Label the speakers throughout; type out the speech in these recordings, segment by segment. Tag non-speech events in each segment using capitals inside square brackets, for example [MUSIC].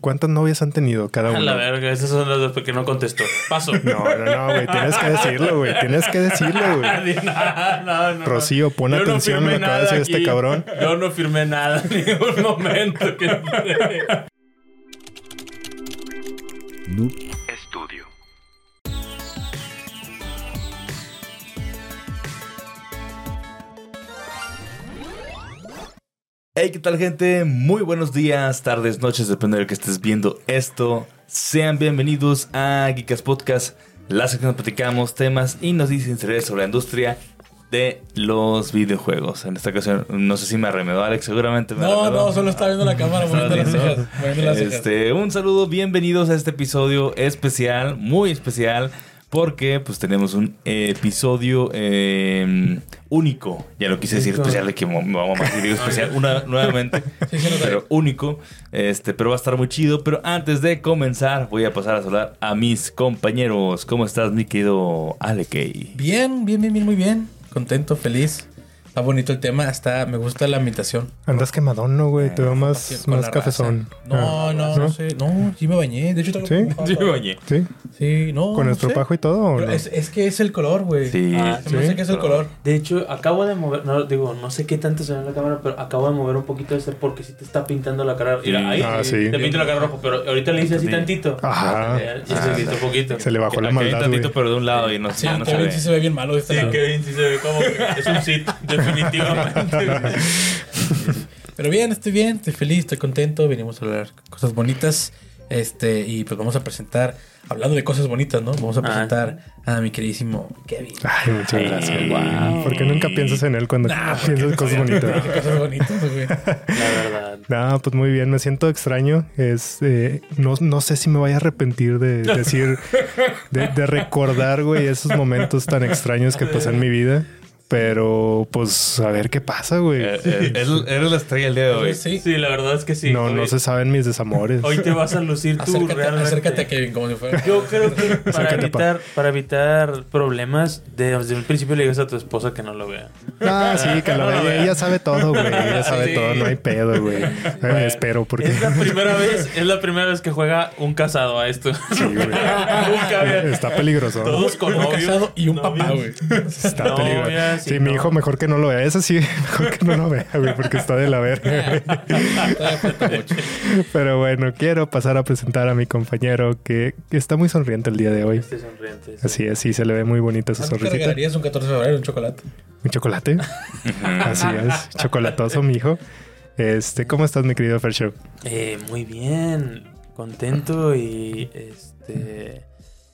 Speaker 1: ¿Cuántas novias han tenido cada
Speaker 2: A
Speaker 1: uno?
Speaker 2: la verga, esas son las de que no contestó. Paso.
Speaker 1: [LAUGHS]
Speaker 2: [LAUGHS]
Speaker 1: No, no, no, güey. Tienes que decirlo, güey. Tienes que decirlo, güey.
Speaker 2: Ah, no, no, no.
Speaker 1: Rocío, pon
Speaker 2: Yo no
Speaker 1: atención a lo
Speaker 2: firmé
Speaker 1: que va a decir
Speaker 2: nada
Speaker 1: este
Speaker 2: aquí.
Speaker 1: cabrón.
Speaker 2: Yo no firmé nada en ningún momento. que-
Speaker 3: Noob
Speaker 4: Estudio.
Speaker 5: Hey, ¿qué tal, gente? Muy buenos días, tardes, noches, depende de lo que estés viendo esto. Sean bienvenidos a Geekas Podcast, la sección donde platicamos temas y nos dicen interés sobre la industria de los videojuegos. En esta ocasión, no sé si me arremedó Alex, seguramente me
Speaker 6: [LAUGHS] No,
Speaker 5: arremedó.
Speaker 6: no, solo está viendo la cámara,
Speaker 5: Estaba
Speaker 6: moviendo las
Speaker 5: viendo.
Speaker 6: cejas. moviendo las cejas.
Speaker 5: Este, un saludo, bienvenidos a este episodio especial, muy especial, porque pues tenemos un episodio eh, único. Ya lo quise decir especial, de que mo- me vamos a decir especial una, nuevamente,
Speaker 6: Sí, sí, no está
Speaker 5: pero único. Este, pero va a estar muy chido. Pero antes de comenzar, voy a pasar a saludar a mis compañeros. ¿Cómo estás, mi querido Alekei?
Speaker 6: Bien, bien, bien, bien, muy bien. Contento, feliz. Está bonito el tema, está, me gusta la ambientación.
Speaker 1: Andas quemadón, ¿no, güey. Te veo más,
Speaker 6: Con
Speaker 1: más
Speaker 6: la
Speaker 1: cafezón.
Speaker 6: raza. No,
Speaker 1: Ah,
Speaker 6: no, no sé. No, sí me bañé. De hecho, traigo
Speaker 1: ¿Sí?
Speaker 6: como-
Speaker 5: Sí, oye.
Speaker 1: ¿Sí?
Speaker 6: Sí, no.
Speaker 1: ¿Con
Speaker 6: no
Speaker 1: estropajo
Speaker 6: sé.
Speaker 1: y todo? o
Speaker 6: Pero
Speaker 1: no? [LAUGHS]
Speaker 6: Es, es que es el color, güey.
Speaker 5: Sí.
Speaker 2: Ah,
Speaker 6: Se me
Speaker 1: Sí.
Speaker 6: hace que es el color.
Speaker 2: De hecho, acabo de mover, no digo, no sé qué tanto se ve en la cámara, pero acabo de mover un poquito este porque sí te está pintando la cara. Mira, ahí
Speaker 1: Ah, sí.
Speaker 2: te pinto la cara rojo, pero ahorita le hice así tantito.
Speaker 1: Ajá. Ah,
Speaker 2: Ya, ya se pintó poquito.
Speaker 1: Se le bajó la
Speaker 5: Acá hay un
Speaker 1: maldad, güey.
Speaker 5: tantito, pero de un lado y no,
Speaker 6: Sí,
Speaker 5: Ah, no se
Speaker 6: Kevin
Speaker 5: ve.
Speaker 6: sí se ve bien malo. Esta
Speaker 2: Sí,
Speaker 6: cara.
Speaker 2: Kevin sí se ve como que es un sit,
Speaker 1: [LAUGHS]
Speaker 2: [LAUGHS] definitivamente.
Speaker 6: Pero bien, estoy bien, estoy feliz, estoy contento. Venimos a hablar cosas bonitas. Este, y pues vamos a presentar, hablando de cosas bonitas, ¿no? Vamos a
Speaker 5: Ah.
Speaker 6: presentar a mi queridísimo Kevin.
Speaker 1: Ay, muchas gracias.
Speaker 5: Ay,
Speaker 1: güey. ¿Por qué nunca piensas en él cuando piensas cosas bonitas?
Speaker 6: [LAUGHS] Cosas bonitas, güey.
Speaker 2: La verdad.
Speaker 1: No, pues muy bien, me siento extraño. Es, eh, no, no sé si me vaya a arrepentir de decir, de, de recordar, güey, esos momentos tan extraños que pasé en mi vida. Pero, pues, a ver qué pasa, güey.
Speaker 5: Eh, eh, eres- eres la estrella el día de hoy.
Speaker 6: Sí.
Speaker 2: Pues Sí, la verdad es que sí.
Speaker 1: no, no
Speaker 2: Hoy-
Speaker 1: se saben mis desamores.
Speaker 2: Hoy te vas a lucir tú
Speaker 6: Acércate,
Speaker 2: realmente.
Speaker 6: acércate a Kevin como si fuera.
Speaker 2: Yo creo que para
Speaker 1: Acércate, pa.
Speaker 2: evitar, para evitar problemas, de- desde el principio le digas a tu esposa que no lo vea.
Speaker 1: [LAUGHS] Ah, sí, que
Speaker 2: [LAUGHS]
Speaker 1: la verdad, ella sabe todo, güey. Ella sabe
Speaker 2: Sí.
Speaker 1: todo, no hay pedo, güey.
Speaker 2: [LAUGHS]
Speaker 1: Eh, espero, porque.
Speaker 2: Es la
Speaker 1: [LAUGHS]
Speaker 2: primera vez, es la primera vez que juega un casado a esto.
Speaker 1: Sí, güey.
Speaker 2: [LAUGHS] Nunca había.
Speaker 1: Está peligroso.
Speaker 2: Todos con
Speaker 6: Uno
Speaker 2: novio.
Speaker 6: casado y un
Speaker 2: No,
Speaker 6: papá,
Speaker 2: bien.
Speaker 6: güey.
Speaker 1: Está
Speaker 2: No,
Speaker 1: peligroso.
Speaker 2: mira, sí,
Speaker 1: sí, mi
Speaker 2: no.
Speaker 1: hijo mejor que no lo vea. Ese sí, [LAUGHS] mejor que no lo vea, güey, porque está de la
Speaker 2: [LAUGHS]
Speaker 1: verga. güey.
Speaker 6: Todavía falta mucho.
Speaker 1: Pero bueno, quiero pasar a presentar a mi compañero que que está muy sonriente el día de hoy.
Speaker 2: Este sonriente. sí.
Speaker 1: Así es, sí, se le ve muy bonita su
Speaker 6: ¿A ti Ah, te
Speaker 1: sonrisita.
Speaker 6: regalarías un 14 de febrero un chocolate?
Speaker 1: Un chocolate. Así es, chocolatoso, mi hijo. Este, ¿cómo estás, mi querido Fershow?
Speaker 2: Eh, muy bien. Contento y este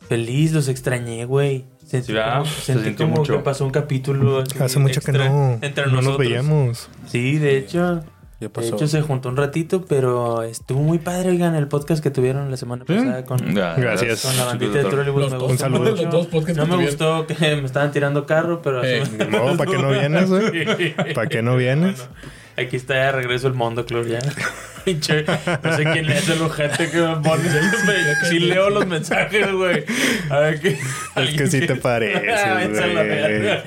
Speaker 2: feliz, los extrañé, güey. Sentí
Speaker 5: Sí, ¿verdad?
Speaker 2: como,
Speaker 5: Se
Speaker 2: sentí
Speaker 5: sintió
Speaker 2: como
Speaker 5: mucho.
Speaker 2: que pasó un capítulo. así
Speaker 1: Hace mucho que
Speaker 2: extra
Speaker 1: no,
Speaker 2: entre
Speaker 1: no nos
Speaker 2: nosotros.
Speaker 1: veíamos.
Speaker 2: Sí, de hecho.
Speaker 6: Ya
Speaker 2: De hecho, se juntó un ratito, pero estuvo muy padre, oigan, el podcast que tuvieron la semana pasada con,
Speaker 5: Ya,
Speaker 1: Gracias.
Speaker 2: con la bandita de Trollywood.
Speaker 6: Los
Speaker 2: Me
Speaker 6: dos,
Speaker 2: gustó
Speaker 1: un saludo.
Speaker 2: mucho.
Speaker 6: Los dos podcasts
Speaker 2: no
Speaker 6: que
Speaker 2: me
Speaker 6: tuvieron.
Speaker 2: gustó que me estaban tirando carro, pero...
Speaker 6: Eh,
Speaker 2: así me-
Speaker 1: No, ¿para qué no vienes, güey?
Speaker 2: Sí.
Speaker 1: ¿Para qué no vienes?
Speaker 2: [LAUGHS] Bueno, aquí está de regreso el Mondo Club ya. [LAUGHS] Pinche, no sé quién es el ojete que me pone. Me- sí leo los mensajes, güey. A ver qué...
Speaker 1: Es que sí te pareces,
Speaker 2: [LAUGHS] Ah, esa es la
Speaker 1: güey.
Speaker 2: verga.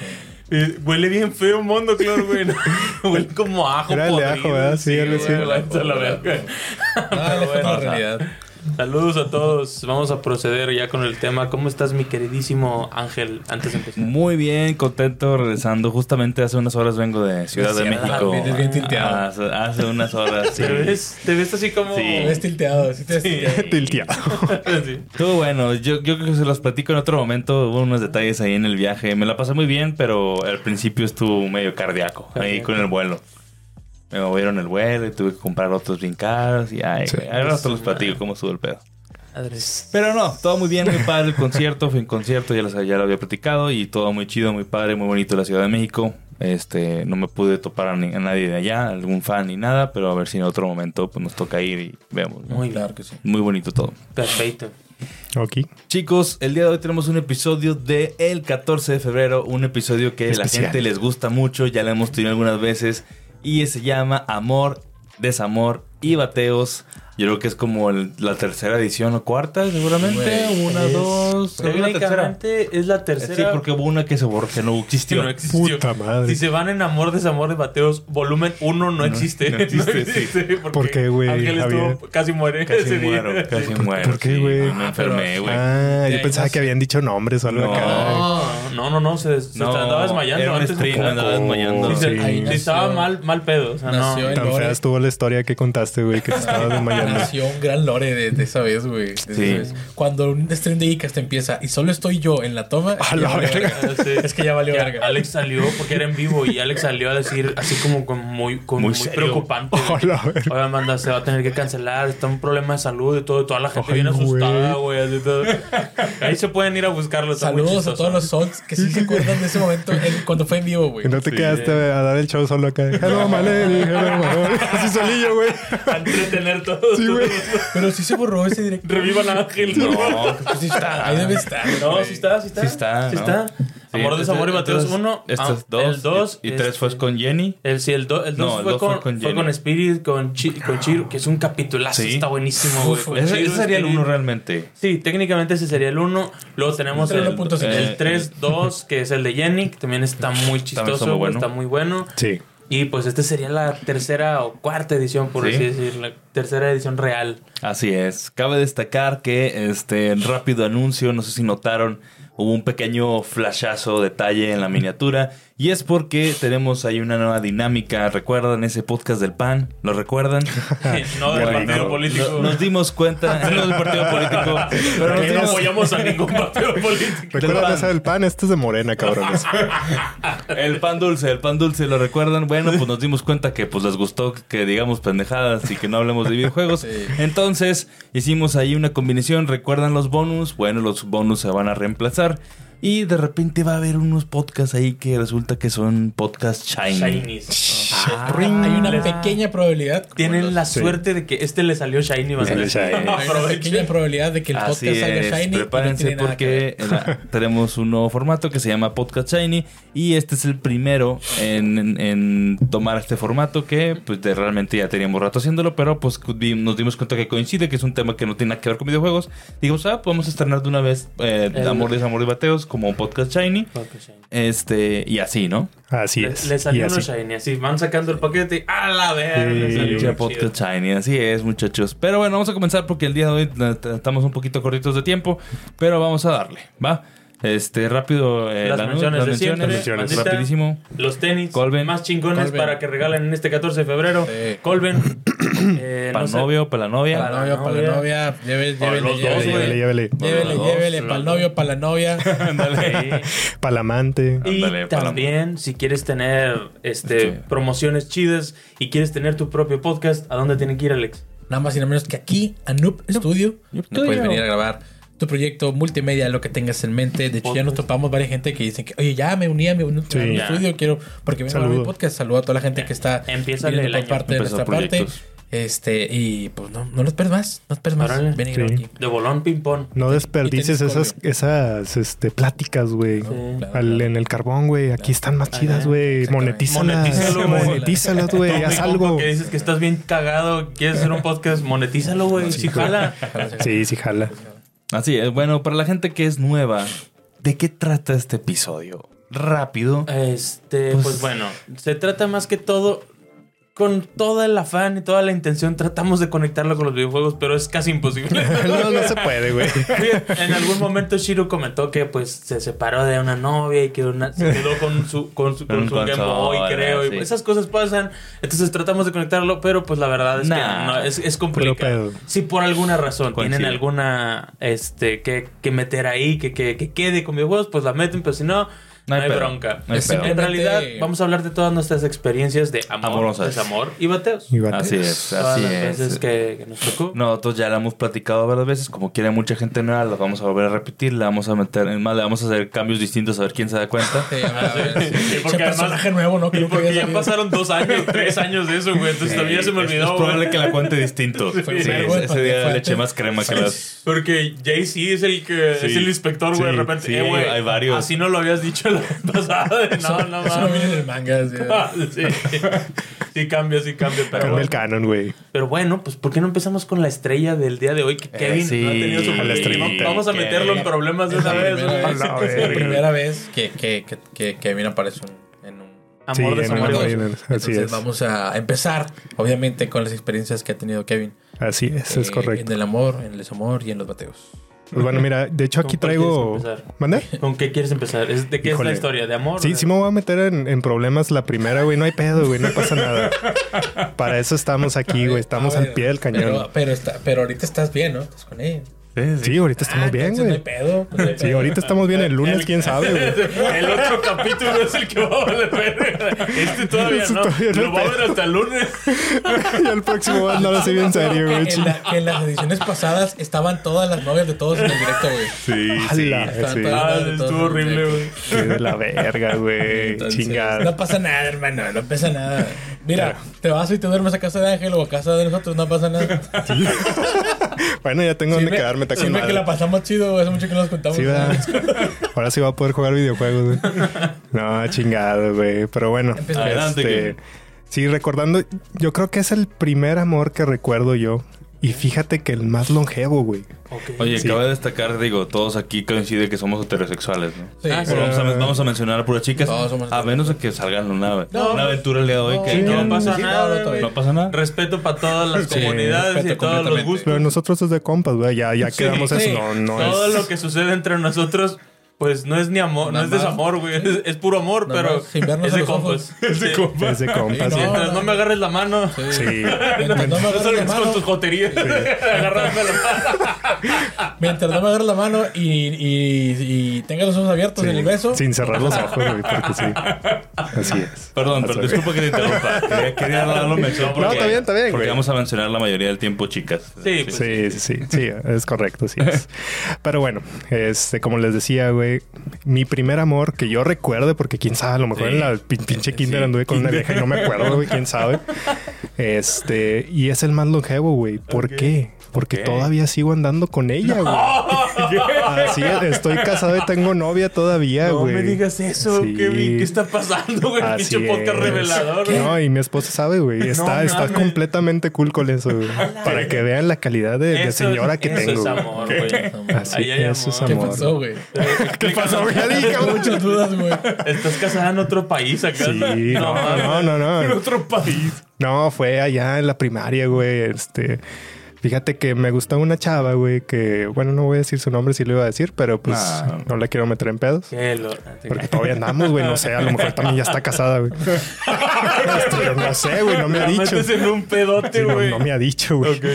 Speaker 2: Eh, Huele bien feo Mondo Club, güey. ¿no? [LAUGHS] Huele como a ajo
Speaker 1: Era el de ajo,
Speaker 2: podrido,
Speaker 1: ¿verdad? Sí, era el-
Speaker 2: güey,
Speaker 1: sí.
Speaker 2: la- esa es la verga. [LAUGHS]
Speaker 6: Ah,
Speaker 2: Pero
Speaker 6: lejos de
Speaker 2: bueno,
Speaker 6: la
Speaker 2: o sea,
Speaker 6: realidad.
Speaker 2: Saludos a todos. Vamos a proceder ya con el tema. ¿Cómo estás, mi queridísimo Ángel? Antes de empezar.
Speaker 5: Muy bien, contento, regresando. Justamente hace unas horas vengo de Ciudad de
Speaker 6: Ciudad,
Speaker 5: México. Ah,
Speaker 6: vienes bien tilteado.
Speaker 5: Hace, hace unas horas, sí.
Speaker 2: ¿Te, ves, te ves así como.
Speaker 6: Te ves tilteado, sí te ves tilteado.
Speaker 1: [LAUGHS] Tilteado.
Speaker 2: [LAUGHS] Sí.
Speaker 5: Estuvo bueno, yo, yo creo que se los platico en otro momento. Hubo unos detalles ahí en el viaje. Me la pasé muy bien, pero al principio estuvo medio cardíaco ahí
Speaker 2: Cardíaco.
Speaker 5: con el vuelo. Me movieron el vuelo y tuve que comprar otros brincados. Y ay,
Speaker 1: Sí.
Speaker 5: güey, ahora hasta los platico cómo estuvo el pedo.
Speaker 2: Madres.
Speaker 5: Pero no, todo muy bien, muy padre el concierto, fue un concierto, ya, los- ya lo había platicado y todo muy chido, muy padre, muy bonito la Ciudad de México. Este, no me pude topar a, ni- a nadie de allá, algún fan ni nada, pero a ver si en otro momento pues, nos toca ir y veamos. ¿no?
Speaker 2: Muy bien.
Speaker 6: Claro que sí.
Speaker 5: Muy bonito todo.
Speaker 2: Perfecto.
Speaker 1: Ok.
Speaker 5: Chicos, el día de hoy tenemos un episodio de el 14 de febrero, un episodio que a la
Speaker 1: Especial.
Speaker 5: gente les gusta mucho, ya lo hemos tenido algunas veces, y se llama Amor, Desamor y Bateos. Yo creo que es como el- la tercera edición o cuarta, seguramente.
Speaker 6: Güey,
Speaker 5: una,
Speaker 6: es-
Speaker 5: dos. creo que la tercera.
Speaker 2: Técnicamente es la tercera.
Speaker 5: Sí, porque hubo una que se borró, que no
Speaker 2: Sí,
Speaker 5: existió.
Speaker 2: no existió.
Speaker 1: Puta madre.
Speaker 2: Si se van en amor, desamor de bateos, volumen 1 [LAUGHS] no existe.
Speaker 5: no existe,
Speaker 1: ¿Por qué, güey,
Speaker 2: Ángel
Speaker 1: Javier?
Speaker 2: estuvo, casi muere
Speaker 5: Casi
Speaker 2: ese día.
Speaker 5: muero,
Speaker 2: Sí.
Speaker 5: casi muero.
Speaker 1: por qué,
Speaker 5: sí,
Speaker 1: güey?
Speaker 5: no, Me enfermé, güey.
Speaker 1: Ah,
Speaker 6: De
Speaker 1: yo
Speaker 6: ahí
Speaker 1: pensaba
Speaker 6: nos-
Speaker 1: que habían dicho nombres o algo
Speaker 5: No.
Speaker 1: acá.
Speaker 2: No, no, no, se, se andaba desmayando
Speaker 5: era un
Speaker 2: antes. un
Speaker 5: stream,
Speaker 2: poco.
Speaker 5: andaba desmayando.
Speaker 2: Sí, se-
Speaker 1: Sí.
Speaker 2: ahí
Speaker 6: nació.
Speaker 2: estaba mal, mal pedo. O sea, no. eh.
Speaker 6: Nació el
Speaker 1: Tan
Speaker 6: lore.
Speaker 1: fea estuvo la historia que contaste, güey, que te estabas desmayando.
Speaker 2: [LAUGHS]
Speaker 6: Nació un gran lore de, de esa vez, güey. de esa
Speaker 5: Sí.
Speaker 6: vez. Cuando un stream de Icas te empieza y solo estoy yo en la toma, es
Speaker 1: A
Speaker 6: que ya
Speaker 1: la
Speaker 6: valió
Speaker 1: verga.
Speaker 6: verga.
Speaker 2: Ah, Sí.
Speaker 6: [LAUGHS] Es que ya valió
Speaker 2: Ya,
Speaker 6: verga.
Speaker 2: Alex salió porque era en vivo y Alex salió a decir así como con muy, con
Speaker 5: Muy
Speaker 2: muy,
Speaker 5: serio.
Speaker 2: preocupante.
Speaker 1: [LAUGHS] A la verga.
Speaker 2: Oye, Amanda, se va a tener que cancelar. Está un problema de salud y todo. Toda la gente
Speaker 1: Ay,
Speaker 2: viene asustada,
Speaker 1: güey.
Speaker 2: güey. así todo. Ahí se pueden ir a buscarlo. está muy
Speaker 6: Saludos a
Speaker 2: chistoso.
Speaker 6: todos los Sons que sí se acuerdan de ese momento en- cuando fue en vivo, güey.
Speaker 1: Y no te quedaste
Speaker 2: eh.
Speaker 1: a dar el show solo acá. Hello, my lady, hello, my
Speaker 2: [LAUGHS]
Speaker 1: lady. Así solillo, güey.
Speaker 2: A entretener todos.
Speaker 1: Sí, güey.
Speaker 6: Pero sí se borró ese directo.
Speaker 2: Revivan a Ángel.
Speaker 5: No, pues sí está.
Speaker 6: Ahí debe estar.
Speaker 2: No,
Speaker 6: güey.
Speaker 2: sí está, sí está.
Speaker 5: Sí está,
Speaker 2: Sí
Speaker 5: ¿no?
Speaker 2: está.
Speaker 5: Sí,
Speaker 2: Amor, desamor y
Speaker 5: entonces-
Speaker 2: bateos
Speaker 5: entonces,
Speaker 2: 1.
Speaker 5: Estos dos.
Speaker 2: Ah, El 2.
Speaker 5: Y, y tres fue con Jenny.
Speaker 2: El, sí, el 2 el
Speaker 5: No,
Speaker 2: dos
Speaker 5: el
Speaker 2: fue,
Speaker 5: dos
Speaker 2: con,
Speaker 5: fue con
Speaker 2: fue
Speaker 5: Jenny. Ah.
Speaker 2: con Spirit, con, Chi, con Chiro, que es un capitulazo,
Speaker 5: Sí.
Speaker 2: está buenísimo, güey.
Speaker 6: Uf,
Speaker 2: Con
Speaker 5: Ese,
Speaker 2: Chiro,
Speaker 5: ese sería el
Speaker 2: Spirit.
Speaker 5: uno realmente.
Speaker 2: Sí, técnicamente ese sería el 1. Luego tenemos
Speaker 6: El
Speaker 2: el,
Speaker 6: 1.5.
Speaker 2: el
Speaker 1: [LAUGHS]
Speaker 2: 3-2, que es el de Jenny, que también está muy chistoso,
Speaker 5: muy
Speaker 2: güey,
Speaker 5: bueno.
Speaker 2: está muy bueno.
Speaker 1: Sí.
Speaker 2: Y pues este sería la tercera o cuarta edición, por
Speaker 5: Sí.
Speaker 2: así decir, la tercera edición real.
Speaker 5: Así es. Cabe destacar que este rápido anuncio, no sé si notaron, hubo un pequeño flashazo detalle en la miniatura y es porque tenemos ahí una nueva dinámica. ¿Recuerdan ese podcast del PAN?
Speaker 2: [LAUGHS]
Speaker 5: ¿Lo recuerdan?
Speaker 2: no del
Speaker 1: Bueno,
Speaker 2: partido
Speaker 1: no,
Speaker 2: político.
Speaker 5: No- nos dimos cuenta, [LAUGHS] no del partido político,
Speaker 2: [LAUGHS]
Speaker 5: pero nos
Speaker 2: Aquí no
Speaker 5: dimos-
Speaker 2: apoyamos a ningún partido político.
Speaker 5: Del
Speaker 1: Recuerda
Speaker 5: pan.
Speaker 1: esa del pan, este es de morena,
Speaker 2: [LAUGHS]
Speaker 1: cabrones.
Speaker 5: el pan dulce, el pan dulce, ¿lo recuerdan? Bueno, pues nos dimos cuenta que pues les gustó que digamos pendejadas y que no hablemos de videojuegos.
Speaker 6: Sí.
Speaker 5: Entonces, hicimos ahí una combinación. ¿Recuerdan los bonus? Bueno, los bonus se van a reemplazar. Y de repente va a haber unos podcasts ahí que resulta que son podcasts shiny.
Speaker 2: Shinies.
Speaker 6: Ah, Hay una
Speaker 2: Les-
Speaker 6: pequeña probabilidad. como los-
Speaker 2: Tienen la
Speaker 1: Sí.
Speaker 2: suerte de que este le salió shiny. van a
Speaker 1: salió
Speaker 2: decir.
Speaker 1: shiny.
Speaker 6: Eh, Hay una pequeña
Speaker 2: [LAUGHS] Aprovechen.
Speaker 6: probabilidad de que el podcast
Speaker 5: Así
Speaker 6: salga
Speaker 5: es,
Speaker 6: shiny. y no
Speaker 5: prepárense
Speaker 6: tiene nada que ver.
Speaker 5: porque
Speaker 6: [LAUGHS]
Speaker 5: la- tenemos un nuevo formato que se llama Podcast Shiny y este es el primero en, en- en tomar este formato que pues de- realmente ya teníamos rato haciéndolo, pero pues di- nos dimos cuenta que coincide, que es un tema que no tiene nada que ver con videojuegos. Digamos, ah, podemos estrenar de una vez eh,
Speaker 2: El-
Speaker 5: Amor, Desamor y Bateos como Podcast Shiny. Este, y así, ¿no?
Speaker 1: Así
Speaker 2: Le,
Speaker 1: es.
Speaker 2: le
Speaker 1: y
Speaker 2: salió uno
Speaker 1: así.
Speaker 2: shiny, así van sacando el paquete y a la verga.
Speaker 1: Sí.
Speaker 2: le salió
Speaker 5: Pinche
Speaker 2: uno chido.
Speaker 5: podcast shiny, así es, muchachos. Pero bueno, vamos a comenzar porque el día de hoy eh, t- estamos un poquito cortitos de tiempo, pero vamos a darle, ¿va? Este, rápido, eh,
Speaker 2: Las
Speaker 5: la nu-
Speaker 2: menciones
Speaker 5: las
Speaker 2: de siempre,
Speaker 5: menciones,
Speaker 2: bandita.
Speaker 5: rapidísimo.
Speaker 2: Los tenis
Speaker 5: Colben.
Speaker 2: más chingones
Speaker 6: Colben.
Speaker 2: para que regalen en este 14 de febrero.
Speaker 6: Sí.
Speaker 2: Colben.
Speaker 1: [COUGHS]
Speaker 2: eh,
Speaker 5: para
Speaker 2: no
Speaker 5: el
Speaker 2: sé, [LAUGHS]
Speaker 5: novio, para la
Speaker 6: Para
Speaker 5: novia.
Speaker 6: la novia, para la novia. Llévele,
Speaker 2: Para
Speaker 6: llévele,
Speaker 2: los dos,
Speaker 6: llévele.
Speaker 1: Llévele, llévele.
Speaker 2: güey.
Speaker 6: Llévele,
Speaker 5: Los dos,
Speaker 6: llévele,
Speaker 2: los
Speaker 6: para el
Speaker 2: dos.
Speaker 6: novio, para la novia.
Speaker 5: Ándale.
Speaker 1: Palamante.
Speaker 2: Y
Speaker 5: Ándale, para la-
Speaker 2: también, si quieres tener este,
Speaker 5: Este.
Speaker 2: promociones chidas y quieres tener tu propio podcast, ¿a dónde tienen que ir, Alex?
Speaker 6: Nada más y nada menos que aquí, a Noob Studio,
Speaker 5: Noob
Speaker 6: donde puedes
Speaker 5: Studio.
Speaker 6: venir a grabar tu proyecto multimedia, lo que tengas en mente. De hecho, ya nos topamos varias gente que dicen que, oye, ya me uní a mi a Noob
Speaker 1: Sí. Ya.
Speaker 6: Studio, quiero, porque vengo a grabar mi
Speaker 1: Saludo.
Speaker 6: podcast. Saludo a toda la gente que está
Speaker 2: Em, Empieza el
Speaker 6: viniendo por
Speaker 2: año.
Speaker 6: parte de
Speaker 5: Empezó
Speaker 6: nuestra parte.
Speaker 5: proyectos.
Speaker 6: Este, y pues no, no los pierdas más, no los pierdas
Speaker 2: Órale.
Speaker 6: más. Ven y graba
Speaker 1: Sí.
Speaker 6: aquí.
Speaker 2: De Bolón Ping Pong.
Speaker 1: No desperdices
Speaker 6: tenis
Speaker 1: esas, esas este, pláticas, güey.
Speaker 6: Claro,
Speaker 1: Al-
Speaker 6: claro.
Speaker 1: en el carbón, güey. Aquí están más chidas,
Speaker 2: Ajá.
Speaker 1: güey.
Speaker 6: Exactamente.
Speaker 1: Monetízalas.
Speaker 2: Monetízalo, güey.
Speaker 1: Monetízalas, güey.
Speaker 2: Como mi
Speaker 1: Haz
Speaker 2: compa
Speaker 1: algo.
Speaker 2: Que dices que estás bien cagado, quieres hacer un podcast, monetízalo, güey. Sí, jala.
Speaker 1: Sí, sí, jala. [LAUGHS]
Speaker 5: Así es, bueno, para la gente que es nueva, ¿de qué trata este episodio? Rápido.
Speaker 2: Este,
Speaker 5: Pues-
Speaker 2: pues, bueno, se trata más que todo. Con todo el afán y toda la intención, tratamos de conectarlo con los videojuegos, pero es casi imposible.
Speaker 1: [LAUGHS]
Speaker 2: [LAUGHS]
Speaker 1: No, no se puede, güey.
Speaker 2: Fíjate, en algún momento Shiro comentó que pues se separó de una novia y que una, se quedó con su, con su, con
Speaker 5: Un
Speaker 2: su Game Boy,
Speaker 5: consola,
Speaker 2: creo. Y
Speaker 5: sí.
Speaker 2: pues, esas cosas pasan. Entonces tratamos de conectarlo, pero pues la verdad es
Speaker 5: Nah.
Speaker 2: que no, es, es complicado.
Speaker 1: Puro pedo.
Speaker 2: Si por alguna razón tienen
Speaker 5: Coincido.
Speaker 2: alguna este que, que meter ahí, que, que, que quede con videojuegos, pues la meten, pero si no, no hay,
Speaker 5: pedo,
Speaker 2: bronca.
Speaker 5: no hay
Speaker 6: Es
Speaker 5: pedo.
Speaker 2: En realidad,
Speaker 6: Realmente-
Speaker 2: vamos a hablar de todas nuestras experiencias de amor,
Speaker 5: Amorosas.
Speaker 2: desamor y bateos.
Speaker 1: Y va-
Speaker 5: Así es,
Speaker 2: Todas
Speaker 5: así
Speaker 2: las
Speaker 5: es.
Speaker 2: veces que, que nos tocó.
Speaker 5: Nosotros ya la hemos platicado varias veces, como quiere mucha gente nueva, la vamos a volver a repetir, la vamos a meter, en más, le vamos a hacer cambios distintos a ver quién se
Speaker 2: [LAUGHS]
Speaker 5: da cuenta.
Speaker 6: Sí, a ver, a
Speaker 1: [LAUGHS]
Speaker 6: ver, sí.
Speaker 2: Sí, porque
Speaker 6: Che,
Speaker 2: además-
Speaker 6: personaje nuevo, ¿no? Que
Speaker 2: Y
Speaker 6: nunca
Speaker 2: porque
Speaker 6: había
Speaker 2: ya
Speaker 6: salido.
Speaker 2: pasaron dos años, tres años de eso, güey.
Speaker 1: Pues
Speaker 2: Entonces todavía se me
Speaker 5: Es-
Speaker 2: olvidó,
Speaker 5: Es probable
Speaker 1: ¿eh?
Speaker 2: güey.
Speaker 5: que la cuente
Speaker 1: [LAUGHS]
Speaker 5: distinto. Sí,
Speaker 2: Sí,
Speaker 5: ese-
Speaker 6: güey,
Speaker 5: ese día
Speaker 6: cuando
Speaker 5: le eché
Speaker 6: cuente.
Speaker 5: más crema que las.
Speaker 2: Porque Jay-Z es el que
Speaker 5: Sí.
Speaker 2: es el inspector, güey. de
Speaker 5: Sí,
Speaker 2: repente,
Speaker 5: sí,
Speaker 2: eh, güey.
Speaker 5: hay varios.
Speaker 2: Así no lo habías dicho a la vez pasada. de, No, no,
Speaker 6: [LAUGHS] Eso no viene en
Speaker 2: mames.
Speaker 6: el manga. así.
Speaker 2: [LAUGHS]
Speaker 1: Ah,
Speaker 2: Sí. sí cambia, sí cambia. Pero,
Speaker 1: Cambia el
Speaker 2: bueno.
Speaker 1: canon, güey.
Speaker 2: Pero bueno, pues ¿por qué no empezamos con la estrella del día de hoy? Que Kevin
Speaker 5: sí,
Speaker 2: no ha tenido su
Speaker 5: la
Speaker 2: primer-
Speaker 5: estrellita.
Speaker 2: Vamos a
Speaker 5: Que-
Speaker 2: meterlo en problemas de una
Speaker 6: la
Speaker 2: vez.
Speaker 6: primera
Speaker 2: güey.
Speaker 6: vez.
Speaker 1: A la
Speaker 6: Es la
Speaker 1: verga.
Speaker 6: primera vez que, que, que, que Kevin aparece un- en un
Speaker 1: Sí,
Speaker 2: Amor de
Speaker 1: en
Speaker 2: su
Speaker 1: el-
Speaker 2: marido.
Speaker 1: en el- así
Speaker 6: Entonces
Speaker 1: es.
Speaker 6: vamos a empezar, obviamente, con las experiencias que ha tenido Kevin.
Speaker 1: Así es, es
Speaker 6: Eh,
Speaker 1: correcto.
Speaker 6: En el amor, en el desamor y en los bateos.
Speaker 1: Pues bueno, mira, de hecho
Speaker 2: ¿Con
Speaker 1: aquí
Speaker 2: cuál
Speaker 1: traigo.
Speaker 2: quieres empezar?
Speaker 1: ¿Mande?
Speaker 2: ¿Con qué quieres empezar? ¿Es- ¿De qué
Speaker 1: Híjole.
Speaker 2: es la historia? ¿De amor?
Speaker 1: Sí, sí me voy a meter en, en problemas la primera, güey. No hay pedo, güey. No pasa nada. Para eso estamos aquí, güey. Estamos
Speaker 6: A ver,
Speaker 1: al pie del
Speaker 6: Ah, Pero,
Speaker 1: cañón.
Speaker 6: pero, está, pero ahorita estás bien, ¿no? Estás con ella.
Speaker 1: Sí, ahorita estamos
Speaker 6: Ah,
Speaker 1: bien,
Speaker 6: entonces No hay
Speaker 1: güey.
Speaker 6: pedo. pues no hay
Speaker 1: Sí,
Speaker 6: pedo.
Speaker 1: ahorita estamos bien. El lunes,
Speaker 2: El-
Speaker 1: quién sabe,
Speaker 6: [LAUGHS]
Speaker 1: güey. [LAUGHS]
Speaker 2: [LAUGHS] El otro capítulo es el que va a valer verga. Este todavía
Speaker 1: Este
Speaker 2: no.
Speaker 1: todavía no,
Speaker 2: Lo va a ver hasta el
Speaker 6: [LAUGHS]
Speaker 2: lunes.
Speaker 1: Y el próximo va a andar así bien serio,
Speaker 6: Que
Speaker 1: güey.
Speaker 6: en, la- que en las ediciones pasadas estaban todas las novias de todos en el directo, güey.
Speaker 5: Sí,
Speaker 1: Ala,
Speaker 6: Estaban
Speaker 1: sí.
Speaker 6: todas las
Speaker 2: Ah,
Speaker 6: novias de todos
Speaker 2: estuvo
Speaker 6: en el
Speaker 2: horrible,
Speaker 6: directo.
Speaker 2: güey.
Speaker 1: Qué de la verga, güey.
Speaker 6: Entonces,
Speaker 1: Chingada.
Speaker 6: No pasa nada, hermano. No pasa nada. Mira, te vas y te duermes a casa de Ángel o a casa de nosotros. No
Speaker 2: [LAUGHS]
Speaker 6: pasa nada.
Speaker 1: [LAUGHS] Bueno, ya tengo donde
Speaker 6: Sirve-
Speaker 1: quedarme. Está con
Speaker 6: sirve que
Speaker 1: madre.
Speaker 6: la pasamos chido. güey. Hace mucho que no nos contamos.
Speaker 1: Sí, ¿verdad? Ahora sí va a poder jugar videojuegos, güey.
Speaker 6: [LAUGHS]
Speaker 1: No, chingado, güey. Pero bueno.
Speaker 6: Empezamos.
Speaker 5: Adelante,
Speaker 1: Este,
Speaker 5: Kevin.
Speaker 1: sí, recordando, yo creo que es el primer amor que recuerdo yo. Y fíjate que el más longevo, güey.
Speaker 5: Oye,
Speaker 1: Sí.
Speaker 5: acaba de destacar, digo, todos aquí coinciden que somos heterosexuales, ¿no?
Speaker 6: Sí.
Speaker 2: Ah, sí.
Speaker 5: Pero vamos, a, vamos a mencionar a puras chicas,
Speaker 6: Todos somos
Speaker 5: a menos de que salgan una,
Speaker 6: No.
Speaker 5: una aventura el día de hoy que
Speaker 1: Sí,
Speaker 5: no,
Speaker 2: No pasa
Speaker 6: sí, no, no,
Speaker 2: nada,
Speaker 6: todavía.
Speaker 2: güey.
Speaker 5: no pasa nada.
Speaker 2: Respeto para todas las
Speaker 1: Sí,
Speaker 2: comunidades y
Speaker 6: respeto
Speaker 2: todos los
Speaker 6: completamente.
Speaker 1: Pero
Speaker 2: gustos.
Speaker 1: nosotros es de compas, güey. Ya, ya quedamos
Speaker 6: sí.
Speaker 1: eso. No, no
Speaker 2: Todo
Speaker 1: es.
Speaker 2: lo que sucede entre nosotros, pues no es ni amor, no
Speaker 6: Nada
Speaker 2: es
Speaker 6: más.
Speaker 2: desamor, güey. Es, es puro amor,
Speaker 6: Nada
Speaker 2: pero
Speaker 6: más, sin vernos
Speaker 2: es
Speaker 6: a
Speaker 2: de
Speaker 6: los
Speaker 2: compas. [LAUGHS] Es de
Speaker 1: Es de compas.
Speaker 6: Sí,
Speaker 1: güey.
Speaker 2: Mientras no me agarres la mano,
Speaker 1: Sí.
Speaker 6: Mientras no
Speaker 2: [LAUGHS]
Speaker 6: me
Speaker 2: no
Speaker 6: agarres la
Speaker 2: salgas
Speaker 6: mano,
Speaker 2: con tus [LAUGHS] joterías. Agarrarme la mano.
Speaker 1: Ah,
Speaker 6: mientras no me agarres la mano y, y, y tenga los ojos abiertos
Speaker 1: Sí.
Speaker 6: en el beso.
Speaker 1: Sin cerrar los ojos, güey, porque sí. Así es.
Speaker 5: Perdón, pero
Speaker 1: That's
Speaker 5: disculpa que
Speaker 1: [LAUGHS]
Speaker 5: te interrumpa. Quería, quería darlo mención
Speaker 1: Ah, No,
Speaker 5: porque,
Speaker 1: está bien, está bien,
Speaker 5: porque
Speaker 1: güey.
Speaker 5: vamos a mencionar la mayoría del tiempo chicas.
Speaker 2: Sí, pues,
Speaker 1: Sí, sí, sí, sí, es correcto, sí. es. Pero bueno, este, como les decía, güey, mi primer amor que yo recuerde, porque quién sabe, a lo mejor
Speaker 5: Sí.
Speaker 1: en la pin- pinche kinder
Speaker 5: Sí.
Speaker 1: anduve con una vieja y no me acuerdo, güey, quién sabe. Este, y es el más longevo, güey. ¿Por qué? Porque
Speaker 5: Ok.
Speaker 1: todavía sigo andando con ella, güey. Así es, estoy casado y tengo novia todavía,
Speaker 2: No
Speaker 1: güey.
Speaker 2: me digas eso,
Speaker 1: Sí.
Speaker 2: Kevin. ¿Qué está pasando, güey?
Speaker 1: Así
Speaker 2: Pinche podcast
Speaker 1: es.
Speaker 2: revelador. güey.
Speaker 1: No, y mi esposa sabe, güey. Está, está
Speaker 2: mames.
Speaker 1: completamente cool con eso, güey. Para que vean la calidad de, de
Speaker 2: Eso-
Speaker 1: señora que
Speaker 2: eso
Speaker 1: tengo.
Speaker 2: es
Speaker 1: güey.
Speaker 2: amor, güey.
Speaker 1: Así,
Speaker 2: Ahí hay
Speaker 1: eso es
Speaker 2: [LAUGHS]
Speaker 6: ¿Qué
Speaker 1: amor.
Speaker 6: pasó, güey?
Speaker 1: ¿Qué pasó, güey? Ya dije,
Speaker 6: Tengo
Speaker 1: cabrón.
Speaker 6: muchas dudas, güey.
Speaker 2: Estás casada en otro país acá. [LAUGHS]
Speaker 1: Sí, no, no, no,
Speaker 2: En
Speaker 1: no.
Speaker 2: otro país.
Speaker 1: No, fue allá en la primaria, güey. Este, fíjate que me gustaba una chava, güey, que, bueno, no voy a decir su nombre si lo iba a decir, pero pues
Speaker 5: Nah.
Speaker 1: no la quiero meter en pedos.
Speaker 2: Qué lo-
Speaker 1: Porque todavía andamos, güey. No sé, a lo mejor también ya está casada, güey. [LAUGHS] Este, no sé, güey, no me ha
Speaker 2: La
Speaker 1: dicho.
Speaker 2: metes en un
Speaker 1: Sí,
Speaker 2: pedote,
Speaker 1: no,
Speaker 2: güey.
Speaker 1: no me ha dicho, güey.
Speaker 2: Ok.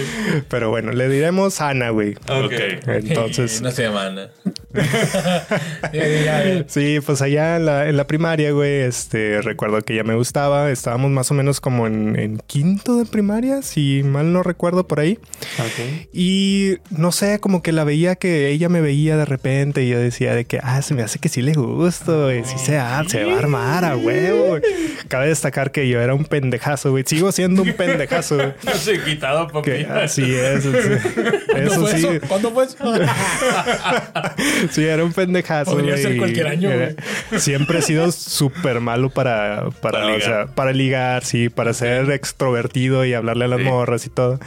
Speaker 1: Pero bueno, le diremos Ana, güey.
Speaker 2: Ok.
Speaker 5: Ok.
Speaker 1: Entonces,
Speaker 6: [LAUGHS] No se llama Ana. Ya, ya, ya.
Speaker 1: Sí, pues allá en la, en la primaria, güey, este, recuerdo que ya me gustaba. Estábamos más o menos como en, en quinto de primaria, si mal no recuerdo por ahí.
Speaker 2: Ok.
Speaker 1: Y no sé, como que la veía que ella me veía de repente y yo decía de que, ah, se me hace que sí le gusto, güey, sí se, va- se va a armar a huevo. güey. Cabe destacar que yo era un pendejazo, güey. Sigo siendo un pendejazo,
Speaker 6: [LAUGHS]
Speaker 1: güey.
Speaker 2: No se he quitado, papi.
Speaker 1: Que así es. es-
Speaker 6: ¿Cuándo
Speaker 1: Eso
Speaker 6: fue
Speaker 1: sí,
Speaker 6: eso? ¿Cuándo fue eso?
Speaker 1: Sí, era un pendejazo.
Speaker 6: Podría
Speaker 1: güey,
Speaker 6: ser
Speaker 1: y
Speaker 6: cualquier año,
Speaker 1: era- [LAUGHS] Siempre he sido súper malo para, para,
Speaker 5: Para
Speaker 1: o
Speaker 5: ligar.
Speaker 1: sea, para ligar, sí, para ser extrovertido y hablarle a las morras y todo.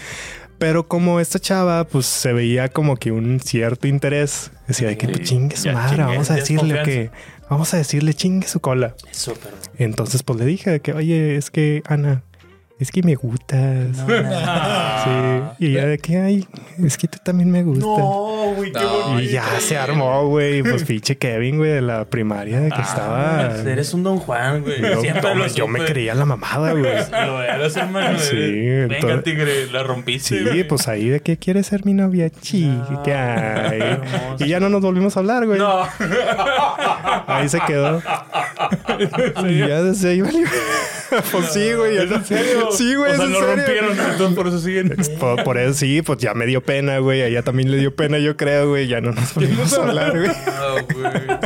Speaker 1: Pero como esta chava, pues se veía como que un cierto interés. Decía de que
Speaker 5: Sí,
Speaker 1: pues, chingue su
Speaker 5: ya
Speaker 1: madre,
Speaker 2: chingué,
Speaker 1: vamos a
Speaker 2: ya es
Speaker 1: decirle que,
Speaker 2: confianza.
Speaker 1: vamos a decirle chingue su cola.
Speaker 2: Eso, perdón.
Speaker 1: Entonces, pues le dije de que, oye, es que Ana, es que me gustas. [LAUGHS] Sí. Y ella de que, ay, es que tú también me gustas.
Speaker 2: No, güey, qué
Speaker 6: No,
Speaker 2: bonito.
Speaker 1: Y ya se armó, güey. Pues pinche Kevin, güey, de la primaria de que
Speaker 2: Ah,
Speaker 1: estaba.
Speaker 2: Eres un don Juan, güey.
Speaker 1: Yo,
Speaker 2: Siempre lo
Speaker 1: no, yo me
Speaker 2: supe.
Speaker 1: creía la mamada,
Speaker 2: [LAUGHS]
Speaker 1: güey.
Speaker 2: Lo eras, hermano.
Speaker 1: Sí,
Speaker 2: eres- Venga,
Speaker 1: entonces-
Speaker 2: tigre, la rompiste.
Speaker 1: Sí,
Speaker 2: güey.
Speaker 1: pues ahí de que quieres ser mi novia chica.
Speaker 2: Ah, hermoso.
Speaker 1: y ya no nos volvimos a hablar, güey.
Speaker 2: No,
Speaker 1: Ahí se
Speaker 2: [LAUGHS]
Speaker 1: quedó. y ya desde ahí valió. pues sí, güey. ya no- Sí, güey,
Speaker 5: O
Speaker 1: es
Speaker 5: sea,
Speaker 1: en
Speaker 5: lo
Speaker 1: serio.
Speaker 5: rompieron, entonces por
Speaker 2: [LAUGHS]
Speaker 5: eso siguen.
Speaker 1: Por, por eso sí, pues ya me dio pena, güey. A ella también le dio pena, yo creo, güey. Ya no
Speaker 2: [LAUGHS]
Speaker 1: nos volvimos a hablar, güey.
Speaker 2: Ah, güey.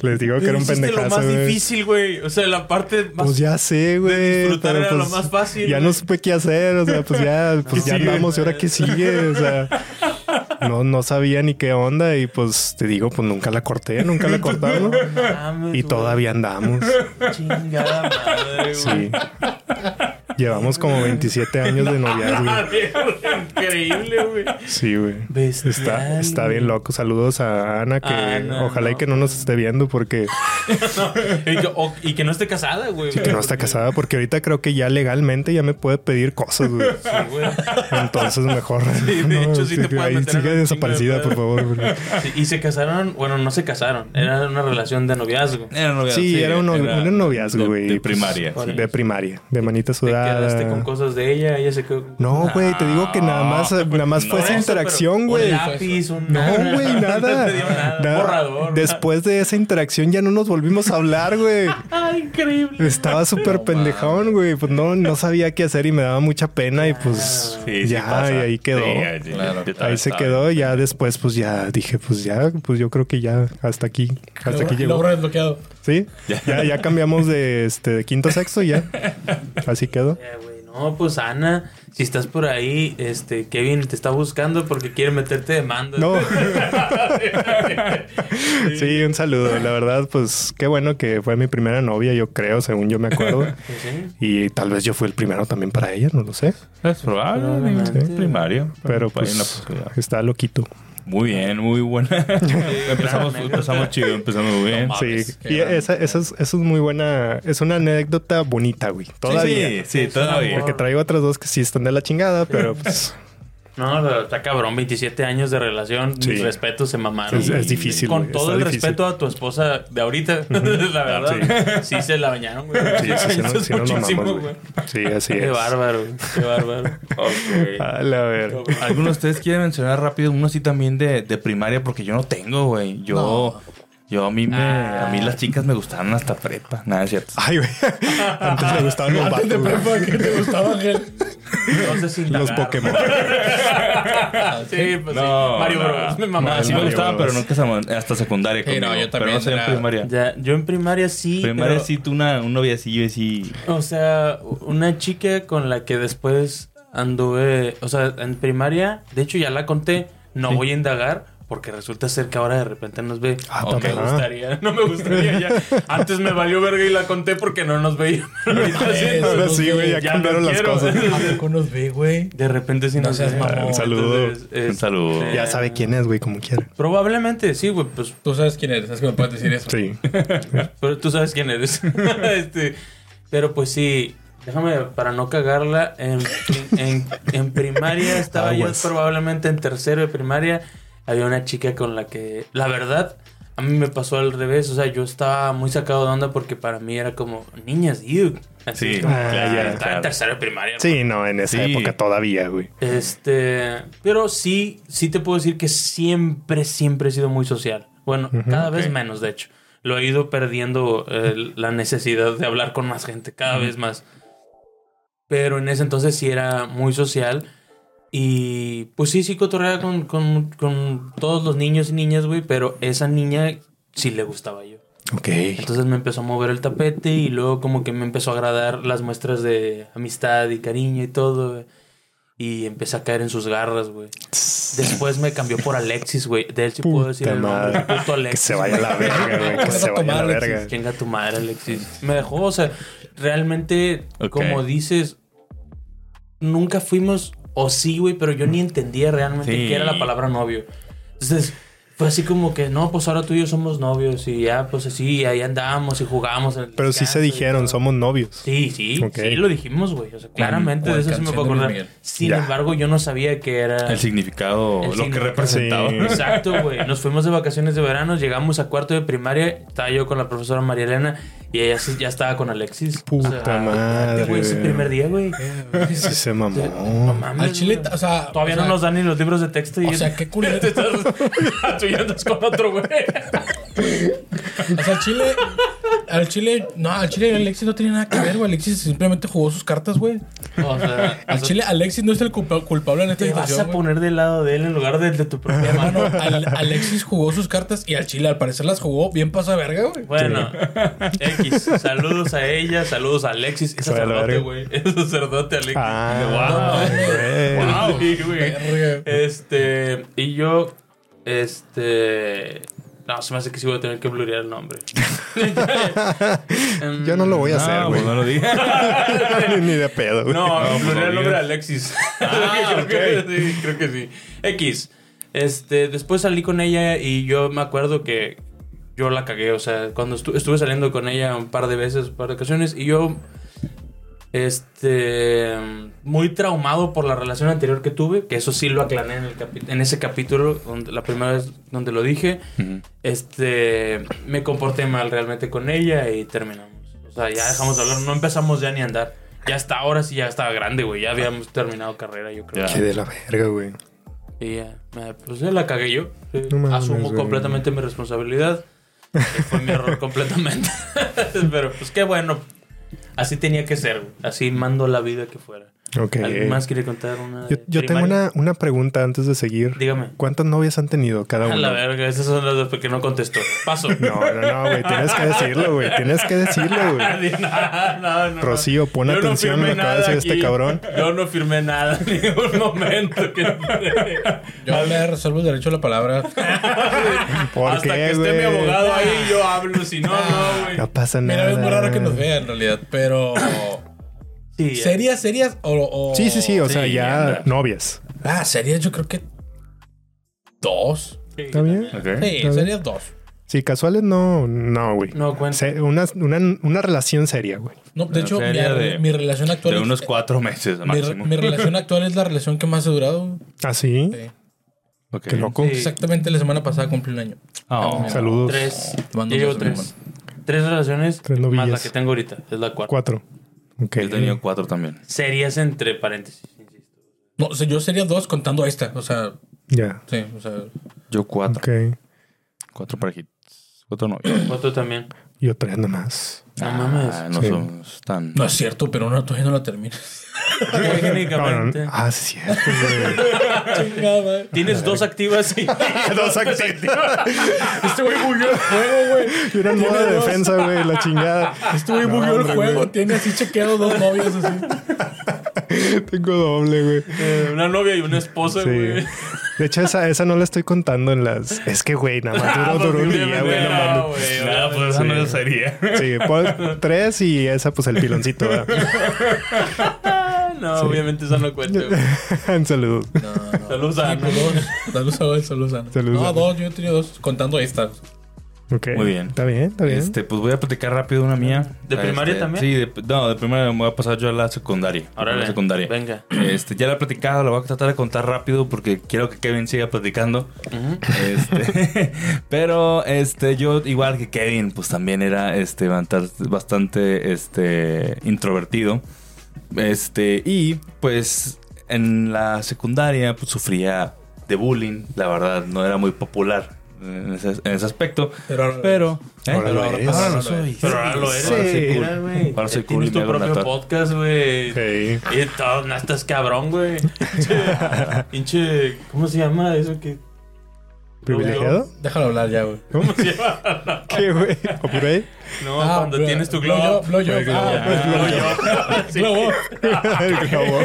Speaker 1: Les digo que era un
Speaker 2: Hiciste
Speaker 1: pendejazo.
Speaker 2: lo más
Speaker 1: güey.
Speaker 2: difícil, güey. O sea, la parte más.
Speaker 1: Pues ya sé, güey.
Speaker 2: disfrutar
Speaker 1: pero pues
Speaker 2: era lo más fácil,
Speaker 1: Ya
Speaker 2: güey. [LAUGHS]
Speaker 1: no supe qué hacer. O sea, pues ya, pues ya
Speaker 5: sigue?
Speaker 1: andamos y ahora qué sigue. O sea, no, no sabía ni qué onda y pues te digo, pues nunca la corté, nunca la cortaron
Speaker 2: Mames,
Speaker 1: y
Speaker 2: güey.
Speaker 1: todavía andamos.
Speaker 2: Chingada madre, güey.
Speaker 1: Sí. Llevamos como 27 años de noviazgo.
Speaker 2: Ah, Increíble, güey.
Speaker 1: Sí, güey.
Speaker 2: Bestial,
Speaker 1: Está, está bien
Speaker 2: güey.
Speaker 1: loco. Saludos a Ana, que
Speaker 2: Ana,
Speaker 1: ojalá y
Speaker 2: no.
Speaker 1: que no nos esté viendo porque
Speaker 2: Y que, o- y que no esté casada, güey.
Speaker 1: que no está casada, porque ahorita creo que ya legalmente ya me puede pedir cosas, güey.
Speaker 2: Sí, güey.
Speaker 1: Entonces mejor.
Speaker 2: [LAUGHS] Sí, de hecho, sí te pueden
Speaker 1: ahí
Speaker 2: meter en un
Speaker 1: sigue
Speaker 2: chingo de
Speaker 1: desaparecida, por
Speaker 2: pedo. [LAUGHS]
Speaker 1: favor. güey.
Speaker 2: Sí, y se casaron, bueno, no se casaron, era una relación de noviazgo. Te
Speaker 5: Era un noviazgo,
Speaker 1: Sí, era un, era un noviazgo,
Speaker 5: de-
Speaker 1: güey. pues,
Speaker 5: De primaria.
Speaker 2: Pues,
Speaker 5: sí.
Speaker 1: De primaria, de manita sudada.
Speaker 2: quedaste con cosas de ella, ella se quedó.
Speaker 1: No, güey, te digo que nada más, nada más
Speaker 5: No,
Speaker 1: fue esa
Speaker 2: Eso,
Speaker 1: interacción,
Speaker 2: pero
Speaker 1: güey.
Speaker 2: Un lápiz, un
Speaker 1: No,
Speaker 2: nada.
Speaker 1: güey, nada.
Speaker 2: [LAUGHS] No te dio nada.
Speaker 1: Nada.
Speaker 2: Borrador.
Speaker 1: Después de esa interacción ya no nos volvimos a hablar, güey.
Speaker 2: Ah, increíble.
Speaker 1: Estaba súper pendejón, güey. Pues no, no sabía qué hacer y me daba mucha pena y pues
Speaker 5: Sí, sí
Speaker 1: ya,
Speaker 5: pasa.
Speaker 1: y ahí quedó.
Speaker 5: Sí,
Speaker 1: ahí
Speaker 5: ya- ya- ya- ya-
Speaker 1: se
Speaker 5: ya-
Speaker 1: quedó. Ya después, pues ya dije, pues ya, pues yo creo que ya hasta aquí, hasta aquí llegó.
Speaker 6: Logro [LAUGHS] desbloqueado.
Speaker 5: [LAUGHS]
Speaker 1: Sí, ya, ya cambiamos de, este, de quinto a sexto, ya. Así quedó.
Speaker 2: Eh, güey, No, pues Ana, si estás por ahí, este Kevin te está buscando porque quiere meterte demanda.
Speaker 5: [LAUGHS]
Speaker 1: No. Sí, un saludo. La verdad, pues qué bueno que fue mi primera novia, yo creo, según yo me acuerdo.
Speaker 2: Sí, [LAUGHS] sí.
Speaker 1: Y tal vez yo fui el primero también para ella, no lo sé.
Speaker 5: Es probable. digo,
Speaker 2: Probablemente.
Speaker 5: sí, Primario.
Speaker 1: Pero
Speaker 5: Hay una
Speaker 1: pues
Speaker 5: posibilidad.
Speaker 1: está loquito.
Speaker 5: Muy bien, muy buena. empezamos, empezamos chido, empezamos muy bien.
Speaker 6: No
Speaker 1: Sí.
Speaker 6: mames, qué
Speaker 1: Y
Speaker 6: grande.
Speaker 1: esa, esa es, esa es muy buena. Es una anécdota bonita, güey. Todavía.
Speaker 5: Sí, sí, todavía.
Speaker 1: Porque traigo otras dos que sí están de la chingada,
Speaker 2: [LAUGHS]
Speaker 1: pero pues
Speaker 2: No, pero está cabrón, 27 años de relación,
Speaker 1: Sí.
Speaker 2: mis respetos se mamaron.
Speaker 1: es, es difícil.
Speaker 2: Con
Speaker 1: güey, está
Speaker 2: todo el
Speaker 1: difícil. Ah,
Speaker 2: respeto a tu esposa de ahorita, [LAUGHS] la verdad, sí. se la bañaron, güey.
Speaker 1: Sí, sí, sí, no-
Speaker 2: [LAUGHS] Eso es
Speaker 1: sí, no nos
Speaker 2: muchísimo,
Speaker 1: mamamos,
Speaker 2: güey.
Speaker 1: güey. Sí, así
Speaker 2: Qué
Speaker 1: es.
Speaker 2: bárbaro, güey, qué bárbaro.
Speaker 1: A la ver.
Speaker 5: [LAUGHS] ¿Alguno de ustedes quiere mencionar rápido uno así también de, de primaria? Porque yo no tengo, güey. Yo, yo a mí me, a mí las chicas me gustaron hasta prepa. Nada, es cierto.
Speaker 1: Ay, güey. Antes me gustaban los vatos, güey.
Speaker 6: ¿Qué te gustaba, Ángel?
Speaker 2: Entonces, indagar.
Speaker 1: Los Pokémon.
Speaker 2: [LAUGHS] Sí, pues sí. Mario Bros. Me mamaba.
Speaker 5: Mamá, sí me
Speaker 1: Mario
Speaker 5: gustaban,
Speaker 1: Bros.
Speaker 5: pero nunca se- hasta secundaria.
Speaker 6: Sí, no,
Speaker 5: conmigo,
Speaker 6: yo también
Speaker 5: Pero no sé en
Speaker 6: era-
Speaker 5: primaria.
Speaker 2: Ya, yo en primaria sí.
Speaker 5: primaria
Speaker 2: pero-
Speaker 5: sí, tú una, un noviacillo así.
Speaker 2: O sea, una chica con la que después anduve, o sea, en primaria, de hecho ya la conté, no voy a indagar porque resulta ser que ahora de repente nos ve.
Speaker 1: Ah,
Speaker 2: no me
Speaker 1: tampoco.
Speaker 2: [LAUGHS] gustaría, no me gustaría ya. Antes me valió verga y la conté porque no nos veía. [LAUGHS] Pero ahorita sí,
Speaker 6: Eso,
Speaker 1: Ahora sí, güey, ya,
Speaker 2: Ya no
Speaker 1: cambiaron las
Speaker 2: quiero.
Speaker 1: cosas.
Speaker 6: Tampoco nos ve, güey.
Speaker 2: De repente sí
Speaker 6: No
Speaker 2: nos
Speaker 6: seas
Speaker 2: ve.
Speaker 6: mamón.
Speaker 1: Un saludo.
Speaker 5: Un saludo.
Speaker 2: eh,
Speaker 1: Ya sabe quién es, güey, como quiera.
Speaker 2: Probablemente sí, güey, pues
Speaker 6: Tú sabes quién eres, sabes que me puedes decir eso.
Speaker 1: Sí.
Speaker 2: Pero tú sabes quién eres. [LAUGHS] Este, pero pues sí, déjame para no cagarla. En, en- en
Speaker 5: [LAUGHS]
Speaker 2: primaria estaba yo
Speaker 1: Aguas.
Speaker 2: probablemente en tercero de primaria. Había una chica con la que, la verdad, a mí me pasó al revés. O sea, yo estaba muy sacado de onda porque para mí era como niñas, dude. Así
Speaker 5: Sí,
Speaker 2: como,
Speaker 1: Ah,
Speaker 5: claro,
Speaker 1: ya.
Speaker 2: estaba
Speaker 5: claro.
Speaker 2: en tercero de primaria.
Speaker 1: Sí, no, en esa
Speaker 5: Sí.
Speaker 1: época todavía, güey.
Speaker 2: Este, pero sí, sí te puedo decir que siempre, siempre he sido muy social. Bueno, cada vez
Speaker 5: Ok.
Speaker 2: menos, de hecho. Lo he ido perdiendo eh, la necesidad de hablar con más gente, cada vez más. Pero en ese entonces sí era muy social. Y pues sí, sí cotorreaba con, con- con todos los niños y niñas, güey. Pero esa niña sí le gustaba yo.
Speaker 1: Ok.
Speaker 2: Entonces me empezó a mover el tapete y luego como que me empezó a agradar las muestras de amistad y cariño y todo. güey. Y empecé a caer en sus
Speaker 1: [LAUGHS]
Speaker 2: garras, güey. Después me cambió por Alexis, güey. De él sí puedo decir
Speaker 1: Puta
Speaker 2: el nombre.
Speaker 1: madre. [LAUGHS]
Speaker 2: Puto
Speaker 1: Que
Speaker 2: Alexis.
Speaker 1: se vaya a la verga, güey. Que
Speaker 6: Vas a
Speaker 1: se vaya a la
Speaker 6: tomar, Alexis.
Speaker 1: verga.
Speaker 2: Chinga tu madre, Alexis. Me dejó, o sea, realmente,
Speaker 5: Ok.
Speaker 2: como dices, nunca fuimos, o sí, güey, pero yo ni entendía realmente
Speaker 5: Sí.
Speaker 2: qué era la palabra novio. Entonces, fue así como que, no, pues ahora tú y yo somos novios y ya, pues así, y ahí andábamos y jugábamos. en el
Speaker 1: Pero sí se
Speaker 2: descanso y
Speaker 1: dijeron,
Speaker 2: todo.
Speaker 1: somos novios.
Speaker 2: Sí, sí,
Speaker 1: Ok.
Speaker 2: sí, lo dijimos, güey. O sea, claramente,
Speaker 6: o
Speaker 2: de
Speaker 6: el
Speaker 2: eso sí me
Speaker 6: canción
Speaker 2: puedo
Speaker 6: de Luis
Speaker 2: acordar.
Speaker 6: Miguel.
Speaker 2: Sin
Speaker 1: Ya.
Speaker 2: embargo, yo no sabía que era.
Speaker 5: El significado,
Speaker 2: El
Speaker 5: lo
Speaker 2: significado.
Speaker 5: que representaba.
Speaker 1: Sí.
Speaker 2: Exacto, güey. Nos fuimos de vacaciones de verano, llegamos a cuarto de primaria, estaba yo con la profesora María Elena y ella sí- ya estaba con Alexis.
Speaker 1: Puta madre,
Speaker 2: güey, ese
Speaker 1: güey.
Speaker 2: primer día, güey.
Speaker 1: Sí se
Speaker 2: No
Speaker 1: mamó.
Speaker 2: mames.
Speaker 6: Eh, Al chile,
Speaker 2: güey.
Speaker 6: o sea.
Speaker 2: Todavía
Speaker 6: o sea,
Speaker 2: no nos dan ni los libros de texto y
Speaker 6: O sea, qué
Speaker 2: [LAUGHS]
Speaker 6: culero.
Speaker 2: te estás [LAUGHS]
Speaker 6: [LAUGHS]
Speaker 2: tú ya andas con otro, güey.
Speaker 6: O sea, al chile. al Chile, no, al Chile Alexis no tiene nada que ver, güey. Alexis simplemente jugó sus cartas, güey.
Speaker 2: O sea,
Speaker 6: Al
Speaker 2: eso-
Speaker 6: Chile, Alexis no es el culpa- culpable en esta
Speaker 2: te vas
Speaker 6: situación.
Speaker 2: a
Speaker 6: güey.
Speaker 2: poner del lado de él en lugar del de tu propia
Speaker 6: Hermano,
Speaker 2: mano.
Speaker 6: al- Alexis jugó sus cartas y al Chile al parecer las jugó bien pasa verga, güey.
Speaker 2: Bueno, X, saludos a ella, saludos a Alexis, es
Speaker 1: Se vaya a la
Speaker 2: sacerdote,
Speaker 1: verga.
Speaker 2: güey. Es sacerdote, Alexis.
Speaker 1: Ah,
Speaker 2: wow.
Speaker 1: güey.
Speaker 2: Wow. [LAUGHS] Sí, güey.
Speaker 6: Verga.
Speaker 2: Este, y yo, este. No, se me hace que sí voy a tener que blurear el nombre. Em,
Speaker 1: [LAUGHS] Yo no lo voy a hacer,
Speaker 5: No, pues
Speaker 1: güey.
Speaker 5: no lo dije.
Speaker 1: [LAUGHS] Ni de pedo, güey.
Speaker 2: No,
Speaker 5: No, pues,
Speaker 2: blurear el
Speaker 5: no
Speaker 2: nombre de
Speaker 5: digas.
Speaker 2: Alexis. [LAUGHS]
Speaker 5: Ah,
Speaker 2: creo,
Speaker 5: ok.
Speaker 2: que, sí, creo que sí. X. Este, después salí con ella y yo me acuerdo que yo la cagué. O sea, cuando estu- estuve saliendo con ella un par de veces, un par de ocasiones, y yo. Este. Muy traumado por la relación anterior que tuve, que eso sí lo aclaré en, el capi- en ese capítulo, donde, la primera vez donde lo dije. Este. Me comporté mal realmente con ella y terminamos. O sea, ya dejamos de hablar, no empezamos ya ni a andar. Ya hasta ahora sí ya estaba grande, güey. Ya habíamos terminado carrera, yo creo.
Speaker 5: Ya.
Speaker 1: Qué de la verga, güey.
Speaker 2: Y ya, me- pues ya la cagué yo. Sí.
Speaker 1: No mames,
Speaker 2: Asumo
Speaker 1: güey.
Speaker 2: completamente mi responsabilidad. Eh, Fue
Speaker 1: [LAUGHS]
Speaker 2: mi error completamente. [LAUGHS] Pero pues qué bueno. Así tenía que ser. güey. Así mando la vida que fuera.
Speaker 1: Ok.
Speaker 2: ¿Alguien más quiere contar una?
Speaker 1: Yo,
Speaker 2: de
Speaker 1: yo tengo una,
Speaker 2: primaria?
Speaker 1: una pregunta antes de seguir.
Speaker 2: Dígame.
Speaker 1: ¿Cuántas novias han tenido cada
Speaker 2: A
Speaker 1: uno?
Speaker 2: la verga, esas son las dos que no contestó. Paso.
Speaker 1: No, no, no, güey. Tienes que decirlo, güey. Tienes que decirlo, güey.
Speaker 2: No, no, no.
Speaker 1: Rocío, pon
Speaker 2: Yo no
Speaker 1: atención a
Speaker 2: firmé
Speaker 1: lo que va a
Speaker 2: nada
Speaker 1: decir este
Speaker 2: aquí.
Speaker 1: cabrón.
Speaker 2: Yo no firmé nada en ningún momento. que-
Speaker 6: Yo le resuelvo el derecho a
Speaker 2: [LAUGHS]
Speaker 6: la palabra.
Speaker 1: ¿Por
Speaker 2: [LAUGHS] Hasta
Speaker 1: qué,
Speaker 2: que esté
Speaker 1: güey?
Speaker 2: mi abogado ahí, yo hablo. Si no, no, güey.
Speaker 1: No pasa nada.
Speaker 6: Mira, es muy raro que nos vea en realidad, pero.
Speaker 2: Sí, eh.
Speaker 6: [COUGHS] ¿Serias, serias o, o-
Speaker 1: Sí, sí, sí. O sea,
Speaker 5: Sí,
Speaker 1: ya
Speaker 5: anda.
Speaker 1: novias.
Speaker 6: Ah, serias, yo creo que. Dos.
Speaker 1: ¿Está bien?
Speaker 5: Ok.
Speaker 1: Eh,
Speaker 6: Sí,
Speaker 1: Está bien.
Speaker 6: serias dos.
Speaker 1: Sí, casuales no, no, güey.
Speaker 2: No cuenta.
Speaker 1: Se- una, una, una relación seria, güey.
Speaker 6: No, de
Speaker 5: Una
Speaker 6: hecho, mi,
Speaker 5: serie de-
Speaker 6: mi relación actual.
Speaker 5: De
Speaker 6: es-
Speaker 5: unos cuatro meses
Speaker 6: mi,
Speaker 5: máximo.
Speaker 6: mi relación actual es la relación que más he durado.
Speaker 1: ¿Ah, sí?
Speaker 6: Sí.
Speaker 5: Ok.
Speaker 1: Qué loco.
Speaker 2: Sí.
Speaker 6: Exactamente la semana pasada cumplí un año.
Speaker 5: Oh.
Speaker 1: Saludos.
Speaker 2: Tres.
Speaker 6: Te mando
Speaker 2: Yo
Speaker 6: un
Speaker 2: llevo
Speaker 6: beso,
Speaker 2: tres. Tres relaciones
Speaker 1: Tres
Speaker 2: más
Speaker 1: novillas.
Speaker 2: la que tengo ahorita. Es la cuarta.
Speaker 1: Cuatro. Ok.
Speaker 5: Yo he tenido cuatro también.
Speaker 2: Serias entre paréntesis. insisto.
Speaker 6: No, o sea, yo sería dos contando esta. O sea,
Speaker 1: Ya.
Speaker 6: sí, o sea.
Speaker 5: Yo cuatro.
Speaker 1: Ok.
Speaker 5: Cuatro parejitas. Cuatro novios.
Speaker 2: Otro también.
Speaker 1: Yo tres nomás.
Speaker 2: No
Speaker 5: Ah,
Speaker 2: mames.
Speaker 5: No
Speaker 1: Sí.
Speaker 5: somos tan...
Speaker 6: No es cierto, pero no, todavía no la [LAUGHS] termino.
Speaker 1: No, no,
Speaker 2: [LAUGHS] Técnicamente.
Speaker 1: no. Ah, sí, es
Speaker 2: [LAUGHS]
Speaker 1: cierto, güey.
Speaker 6: Chingada.
Speaker 2: Tienes dos activas y.
Speaker 1: [LAUGHS] Dos activos.
Speaker 6: Este güey bugueó el juego, güey.
Speaker 1: Era en modo
Speaker 6: Tiene
Speaker 1: de
Speaker 6: dos.
Speaker 1: defensa, güey. La
Speaker 2: [LAUGHS]
Speaker 1: chingada.
Speaker 6: Este güey bugueó el juego. Tiene así chequeado dos novios
Speaker 1: [LAUGHS]
Speaker 6: así.
Speaker 1: Tengo doble, güey.
Speaker 2: eh, [LAUGHS] una novia y una esposa, güey.
Speaker 1: Sí. De hecho, esa, esa no la estoy contando en las. Es que, güey, nada más duró,
Speaker 2: Ah,
Speaker 1: duró un
Speaker 2: pues,
Speaker 1: día, güey. Ah, No mames.
Speaker 2: No, güey,
Speaker 5: Nada, pues eso
Speaker 1: Sí.
Speaker 5: no lo sería.
Speaker 1: Sí, pon tres y esa, pues el piloncito, ¿verdad?
Speaker 2: [LAUGHS] Ah, no, obviamente eso no cuenta, güey.
Speaker 1: Un saludo.
Speaker 6: No, no.
Speaker 2: Saludos a Ana.
Speaker 6: Saludos a él, saludos a Ana.
Speaker 1: Saludos a
Speaker 6: No,
Speaker 1: Ana.
Speaker 6: dos, yo he tenido dos. Contando esta.
Speaker 1: Ok.
Speaker 5: Muy bien.
Speaker 1: Está bien, está bien.
Speaker 5: Este, pues voy a platicar rápido una mía.
Speaker 2: ¿De primaria
Speaker 5: Este,
Speaker 2: también?
Speaker 5: Sí, de- no, de primaria me voy a pasar yo a la secundaria.
Speaker 2: Órale,
Speaker 5: A la secundaria.
Speaker 2: venga.
Speaker 5: Este, ya la he platicado, la voy a tratar de contar rápido porque quiero que Kevin siga platicando. Este, [LAUGHS] pero este, yo igual que Kevin, pues también era este banta- bastante este introvertido. Este, y pues en la secundaria pues, sufría de bullying, la verdad, no era muy popular en ese, en ese aspecto.
Speaker 6: Pero ahora-
Speaker 5: Pero, ¿eh?
Speaker 1: Ahora lo
Speaker 5: ahora,
Speaker 1: eres.
Speaker 5: ahora
Speaker 6: Ahora
Speaker 5: lo
Speaker 6: lo
Speaker 5: soy.
Speaker 6: eres.
Speaker 2: Pero ahora lo eres.
Speaker 5: Ahora soy
Speaker 1: Sí.
Speaker 5: cool.
Speaker 2: Mira, güey.
Speaker 5: Ahora soy
Speaker 2: Ya
Speaker 5: cool y
Speaker 2: Tienes
Speaker 5: me
Speaker 2: tu
Speaker 5: hago una
Speaker 2: propio
Speaker 5: tar-
Speaker 2: podcast, güey.
Speaker 1: Sí.
Speaker 2: Y todo, no estás cabrón, güey. Pinche- [LAUGHS] Pinche. ¿Cómo se llama eso que.?
Speaker 1: ¿Privilegiado?
Speaker 6: Déjalo hablar ya, güey.
Speaker 2: ¿Cómo se llama?
Speaker 1: [LAUGHS] ¿Qué, güey?
Speaker 2: [LAUGHS]
Speaker 1: ¿Opure?
Speaker 2: No,
Speaker 6: Ah,
Speaker 2: cuando
Speaker 6: bro,
Speaker 2: tienes tu
Speaker 6: blow
Speaker 2: globo.
Speaker 6: job, blow job.
Speaker 2: El globo.
Speaker 6: Ah, pues,
Speaker 2: Ah, globo.
Speaker 6: blow
Speaker 2: Sí,
Speaker 6: Globo.
Speaker 1: [LAUGHS] El globo.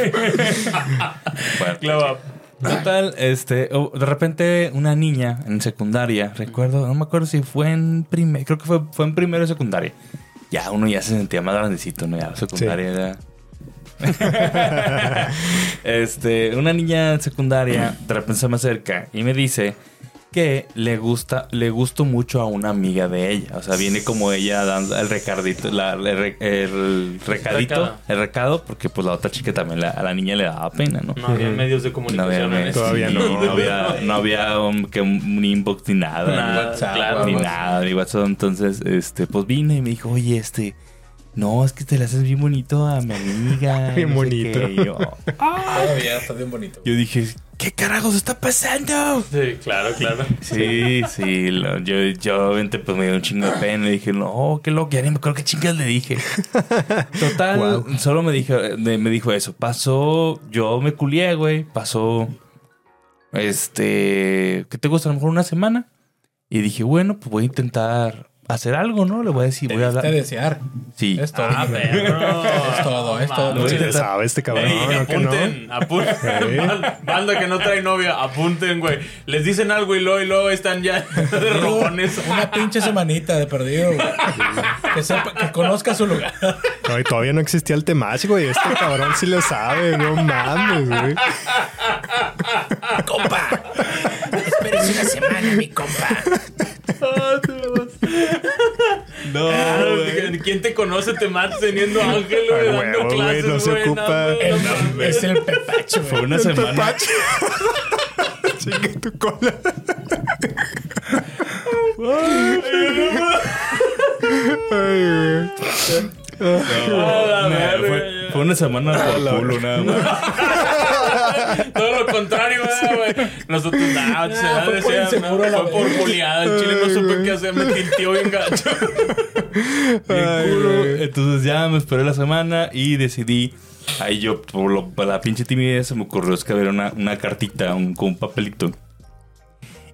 Speaker 5: Bueno.
Speaker 2: globo.
Speaker 5: Total, este, o- de repente una niña en secundaria, recuerdo, no me acuerdo si fue en primer, creo que fue, fue en primero de secundaria. Ya uno ya se sentía más grandecito, ¿no? Ya [LAUGHS] secundaria era- este, una niña en secundaria de repente se me acerca y me dice que le gusta, le gustó mucho a una amiga de ella. O sea, viene como ella dando el recadito, la- el, re- el recadito,
Speaker 2: Recado.
Speaker 5: el recado, porque pues la otra chica también la- a la niña le daba pena, ¿no?
Speaker 2: No había medios de
Speaker 5: No había,
Speaker 2: comunicación. en ese
Speaker 1: todavía
Speaker 5: sí,
Speaker 1: no.
Speaker 2: [LAUGHS]
Speaker 5: no, había, no había un, que un inbox ni nada.
Speaker 6: Ah,
Speaker 2: Nada,
Speaker 6: WhatsApp,
Speaker 2: claro.
Speaker 5: Ni
Speaker 6: vamos.
Speaker 5: pues nada, ni WhatsApp. Entonces, este, pues vine y me dijo, oye, este, No, es que te la haces bien bonito a
Speaker 2: [LAUGHS]
Speaker 5: mi amiga.
Speaker 1: Bien
Speaker 5: no sé
Speaker 1: bonito.
Speaker 5: qué. Y Yo, [LAUGHS]
Speaker 6: Ah, Todavía está bien bonito.
Speaker 5: yo dije, ¿qué carajos está pasando?
Speaker 2: Sí, claro, claro.
Speaker 5: Sí, sí, lo- yo, yo obviamente pues me dio un chingo de pena y dije, no, qué loco, ya ni me acuerdo qué chingas le dije. Total, solo me dijo, me me dijo eso. Pasó, yo me culié, güey. Pasó, este, ¿qué te gusta? A lo mejor una semana. Y dije, bueno, pues voy a intentar hacer algo, ¿no? Le voy a decir, voy a
Speaker 6: Debiste
Speaker 5: hablar.
Speaker 6: desear.
Speaker 5: Sí.
Speaker 6: Es todo.
Speaker 2: Ah, perro.
Speaker 6: Es todo, es todo.
Speaker 2: No,
Speaker 1: Sí,
Speaker 2: sí,
Speaker 1: le
Speaker 2: está-
Speaker 1: sabe este cabrón,
Speaker 2: Ey,
Speaker 1: ¿no? que no?
Speaker 2: apunten, apunten. [LAUGHS] Banda- Banda que no trae novia, apunten, güey. Les dicen algo y luego, y luego están ya [LAUGHS] de rojones.
Speaker 6: Una pinche semanita de perdido, güey. Que, sepa, que conozca su lugar.
Speaker 1: No, y todavía no existía el temach, güey. Este cabrón sí lo sabe, no mames, güey.
Speaker 6: [LAUGHS] ¡Compa! Espérese una semana, mi compa.
Speaker 5: No,
Speaker 2: Claro, Ah, ¿Quién te conoce? Te matas teniendo a ángel,
Speaker 1: Ay,
Speaker 2: güey, dando
Speaker 1: huevo, güey,
Speaker 2: clases,
Speaker 1: no se
Speaker 2: güey,
Speaker 1: ocupa.
Speaker 2: güey,
Speaker 6: El-
Speaker 2: no mames.
Speaker 6: es el pepacho,
Speaker 5: Fue
Speaker 6: güey.
Speaker 5: una semana.
Speaker 1: [LAUGHS] Chinga tu cola. Ay, güey.
Speaker 2: la verga,
Speaker 5: Fue, fue una semana por culo, nada más.
Speaker 2: Todo lo
Speaker 1: [LAUGHS]
Speaker 2: contrario, güey, güey. Nosotros, nah, se da
Speaker 6: Ah, fue
Speaker 2: de
Speaker 6: por
Speaker 2: ser,
Speaker 6: inseguro,
Speaker 2: ¿no?
Speaker 6: la
Speaker 2: Fue por
Speaker 6: verga.
Speaker 2: culiada. El chile no
Speaker 1: Ay,
Speaker 2: supe
Speaker 1: güey.
Speaker 2: qué hacer, me tintió bien gacho.
Speaker 5: bien
Speaker 1: Ay,
Speaker 5: culo.
Speaker 1: güey.
Speaker 5: Entonces ya me esperé la semana y decidí. Ahí yo, por, lo- por la pinche timidez, se me ocurrió escribir una, una cartita un- con un papelito.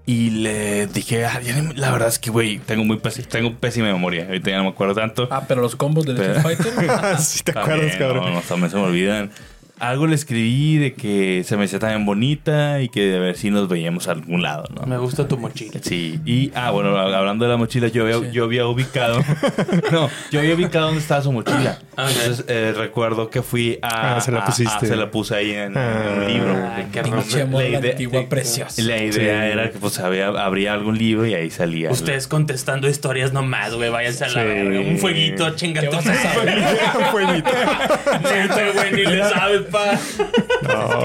Speaker 5: Y le dije, ah, ya ni- la verdad es que, güey, tengo muy pési- tengo pésima memoria. Ahorita ya no me acuerdo tanto.
Speaker 6: Ah, pero los combos del Street Fighter.
Speaker 1: Ah, sí te
Speaker 5: También,
Speaker 1: acuerdas, cabrón.
Speaker 5: No, no, también se me olvidan. Algo le escribí de que se me hacía tan bonita y que a ver si nos veíamos a algún lado,
Speaker 2: [LAUGHS]
Speaker 5: ¿no?
Speaker 2: Me gusta tu mochila.
Speaker 5: Sí, y ah, bueno, hablando de la mochila, yo había, yo había ubicado. [LAUGHS] no, yo había ubicado dónde estaba su mochila.
Speaker 2: Ah, ok.
Speaker 5: Entonces eh, recuerdo que fui a.
Speaker 1: Ah, se la
Speaker 5: a- a-
Speaker 1: pusiste.
Speaker 5: se la puse ahí en, en
Speaker 1: Ah.
Speaker 5: un libro.
Speaker 2: Ay, qué
Speaker 6: Pinche
Speaker 2: rompe.
Speaker 5: La
Speaker 6: morra
Speaker 5: idea-
Speaker 6: antigua preciosa.
Speaker 5: La idea era que pues había, habría algún libro y ahí salía.
Speaker 2: Ustedes contestando historias nomás, güey. Váyanse a la
Speaker 1: Sí.
Speaker 2: verga. Un fueguito,
Speaker 6: ¿Qué
Speaker 2: chingate.
Speaker 6: vas a saber?
Speaker 1: Buenita.
Speaker 2: Neta, güey, ni le sabes, pa.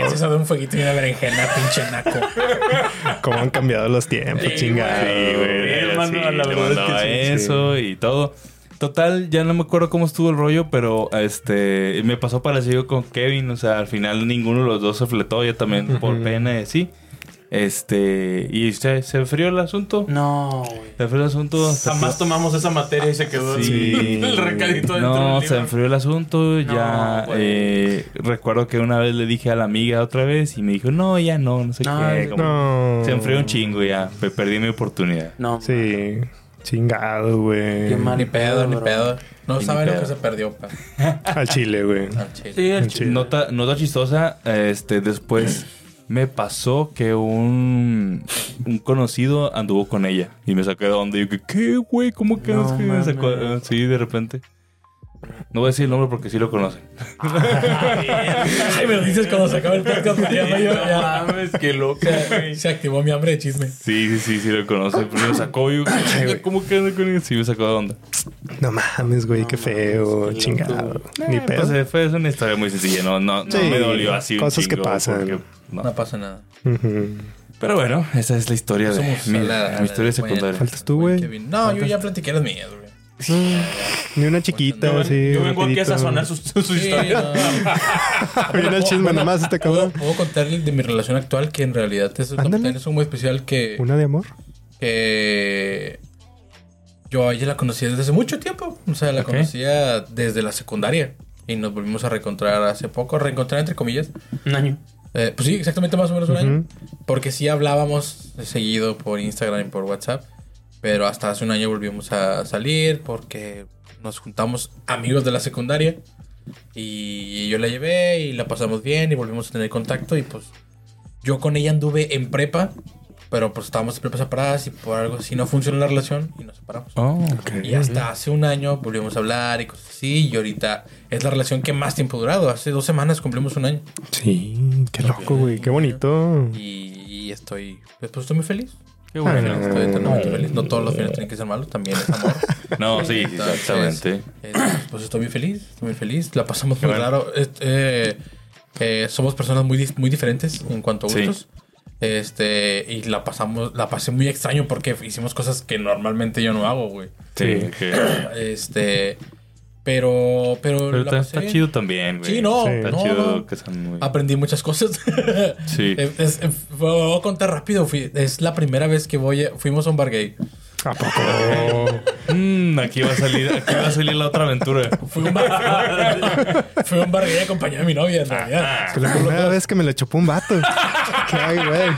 Speaker 6: ¿Qué se sabe un fueguito y una berenjena, pinche naco?
Speaker 1: Cómo han cambiado los tiempos,
Speaker 2: Sí,
Speaker 1: chingada.
Speaker 5: Sí, güey.
Speaker 2: Sí,
Speaker 5: Hermano,
Speaker 2: hermano, la verdad es que
Speaker 1: sí,
Speaker 5: eso y todo. Total, ya no me acuerdo cómo estuvo el rollo, pero este me pasó parecido con Kevin. O sea, al final ninguno de los dos se fletó, ya también por pena y así. Este, y se, se enfrió el asunto.
Speaker 2: No, güey.
Speaker 5: Se enfrió el asunto. hasta
Speaker 2: Jamás tomamos esa materia y se quedó
Speaker 5: que- Sí.
Speaker 2: [LAUGHS] el recadito dentro
Speaker 5: No,
Speaker 2: del
Speaker 5: se
Speaker 2: libro.
Speaker 5: enfrió el asunto.
Speaker 2: No,
Speaker 5: ya
Speaker 2: güey.
Speaker 5: eh, recuerdo que una vez le dije a la amiga otra vez y me dijo, no, ya no, no sé
Speaker 2: No,
Speaker 5: qué. como-
Speaker 1: No.
Speaker 5: Se enfrió un chingo ya. pe- Perdí mi oportunidad.
Speaker 2: No.
Speaker 1: Sí. Chingado, güey.
Speaker 2: Qué mal.
Speaker 6: Ni pedo, ni
Speaker 2: Bro.
Speaker 6: pedo. No
Speaker 5: Ni
Speaker 6: saben lo
Speaker 5: pedo.
Speaker 6: que se perdió, pa.
Speaker 1: Al chile, güey.
Speaker 6: Al chile.
Speaker 2: Sí, el
Speaker 1: Al
Speaker 2: chile.
Speaker 1: chile.
Speaker 5: Nota, nota chistosa, este, después me pasó que un, un conocido anduvo con ella y me sacó de onda. Y yo, que, ¿qué, güey? ¿Cómo que
Speaker 2: No
Speaker 5: es que me sacó?
Speaker 2: mames.
Speaker 5: Sí, de repente. No voy a decir el nombre porque sí lo conocen.
Speaker 6: Ay, me lo dices cuando se acaba el podcast. porque ya no,
Speaker 2: [LAUGHS]
Speaker 6: yo,
Speaker 2: No
Speaker 6: ya.
Speaker 2: mames, qué loco,
Speaker 6: Se,
Speaker 2: güey.
Speaker 6: se activó mi hambre de chisme.
Speaker 5: Sí, sí, sí, sí lo conocen. Pero me sacó y yo, "Ay, güey, ¿cómo que anda con ella? Sí, me sacó de onda.
Speaker 1: No mames, güey,
Speaker 2: No
Speaker 1: qué
Speaker 2: mames,
Speaker 1: feo,
Speaker 2: qué loco,
Speaker 1: chingado. Ni
Speaker 5: Eh,
Speaker 1: pedo.
Speaker 5: pues, eh, fue es una historia muy sencilla, no, no, no
Speaker 1: Sí,
Speaker 5: me dolió así. un
Speaker 1: cosas que
Speaker 5: chingo
Speaker 1: pasan.
Speaker 5: porque, no.
Speaker 6: No pasa nada.
Speaker 1: Ujú.
Speaker 5: Pero bueno, esa es la historia de
Speaker 6: Somos
Speaker 5: mi,
Speaker 6: a la- a la-
Speaker 5: mi historia
Speaker 6: bueno.
Speaker 5: secundaria.
Speaker 1: Faltas Pues tú, güey.
Speaker 6: Kevin. No, yo ya platiqué las mías, güey.
Speaker 1: Ni una chiquita,
Speaker 2: Yo,
Speaker 1: así.
Speaker 2: yo vengo aquí
Speaker 1: rapidito.
Speaker 2: a sazonar sus, sus
Speaker 6: Sí,
Speaker 2: historias.
Speaker 6: no.
Speaker 1: [LAUGHS] Viene el chisme
Speaker 6: Bueno,
Speaker 1: nomás, este
Speaker 6: ¿Puedo,
Speaker 1: cabrón.
Speaker 6: puedo contarle de mi relación actual que en realidad es,
Speaker 1: Ándale.
Speaker 6: también es un muy especial que,
Speaker 1: Una de amor.
Speaker 6: que yo a ella la conocí desde hace mucho tiempo. O sea, la
Speaker 5: Ok.
Speaker 6: conocía desde la secundaria y nos volvimos a reencontrar hace poco, reencontrar entre comillas.
Speaker 2: Un año.
Speaker 6: Eh, pues sí, exactamente más o menos un año. Porque sí hablábamos seguido por Instagram y por WhatsApp. Pero hasta hace un año volvimos a salir porque nos juntamos amigos de la secundaria. Y yo la llevé y la pasamos bien y volvimos a tener contacto. Y pues yo con ella anduve en prepa. Pero pues estábamos en prepa separadas y por algo así no funcionó la relación y nos separamos.
Speaker 5: Oh, ok.
Speaker 6: Y hasta hace un año volvimos a hablar y cosas así. Y ahorita es la relación que más tiempo ha durado. Hace dos semanas cumplimos un año.
Speaker 1: Sí, qué loco, güey. Qué bonito.
Speaker 6: Y, y estoy, pues, pues, estoy muy feliz.
Speaker 5: Qué
Speaker 1: bueno.
Speaker 5: bueno.
Speaker 6: Estoy eternamente feliz. No todos los fines tienen que ser malos, también es amor. [LAUGHS]
Speaker 5: No, sí, sí,
Speaker 6: Entonces,
Speaker 5: exactamente.
Speaker 6: eh, pues estoy muy feliz, estoy muy feliz. La pasamos muy
Speaker 5: bueno.
Speaker 6: raro. Est- eh, eh, somos personas muy, dis- muy diferentes en cuanto a
Speaker 5: Sí.
Speaker 6: gustos. Este, y la pasamos, la pasé muy extraño porque hicimos cosas que normalmente yo no hago, güey.
Speaker 5: Sí, que-
Speaker 6: Este, Pero, pero,
Speaker 5: Pero
Speaker 6: la
Speaker 5: está,
Speaker 6: pasé
Speaker 5: está
Speaker 6: bien.
Speaker 5: chido también, güey.
Speaker 6: Sí, no,
Speaker 1: Sí.
Speaker 5: Está
Speaker 6: no,
Speaker 5: chido
Speaker 6: no. Ah,
Speaker 5: que sean muy...
Speaker 6: Aprendí muchas cosas. [LAUGHS]
Speaker 5: Sí.
Speaker 6: Es- es- eh, voy a contar rápido. fui- es la primera vez que voy a- fuimos a un bar gay.
Speaker 1: ¿A poco?
Speaker 5: Mm, aquí va a salir, aquí va a salir la otra aventura.
Speaker 6: Fui a un bar, fui a un bar gay [LAUGHS] acompañado de mi novia. en realidad.
Speaker 1: Que la primera vez que me la chupó un vato. Qué ay, güey.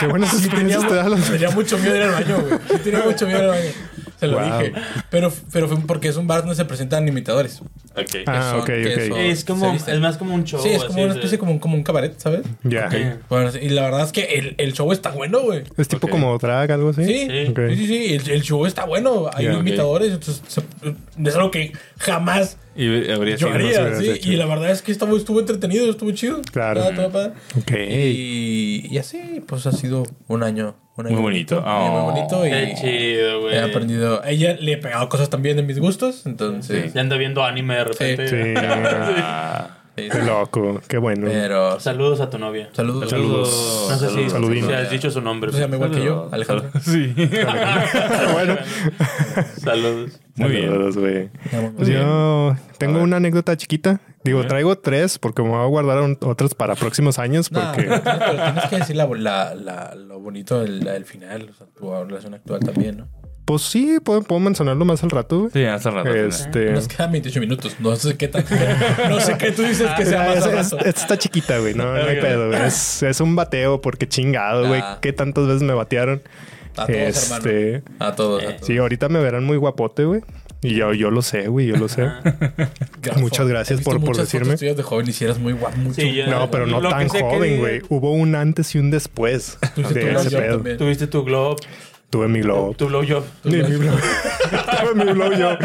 Speaker 1: Qué buenas
Speaker 6: Sí, tenía,
Speaker 1: experiencias te dan los-
Speaker 6: tenía mucho miedo de ir al baño, güey. Sí,
Speaker 1: [LAUGHS]
Speaker 6: tenía mucho miedo de ir al baño. Se lo
Speaker 1: Wow.
Speaker 6: dije. Pero, pero fue porque es un bar donde se presentan imitadores.
Speaker 5: Ok.
Speaker 1: Ah,
Speaker 6: son-
Speaker 1: ok,
Speaker 6: que
Speaker 1: ok.
Speaker 6: son-
Speaker 2: Es como,
Speaker 6: se visten.
Speaker 2: es más como un show.
Speaker 6: sí, es
Speaker 2: así
Speaker 6: como una
Speaker 2: de-
Speaker 6: especie, como, un- como un cabaret, ¿sabes?
Speaker 1: Ya.
Speaker 2: Sí.
Speaker 6: Bueno, sí, y la verdad es que el, el show está bueno, güey.
Speaker 1: Es tipo
Speaker 5: Ok.
Speaker 1: como drag, algo así.
Speaker 6: Sí,
Speaker 2: Sí.
Speaker 1: Ok.
Speaker 6: sí, sí, sí, El, el show está bueno. Hay
Speaker 1: Ya, ok.
Speaker 6: imitadores. Entonces, se- es algo que jamás
Speaker 5: Y habría
Speaker 6: yo
Speaker 5: sido más-
Speaker 6: haría.
Speaker 1: hubieras
Speaker 6: sí,
Speaker 1: hecho.
Speaker 6: Y la verdad es que estuvo, estuvo entretenido, estuvo chido.
Speaker 1: Claro.
Speaker 6: Estaba todo padre.
Speaker 1: Ok.
Speaker 6: Y, y así, pues ha sido un año. un año
Speaker 5: Muy bonito.
Speaker 6: Un año
Speaker 5: Oh,
Speaker 6: muy bonito. Y
Speaker 2: Qué chido, güey.
Speaker 6: he aprendido. A Ella le he pegado cosas también de mis gustos. Entonces,
Speaker 2: Ya anda viendo anime de repente.
Speaker 1: Sí.
Speaker 5: Ah,
Speaker 6: sí,
Speaker 1: Qué loco. Qué bueno.
Speaker 6: Pero,
Speaker 2: Saludos a tu novia.
Speaker 6: saludos.
Speaker 5: Saludos.
Speaker 2: No sé si,
Speaker 1: Saludín.
Speaker 2: si has dicho su nombre.
Speaker 6: Se llama igual que yo, Alejandro.
Speaker 5: Sí. [LAUGHS]
Speaker 2: [LAUGHS]
Speaker 1: bueno.
Speaker 2: Saludos.
Speaker 5: Muy bien.
Speaker 1: Saludos, güey.
Speaker 6: Me llamo-
Speaker 1: Pues yo tengo una anécdota chiquita. Digo, traigo tres porque me voy a guardar un- otras para próximos años
Speaker 6: No,
Speaker 1: porque...
Speaker 6: no, pero tienes que decir la, la- la- lo bonito del, del final, o sea, tu relación actual también, ¿no?
Speaker 1: Pues sí, puedo, puedo mencionarlo más al rato, güey.
Speaker 5: Sí, hace rato.
Speaker 1: Este...
Speaker 6: Nos quedan 28 minutos, no sé qué tan, no sé qué tú dices que sea
Speaker 1: Ah,
Speaker 6: más
Speaker 1: es-
Speaker 6: al
Speaker 1: es-
Speaker 6: rato.
Speaker 1: esta está chiquita, güey. No, no hay pedo, güey. Es, es un bateo porque chingado, güey.
Speaker 6: Ah.
Speaker 1: ¿Qué tantas veces me batearon?
Speaker 6: A todos, hermano.
Speaker 1: Este,
Speaker 6: A todos, a todos.
Speaker 1: sí, ahorita me verán muy guapote, güey. Y yo, yo lo sé, güey, yo lo sé.
Speaker 6: Grafo.
Speaker 1: muchas gracias
Speaker 6: He visto
Speaker 1: por- por
Speaker 6: muchas
Speaker 1: decirme.
Speaker 6: fotos tuyas de joven y si eras muy guapo, mucho.
Speaker 2: Sí, ya.
Speaker 1: No, pero no
Speaker 2: Lo que
Speaker 1: tan
Speaker 2: sé que-
Speaker 1: joven, güey. Hubo un antes y un después
Speaker 6: Tú hiciste
Speaker 1: de
Speaker 6: tu
Speaker 1: ese
Speaker 6: blowjob
Speaker 1: pedo.
Speaker 6: también.
Speaker 2: Tuviste tu globo.
Speaker 1: Tuve mi globo.
Speaker 2: Tu globo yo.
Speaker 1: Ni mi globo. [LAUGHS] Tuve mi globo yo.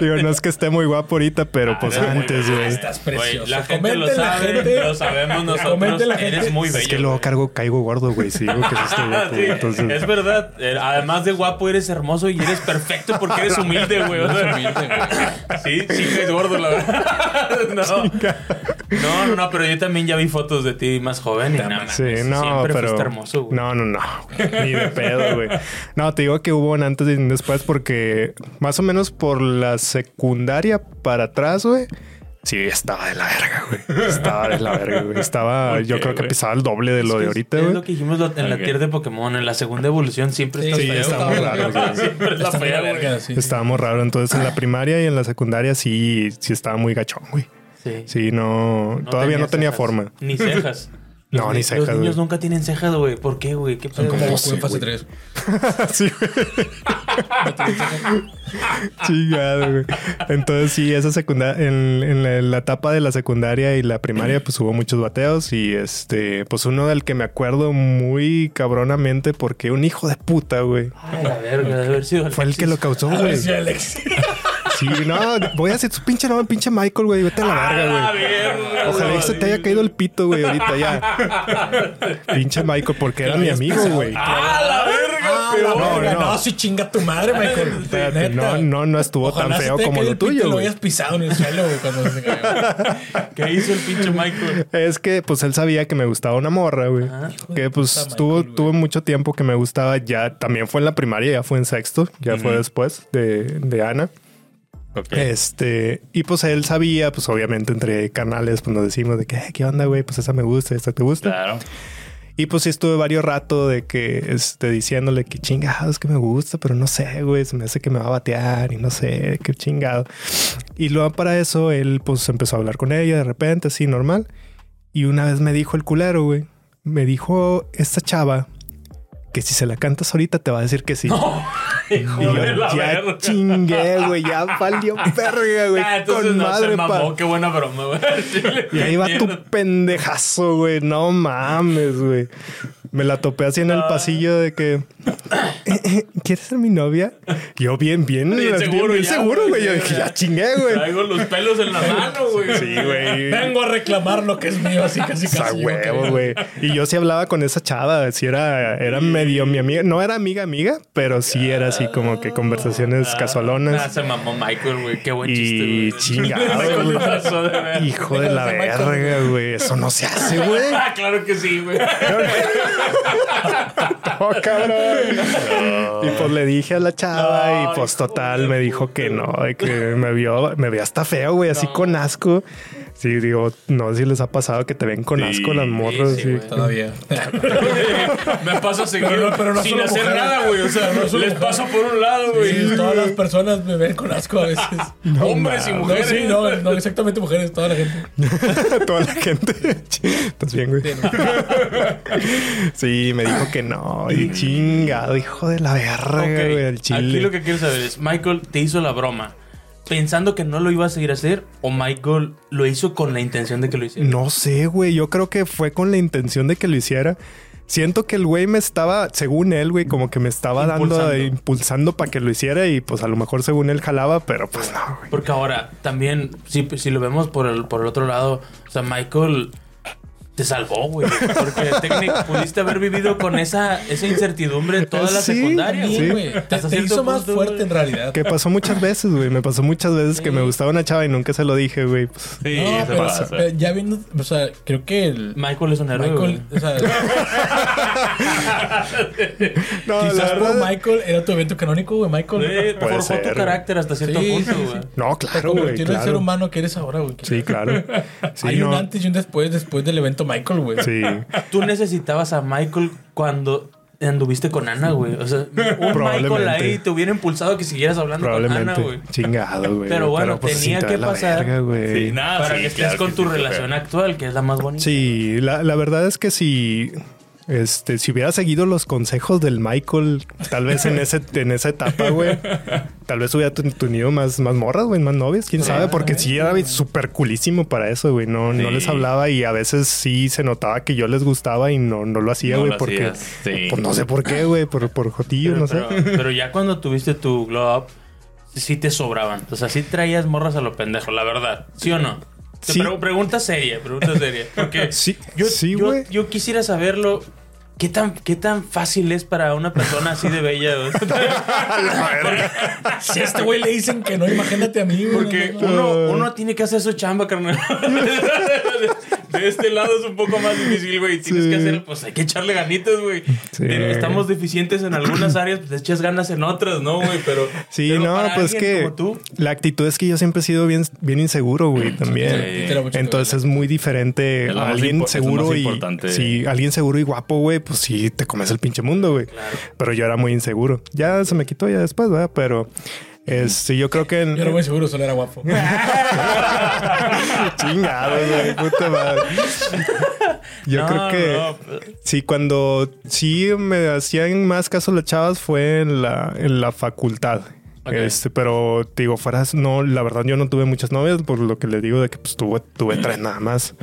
Speaker 1: Digo, no es que esté muy guapo ahorita, pero pues
Speaker 2: eres muy
Speaker 1: antes, güey.
Speaker 2: este
Speaker 6: Estás
Speaker 2: Güey,
Speaker 6: precioso.
Speaker 2: la gente lo
Speaker 6: Comenten la
Speaker 2: sabe,
Speaker 6: gente.
Speaker 2: lo sabemos nosotros.
Speaker 6: Comenten la gente.
Speaker 2: Eres muy bello.
Speaker 1: Es que luego
Speaker 2: güey.
Speaker 1: cargo, caigo gordo, güey. Sí, digo que sí
Speaker 2: [LAUGHS]
Speaker 1: estoy guapo,
Speaker 2: Sí,
Speaker 1: güey. Entonces,
Speaker 2: Es verdad, Eh, además de guapo eres hermoso y eres perfecto porque eres humilde, güey. O sea,
Speaker 6: Eres humilde,
Speaker 2: Sí, sí, que es gordo, la verdad. [LAUGHS] No. no, no, no, pero yo también ya vi fotos de ti más joven y nada.
Speaker 1: Sí,
Speaker 2: mames,
Speaker 1: no,
Speaker 2: siempre
Speaker 1: pero.
Speaker 2: fuiste hermoso, güey.
Speaker 1: No, no, [LAUGHS] no. Ni de pedo, güey. No, te digo que hubo un antes y un después porque más o menos por la secundaria para atrás, güey. Sí, estaba de la verga, güey. Estaba de la verga, güey. Estaba,
Speaker 2: [LAUGHS]
Speaker 1: yo
Speaker 5: Ok,
Speaker 1: creo que
Speaker 5: güey.
Speaker 1: pisaba el doble de lo de ahorita,
Speaker 2: es,
Speaker 1: güey.
Speaker 2: lo que dijimos lo- en la
Speaker 5: Ok.
Speaker 2: tier de Pokémon, en la segunda evolución siempre
Speaker 6: Sí,
Speaker 2: estás
Speaker 1: sí,
Speaker 2: feo,
Speaker 1: está muy raro,
Speaker 2: cabrón.
Speaker 1: güey.
Speaker 2: Siempre es la
Speaker 6: Está muy
Speaker 2: fea,
Speaker 6: verga,
Speaker 2: güey.
Speaker 6: sí, sí.
Speaker 1: Estábamos raro. Entonces en la primaria y en la secundaria sí, sí estaba muy gachón, güey.
Speaker 2: Sí.
Speaker 1: Sí, no,
Speaker 2: No
Speaker 1: todavía no tenía
Speaker 2: cejas,
Speaker 1: forma.
Speaker 2: Ni cejas.
Speaker 1: [LAUGHS] No, ni
Speaker 2: Los
Speaker 1: cejas, güey.
Speaker 2: niños nunca tienen cejas, güey. ¿Por qué, güey? ¿Qué pedo?
Speaker 6: Como
Speaker 1: No
Speaker 6: Goku
Speaker 1: sé,
Speaker 6: en fase
Speaker 1: güey.
Speaker 6: 3.
Speaker 1: [LAUGHS] Sí, güey. Chingado, güey. Entonces, sí, esa secundaria, en, en la, en la etapa de la secundaria y la primaria, pues hubo muchos bateos. Y este, pues uno del que me acuerdo muy cabronamente, porque un hijo de puta, güey,
Speaker 2: A la verga, de haber sido
Speaker 1: fue el que lo causó, güey.
Speaker 6: Sí, Alex.
Speaker 1: Sí, no, voy a hacer su pinche nombre, pinche Michael, güey. Vete a la verga, güey.
Speaker 2: verga,
Speaker 1: Ojalá
Speaker 2: güey.
Speaker 1: que se te haya caído el pito, güey, ahorita ya. Pinche Michael, porque era mi amigo, güey.
Speaker 2: ¡A la verga!
Speaker 6: [LAUGHS] Ah, la
Speaker 1: no,
Speaker 6: verga.
Speaker 1: no.
Speaker 6: No, sí, chinga tu madre, Michael.
Speaker 1: Espérate,
Speaker 6: Neta.
Speaker 1: no, no, no estuvo
Speaker 6: Ojalá
Speaker 1: tan
Speaker 6: se
Speaker 1: feo
Speaker 6: te haya
Speaker 1: como
Speaker 6: caído
Speaker 1: lo
Speaker 6: el pito y
Speaker 1: tuyo,
Speaker 6: Lo
Speaker 1: güey.
Speaker 6: habías pisado en el suelo, güey, cuando se cayó.
Speaker 1: Ah.
Speaker 2: ¿Qué hizo el pinche Michael?
Speaker 1: Es que pues él sabía que me gustaba una morra, güey. Que pues
Speaker 6: Ah, puta,
Speaker 1: tuvo,
Speaker 6: Michael, güey.
Speaker 1: tuvo mucho tiempo que me gustaba. Ya también fue en la primaria, ya fue en sexto, ya fue después de, de Ana.
Speaker 5: Ok.
Speaker 1: Este, y pues él sabía, pues obviamente entre canales, pues nos decimos de que, "Eh, ¿qué onda, güey? Pues esa me gusta, esta te gusta.
Speaker 5: Claro.
Speaker 1: Y pues sí estuve varios rato de que, este, diciéndole que chingados que me gusta, pero no sé, güey, se me hace que me va a batear y no sé, qué chingado. Y luego para eso él pues empezó a hablar con ella de repente, así normal. Y una vez me dijo el culero, güey, me dijo esta chava que si se la cantas ahorita te va a decir que sí.
Speaker 2: Hijo
Speaker 1: y yo
Speaker 2: de la
Speaker 1: ya
Speaker 2: verga.
Speaker 1: chingué, güey, ya
Speaker 2: [LAUGHS]
Speaker 1: valió verga, güey,
Speaker 2: Ah, entonces
Speaker 1: con
Speaker 2: no, se
Speaker 1: madre, pa.
Speaker 2: mamó. Qué buena broma, güey. [LAUGHS]
Speaker 1: Y ahí va tu
Speaker 2: Entiendo.
Speaker 1: pendejazo, güey. No mames, güey. Me la topé así en el pasillo de que... "Eh, eh, ¿Quieres ser mi novia? Yo bien, bien.
Speaker 2: Bien
Speaker 1: bien
Speaker 2: seguro
Speaker 1: bien
Speaker 2: ya,
Speaker 1: seguro,
Speaker 2: güey,
Speaker 1: güey. Yo
Speaker 2: ya,
Speaker 1: dije,
Speaker 2: ya.
Speaker 1: ya chingué, güey.
Speaker 2: Traigo los pelos en la mano, güey.
Speaker 1: [LAUGHS] [LAUGHS] Sí, güey.
Speaker 6: Vengo a reclamar lo que es mío, así casi
Speaker 1: O sea,
Speaker 6: casi. yo,
Speaker 1: huevo,
Speaker 6: cabrón.
Speaker 1: güey. Y yo sí hablaba con esa chava. Sí era, era medio mi amiga. No era amiga, amiga, pero sí era así como que conversaciones
Speaker 2: Ah,
Speaker 1: casualonas.
Speaker 2: se mamó Michael, güey. Qué buen chiste,
Speaker 1: Y
Speaker 2: güey. [LAUGHS]
Speaker 1: chingado,
Speaker 2: Michael
Speaker 1: güey.
Speaker 2: le pasó de ver.
Speaker 1: Hijo Ah, de la verga, güey. Eso no se hace, güey.
Speaker 2: Ah, claro que sí, güey.
Speaker 1: Oh, cabrón. Y pues le dije a la chava
Speaker 2: No,
Speaker 1: y pues
Speaker 2: hijo
Speaker 1: total
Speaker 2: de
Speaker 1: me dijo que no, de que me vio, me vio hasta feo, güey, así con asco. Sí, digo, no sé si les ha pasado que te ven con
Speaker 5: Sí,
Speaker 1: asco las morras.
Speaker 2: sí,
Speaker 1: sí.
Speaker 2: güey.
Speaker 6: Todavía.
Speaker 2: Me paso seguido
Speaker 6: Pero no- pero no
Speaker 2: sin
Speaker 6: solo
Speaker 2: hacer
Speaker 6: mujeres.
Speaker 2: nada, güey. O sea,
Speaker 6: No solo
Speaker 2: les
Speaker 6: mujeres.
Speaker 2: paso por un lado, güey.
Speaker 6: Sí, todas las personas me ven con asco a veces.
Speaker 2: Hombres y
Speaker 6: No,
Speaker 2: mujeres.
Speaker 6: sí, no, no exactamente mujeres, toda la gente.
Speaker 1: [LAUGHS] Toda la gente. ¿Estás bien, güey? Sí, me dijo que no. Y chingado, hijo de la verga,
Speaker 2: Ok,
Speaker 1: güey, el chile.
Speaker 2: Aquí lo que quiero saber es, Michael te hizo la broma pensando que no lo ibas a ir a hacer o Michael lo hizo con la intención de que lo
Speaker 6: Mm.
Speaker 2: hiciera.
Speaker 1: No sé, güey. Yo creo que fue con la intención de que lo hiciera. Siento que el güey me estaba, según él, güey, como que me estaba dando,
Speaker 2: Impulsando.
Speaker 1: impulsando para que lo hiciera y pues a lo mejor según él jalaba, pero pues no, güey.
Speaker 2: Porque ahora también, si, si lo vemos por el, por el otro lado, o sea, Michael te salvó, güey.
Speaker 6: [LAUGHS]
Speaker 2: Porque técnic, pudiste haber vivido con esa, esa incertidumbre toda la
Speaker 1: Sí,
Speaker 2: secundaria,
Speaker 1: sí.
Speaker 6: Sí, güey. Te,
Speaker 2: Hasta
Speaker 6: te
Speaker 2: cierto
Speaker 6: hizo más
Speaker 2: punto,
Speaker 6: fuerte
Speaker 2: güey.
Speaker 6: en realidad.
Speaker 1: Que pasó muchas veces, güey. Me pasó muchas veces que me gustaba una chava y nunca se lo dije, güey.
Speaker 6: [LAUGHS]
Speaker 1: Pues,
Speaker 5: Sí,
Speaker 6: No,
Speaker 5: eso
Speaker 6: pero,
Speaker 5: pasa.
Speaker 6: pero ya viendo, o sea, creo que el
Speaker 2: Michael es un héroe. güey.
Speaker 6: Michael, o sea,
Speaker 1: no, la
Speaker 6: quizás por
Speaker 1: verdad-
Speaker 6: Michael era tu evento canónico, güey, Michael.
Speaker 2: Eh,
Speaker 1: Puede
Speaker 2: forjó
Speaker 1: ser,
Speaker 2: tu
Speaker 1: güey.
Speaker 2: carácter hasta cierto
Speaker 6: Sí,
Speaker 2: punto,
Speaker 6: sí,
Speaker 2: güey.
Speaker 1: No,
Speaker 6: Te
Speaker 1: claro, güey.
Speaker 6: convirtió en el ser
Speaker 1: claro.
Speaker 6: humano que eres ahora, güey.
Speaker 1: Sí, claro. Sí,
Speaker 6: Hay un
Speaker 1: no.
Speaker 6: antes y un después, después del evento Michael, güey. [LAUGHS]
Speaker 1: Sí.
Speaker 2: Tú necesitabas a Michael cuando anduviste con Ana, güey. O sea, un Michael
Speaker 1: Probablemente.
Speaker 2: ahí te hubiera impulsado a que siguieras hablando con Ana,
Speaker 1: Probablemente.
Speaker 2: güey.
Speaker 1: Chingado, güey. pues,
Speaker 2: Pero bueno,
Speaker 1: sí
Speaker 2: tenía
Speaker 1: te da
Speaker 2: que
Speaker 1: la
Speaker 2: pasar.
Speaker 1: verga, güey.
Speaker 5: Sí, nada,
Speaker 2: Para
Speaker 5: sí,
Speaker 2: que estés
Speaker 5: claro
Speaker 2: con
Speaker 5: Eh, que
Speaker 2: tu
Speaker 5: sí,
Speaker 2: relación
Speaker 5: pero-
Speaker 2: actual, que es la más bonita.
Speaker 1: Sí, la, la verdad es que si, este, si hubiera seguido los consejos del Michael, tal vez en, ese, en esa etapa, güey, tal vez hubiera ten- tenido más, más morras, güey, más novias, quién sabe, porque sí era súper culísimo para eso, güey, no, no
Speaker 5: Sí.
Speaker 1: les hablaba y a veces sí se notaba que yo les gustaba y no, no lo hacía,
Speaker 5: No
Speaker 1: güey,
Speaker 5: lo
Speaker 1: porque
Speaker 5: hacías, sí.
Speaker 1: pues, no sé por qué, güey, por, por jotillo,
Speaker 2: pero,
Speaker 1: no sé.
Speaker 2: pero- pero ya cuando tuviste tu glow up, sí te sobraban. O sea, sí traías morras a lo pendejo, la verdad. ¿Sí o no? Te
Speaker 1: Sí.
Speaker 2: pre- pregunta seria, pregunta seria.
Speaker 1: [LAUGHS]
Speaker 2: Porque
Speaker 1: Sí,
Speaker 2: yo,
Speaker 1: sí,
Speaker 2: yo,
Speaker 1: güey.
Speaker 2: yo quisiera saberlo. ¿Qué tan, ¿Qué tan fácil es para una persona así de bella?
Speaker 1: [LAUGHS]
Speaker 2: güey?
Speaker 6: Si a este güey le dicen que no, imagínate a mí, güey.
Speaker 2: Porque
Speaker 1: [LAUGHS]
Speaker 6: no, no, no.
Speaker 2: uno,
Speaker 1: Ah.
Speaker 2: uno tiene que hacer su chamba, carnal. [LAUGHS] De, este lado es un poco más difícil, güey. Tienes
Speaker 1: Sí.
Speaker 2: que hacer, pues hay que echarle ganitas, güey.
Speaker 1: Sí.
Speaker 2: Te- Estamos deficientes en algunas áreas, pues echas ganas en otras, ¿no, güey? Pero.
Speaker 1: Sí,
Speaker 2: pero
Speaker 1: no,
Speaker 2: para
Speaker 1: pues
Speaker 2: alguien
Speaker 1: que
Speaker 2: Como tú,
Speaker 1: la actitud es que yo siempre he sido bien, bien inseguro, güey, también.
Speaker 6: Sí, te la mucho
Speaker 1: Entonces es muy diferente
Speaker 5: Es lo
Speaker 1: a
Speaker 5: más
Speaker 1: alguien
Speaker 5: impo- es lo
Speaker 1: seguro
Speaker 5: más
Speaker 1: y
Speaker 5: importante.
Speaker 1: si alguien seguro y guapo, güey, pues sí te comes el pinche mundo, güey. Pero yo era muy inseguro. Ya se me quitó ya después, ¿verdad? Pero este, yo creo que en-
Speaker 6: Yo era muy seguro, solo era guapo.
Speaker 1: [LAUGHS] chingado, güey, puta madre. Yo
Speaker 2: No,
Speaker 1: creo que
Speaker 2: no.
Speaker 1: sí cuando sí me hacían más caso las chavas fue en la en la facultad. Este, pero te digo, fueras, no, la verdad yo no tuve muchas novias, por lo que les digo de que pues tuve, tuve tres nada más.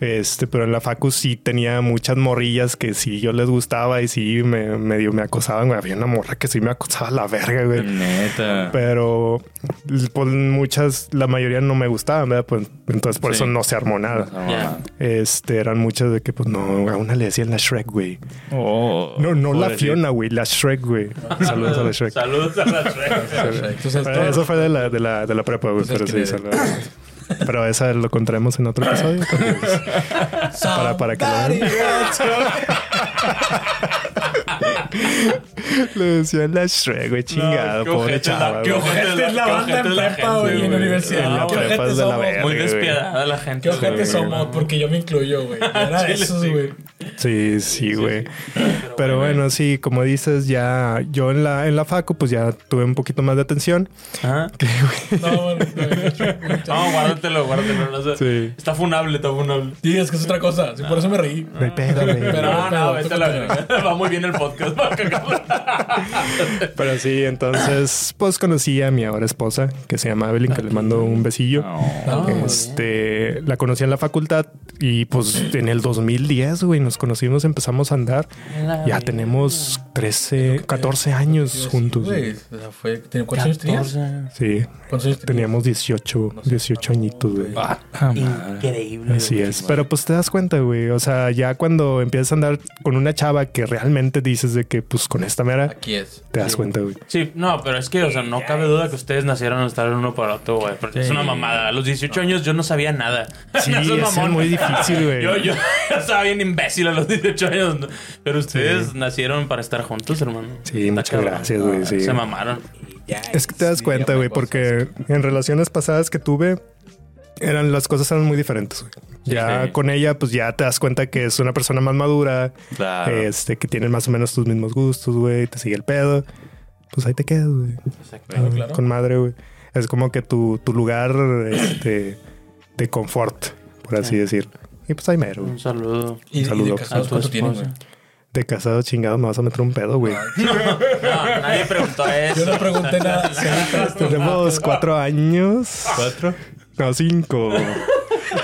Speaker 1: Este, pero en la facu sí tenía muchas morrillas que sí yo les gustaba y sí me medio me acosaban, güey. Había una morra que sí me acosaba a la verga, güey.
Speaker 5: Mm. Neta.
Speaker 1: Pero pues muchas, la mayoría no me gustaban, ¿verdad? Pues, entonces por
Speaker 5: Sí.
Speaker 1: eso no se armó nada.
Speaker 5: Ah,
Speaker 2: Ya.
Speaker 1: Este, eran muchas de que pues no, a una le decían la Shrek, güey.
Speaker 5: oh,
Speaker 1: No, no la
Speaker 5: pobrecito.
Speaker 1: Fiona, güey, la Shrek, güey. Saludos a la Shrek.
Speaker 2: pues, Saludos a la
Speaker 6: [LAUGHS]
Speaker 2: Shrek.
Speaker 6: Tú sabes
Speaker 1: Pero
Speaker 6: todo.
Speaker 1: eso fue de la, de la, de la prepa, güey,
Speaker 6: Entonces,
Speaker 1: pero sí,
Speaker 6: ¿quién
Speaker 1: saludos. Pero esa lo contaremos en otro episodio. porque, pues, para, para que lo vean. Le decían la Shrek, güey, chingado,
Speaker 2: qué
Speaker 1: pobre
Speaker 2: ojete la-
Speaker 1: chava,
Speaker 2: qué
Speaker 1: güey.
Speaker 2: ojete
Speaker 6: Esta es la banda en prepa, güey, en la
Speaker 1: En
Speaker 6: universidad.
Speaker 1: la
Speaker 2: No,
Speaker 6: Qué
Speaker 2: güey,
Speaker 1: prepa es de la
Speaker 6: somos,
Speaker 1: verga,
Speaker 2: Muy
Speaker 1: güey.
Speaker 2: despiadada la gente.
Speaker 6: Qué ojete
Speaker 2: güey.
Speaker 6: somos, porque yo me incluyo, güey. Era de
Speaker 2: Chile,
Speaker 6: esos,
Speaker 2: sí.
Speaker 6: güey.
Speaker 1: Sí, sí, güey. Pero bueno, sí, como dices, ya yo en la, en la facu, pues ya tuve un poquito más de atención.
Speaker 2: Ajá.
Speaker 6: No, bueno,
Speaker 2: [LAUGHS] No, guárdatelo, guárdatelo. no sé.
Speaker 1: Sí.
Speaker 2: Está funable, está funable.
Speaker 6: Digas que es otra cosa. sí, por eso me reí.
Speaker 1: No hay pedo, güey.
Speaker 6: Ah. Pero-
Speaker 2: No, no, vete a la
Speaker 6: pero-
Speaker 2: verga. [LAUGHS] Va muy bien el podcast.
Speaker 1: Pero sí, entonces, pues conocí a mi ahora esposa, que se llama Evelyn, que le mando un besillo.
Speaker 5: Ah, No.
Speaker 1: Este, la conocí en la facultad y [CLEARS THROAT] pues en el 2010, güey, nos conocimos, empezamos a andar. Ya tenemos 13, 14 años juntos. güey.
Speaker 6: Güey, o sea, fue- ¿tenía- ¿Cuántos años tenías?
Speaker 1: Sí,
Speaker 6: ¿Cuántos años tenías?
Speaker 1: teníamos 18, 18 añitos, güey.
Speaker 5: Ah, ah, madre.
Speaker 2: Increíble.
Speaker 1: Así es, pero pues te das cuenta, güey. O sea, ya cuando empiezas a andar con una chava que realmente dices de que, pues con esta mera,
Speaker 6: Aquí es.
Speaker 1: te das cuenta, [LAUGHS] güey.
Speaker 2: Sí, no, pero es que, o sea, no cabe duda que ustedes nacieron a estar uno para otro, güey. Porque es una mamada. A los 18 años yo no sabía nada. [LAUGHS]
Speaker 1: Sí,
Speaker 2: No seas
Speaker 1: es
Speaker 2: mamón. [LAUGHS]
Speaker 1: muy difícil, güey.
Speaker 2: Yo, yo, yo estaba bien imbécil a la los 18 años. ¿no? Pero ustedes nacieron para estar juntos, hermano.
Speaker 1: Sí,
Speaker 2: Está
Speaker 1: muchas
Speaker 2: cabrón.
Speaker 1: gracias, güey,
Speaker 2: Ah,
Speaker 1: sí.
Speaker 2: Se mamaron.
Speaker 6: Ya,
Speaker 1: Es que te das
Speaker 6: sí,
Speaker 1: cuenta,
Speaker 6: ya
Speaker 1: güey,
Speaker 6: me
Speaker 1: porque en relaciones pasadas que tuve, eran las cosas eran muy diferentes. güey. Ya
Speaker 2: sí.
Speaker 1: con ella, pues ya te das cuenta que es una persona más madura,
Speaker 5: Claro.
Speaker 1: este, que tienen más o menos tus mismos gustos, güey, te sigue el pedo. Pues ahí te quedas, güey.
Speaker 6: Claro, claro.
Speaker 1: Con madre, güey. Es como que tu, tu lugar este, de confort, por así
Speaker 2: Sí. Mm.
Speaker 1: decirlo. Y pues ahí mero, güey.
Speaker 2: Un saludo.
Speaker 6: ¿Y, y de
Speaker 1: Saludo.
Speaker 2: A
Speaker 6: casados
Speaker 2: tu
Speaker 6: cuánto tienen, güey?
Speaker 2: esposa.
Speaker 1: De casado chingado me vas a meter un pedo, güey.
Speaker 2: No, nadie preguntó eso.
Speaker 6: Yo no pregunté
Speaker 2: [LAUGHS]
Speaker 6: nada.
Speaker 1: Tenemos cuatro años.
Speaker 5: ¿Cuatro?
Speaker 1: No, cinco.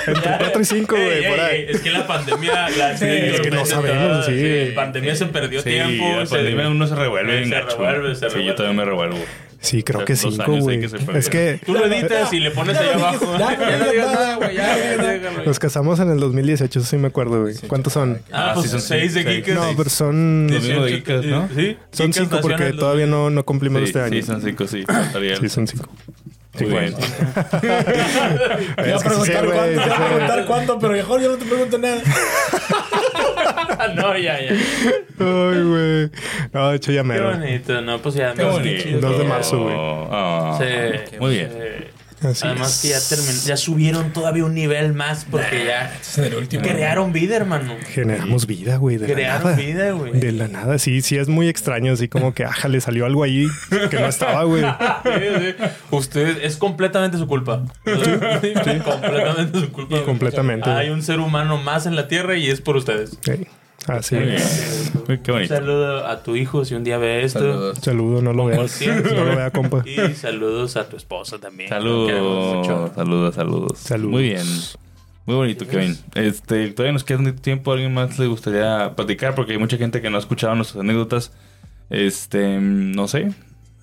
Speaker 1: Entre cuatro y cinco,
Speaker 2: Ey,
Speaker 1: güey,
Speaker 2: ey,
Speaker 1: por ahí.
Speaker 2: ey, es que la pandemia, la sí,
Speaker 1: es que no sabemos, sí.
Speaker 2: La pandemia se perdió
Speaker 5: Sí,
Speaker 2: tiempo.
Speaker 5: la pandemia uno se revuelve.
Speaker 2: se
Speaker 5: bien gacho.
Speaker 2: revuelve, se
Speaker 5: Sí, yo
Speaker 2: revuelve.
Speaker 5: también me revuelvo.
Speaker 1: Sí, creo
Speaker 5: Hace
Speaker 1: que
Speaker 5: dos
Speaker 1: cinco,
Speaker 5: años
Speaker 1: güey.
Speaker 5: hay que se
Speaker 1: Es que
Speaker 2: Tú lo editas y le pones ahí abajo.
Speaker 6: Ya, ya no digas nada, güey. Ya, ya, ya.
Speaker 1: nos casamos en el 2018, eso sí me acuerdo, güey. ¿Cuántos son?
Speaker 2: Ah, pues son seis de
Speaker 5: seis.
Speaker 2: Quique.
Speaker 1: No, pero son,
Speaker 5: Sí, sí. mismo de
Speaker 2: Dieciocho,
Speaker 5: Icas, ¿no?
Speaker 2: eh, Sí.
Speaker 1: son
Speaker 2: Icas
Speaker 1: cinco
Speaker 2: nació en
Speaker 1: porque
Speaker 2: el [LAUGHS]
Speaker 1: todavía no, no cumplimos
Speaker 5: Sí,
Speaker 1: este año.
Speaker 5: sí, son cinco, sí. Ariel.
Speaker 1: Sí, son cinco.
Speaker 5: Muy bien.
Speaker 6: Te iba a
Speaker 1: Es que sí,
Speaker 6: preguntar
Speaker 1: güey,
Speaker 6: cuánto, te iba a
Speaker 1: sí.
Speaker 6: preguntar cuánto, pero mejor yo no te pregunto nada.
Speaker 2: Ah, no, ya, ya.
Speaker 1: Ay, güey. No, de hecho ya
Speaker 2: Qué
Speaker 1: mero.
Speaker 2: bonito, no, pues ya.
Speaker 5: Qué
Speaker 2: no,
Speaker 5: bonito.
Speaker 1: Dos de marzo, güey.
Speaker 5: Ah,
Speaker 2: Sí.
Speaker 5: Muy bien.
Speaker 2: Eh,
Speaker 1: Así
Speaker 2: Además que ya,
Speaker 1: es.
Speaker 2: termin- ya subieron todavía un nivel más porque ya
Speaker 6: Es en el último.
Speaker 2: crearon vida, hermano.
Speaker 1: Generamos vida, güey. De la
Speaker 2: Crearon
Speaker 1: nada.
Speaker 2: vida, güey.
Speaker 1: De la nada, sí, sí, es muy extraño, así como que, ajá, le salió algo ahí que no estaba, güey.
Speaker 2: Sí, sí. Usted es completamente su culpa. completamente su culpa.
Speaker 1: Completamente.
Speaker 2: Hay un ser humano más en la tierra y es por ustedes.
Speaker 1: Ey, así
Speaker 5: Muy
Speaker 1: es.
Speaker 5: bien. Uy, Qué
Speaker 2: Un
Speaker 5: bonito.
Speaker 2: saludo a tu hijo si un día ve esto.
Speaker 6: Saludos.
Speaker 1: Saludo, no lo veas.
Speaker 2: siempre.
Speaker 1: No lo vea, compa.
Speaker 2: Y saludos a tu esposa también. Lo queremos
Speaker 5: Saludos,
Speaker 2: mucho.
Speaker 5: saludos, saludos.
Speaker 1: Saludos.
Speaker 5: Muy bien. Muy bonito, Kevin. Este, todavía nos queda un tiempo. ¿A alguien más le gustaría platicar? Porque hay mucha gente que no ha escuchado nuestras anécdotas. Este, no sé.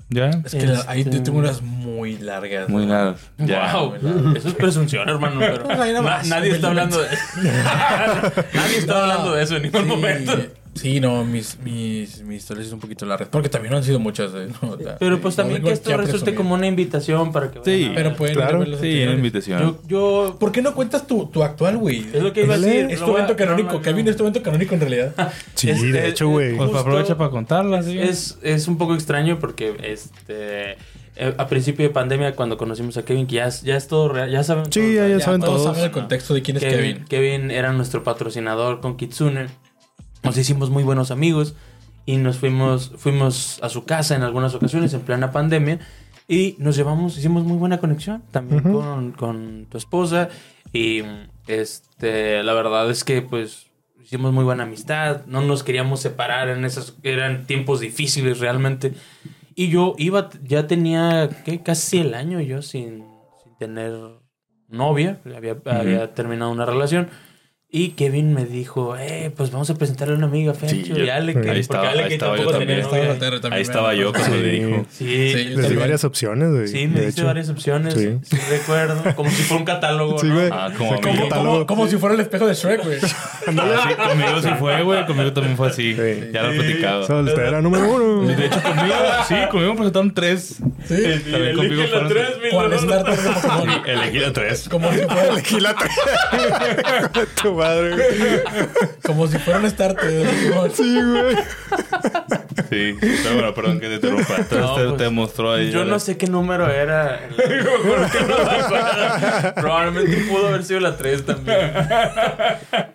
Speaker 5: ¿Ya?
Speaker 6: Es que la- ahí
Speaker 2: Este-
Speaker 6: yo tengo unas muy largas.
Speaker 5: Muy
Speaker 6: largas.
Speaker 5: nada. Ya.
Speaker 2: Wow, eso es presunción, hermano. Pero
Speaker 6: Pues ahí nomás,
Speaker 2: na- nadie está hablando de eso. [LAUGHS] nadie está hablando de eso en ningún momento.
Speaker 6: Sí, no, mis, mis, mis historias son un poquito largas. Porque también no han sido muchas. eh, [LAUGHS] no, o sea,
Speaker 2: Pero pues
Speaker 6: no
Speaker 2: también
Speaker 6: vengo
Speaker 2: que
Speaker 6: aquí
Speaker 2: esto
Speaker 6: a
Speaker 2: resulte
Speaker 6: presumir.
Speaker 2: como una invitación para que vayan
Speaker 5: Sí. pues,
Speaker 2: a ver.
Speaker 6: Pero ah. pueden
Speaker 1: Claro.
Speaker 6: ver los
Speaker 5: Sí, una
Speaker 6: anteriores.
Speaker 5: invitación.
Speaker 2: yo, yo
Speaker 6: ¿Por qué no cuentas tu, tu actual, güey?
Speaker 2: Es lo que iba a decir.
Speaker 6: Es tu
Speaker 2: Lo voy a-
Speaker 6: evento canónico.
Speaker 2: no, no,
Speaker 6: Kevin
Speaker 2: no.
Speaker 6: es tu evento canónico en realidad.
Speaker 1: Sí,
Speaker 2: Es-
Speaker 1: de
Speaker 2: es-
Speaker 1: hecho, güey.
Speaker 5: Pues
Speaker 2: Justo-
Speaker 5: aprovecha para contarlas. ¿sí?
Speaker 2: Es, es un poco extraño porque este eh, a principio de pandemia cuando conocimos a Kevin que ya, es- ya es todo real, ya saben
Speaker 1: Sí, ya, ya
Speaker 2: ¿verdad?
Speaker 1: saben
Speaker 6: Todos
Speaker 1: todos.
Speaker 6: saben el contexto de quién es
Speaker 2: Kevin,
Speaker 6: Kevin.
Speaker 2: Kevin era nuestro patrocinador con Kitsune. Nos hicimos muy buenos amigos y nos fuimos fuimos a su casa en algunas ocasiones en plena pandemia y nos llevamos hicimos muy buena conexión también
Speaker 1: Ujú.
Speaker 2: con, con tu esposa y este la verdad es que pues hicimos muy buena amistad, no nos queríamos separar en esas eran tiempos difíciles realmente. Y yo iba, ya tenía ¿qué? casi el año yo sin, sin tener novia, había, había terminado una relación. Y Kevin me dijo, eh, pues vamos a presentarle a una amiga, Fercho,
Speaker 5: yo-
Speaker 2: y Ale, que,
Speaker 1: ahí
Speaker 2: porque
Speaker 5: estaba-
Speaker 2: Ale
Speaker 5: ahí
Speaker 2: que
Speaker 5: estaba yo
Speaker 2: tampoco
Speaker 5: también.
Speaker 2: tenía novia.
Speaker 6: Estaba soltero también,
Speaker 5: Ahí estaba yo cuando le
Speaker 1: Sí.
Speaker 5: dijo.
Speaker 2: Sí,
Speaker 6: Sí, yo
Speaker 1: Les di
Speaker 6: también.
Speaker 1: varias opciones, güey.
Speaker 2: sí, me
Speaker 1: de
Speaker 2: dice
Speaker 1: hecho.
Speaker 2: varias opciones, sí.
Speaker 1: Sí.
Speaker 2: recuerdo, como si fuera un catálogo,
Speaker 1: Sí,
Speaker 2: ¿no?
Speaker 1: güey.
Speaker 5: Ah, como
Speaker 1: Fue
Speaker 5: amigo.
Speaker 1: tal-
Speaker 6: Como, como si fuera el espejo de Shrek, güey.
Speaker 5: Ah, sí, conmigo sí fue, güey. Conmigo también fue así.
Speaker 1: Sí.
Speaker 5: Ya lo he platicado.
Speaker 1: Soltera número uno. [LAUGHS]
Speaker 5: De hecho, conmigo, sí, conmigo me presentaron tres.
Speaker 6: Sí.
Speaker 5: También conmigo
Speaker 2: Elige la
Speaker 5: fueron-
Speaker 2: tres, mi
Speaker 6: ¿Cuál es
Speaker 2: Lolo. [LAUGHS]
Speaker 6: la tarta de Pokémon?
Speaker 5: Sí, elegí la tres.
Speaker 6: Como si fuera,
Speaker 1: la tu madre, güey.
Speaker 6: como si fuera un starter de Pokémon.
Speaker 1: Sí, güey.
Speaker 5: Sí, pero bueno, perdón que te interrumpa. Entonces
Speaker 2: [LAUGHS] No,
Speaker 5: te,
Speaker 2: pues,
Speaker 5: te mostró ahí.
Speaker 2: Yo no sé qué número [LAUGHS] era. Probablemente pudo haber sido la 3 también.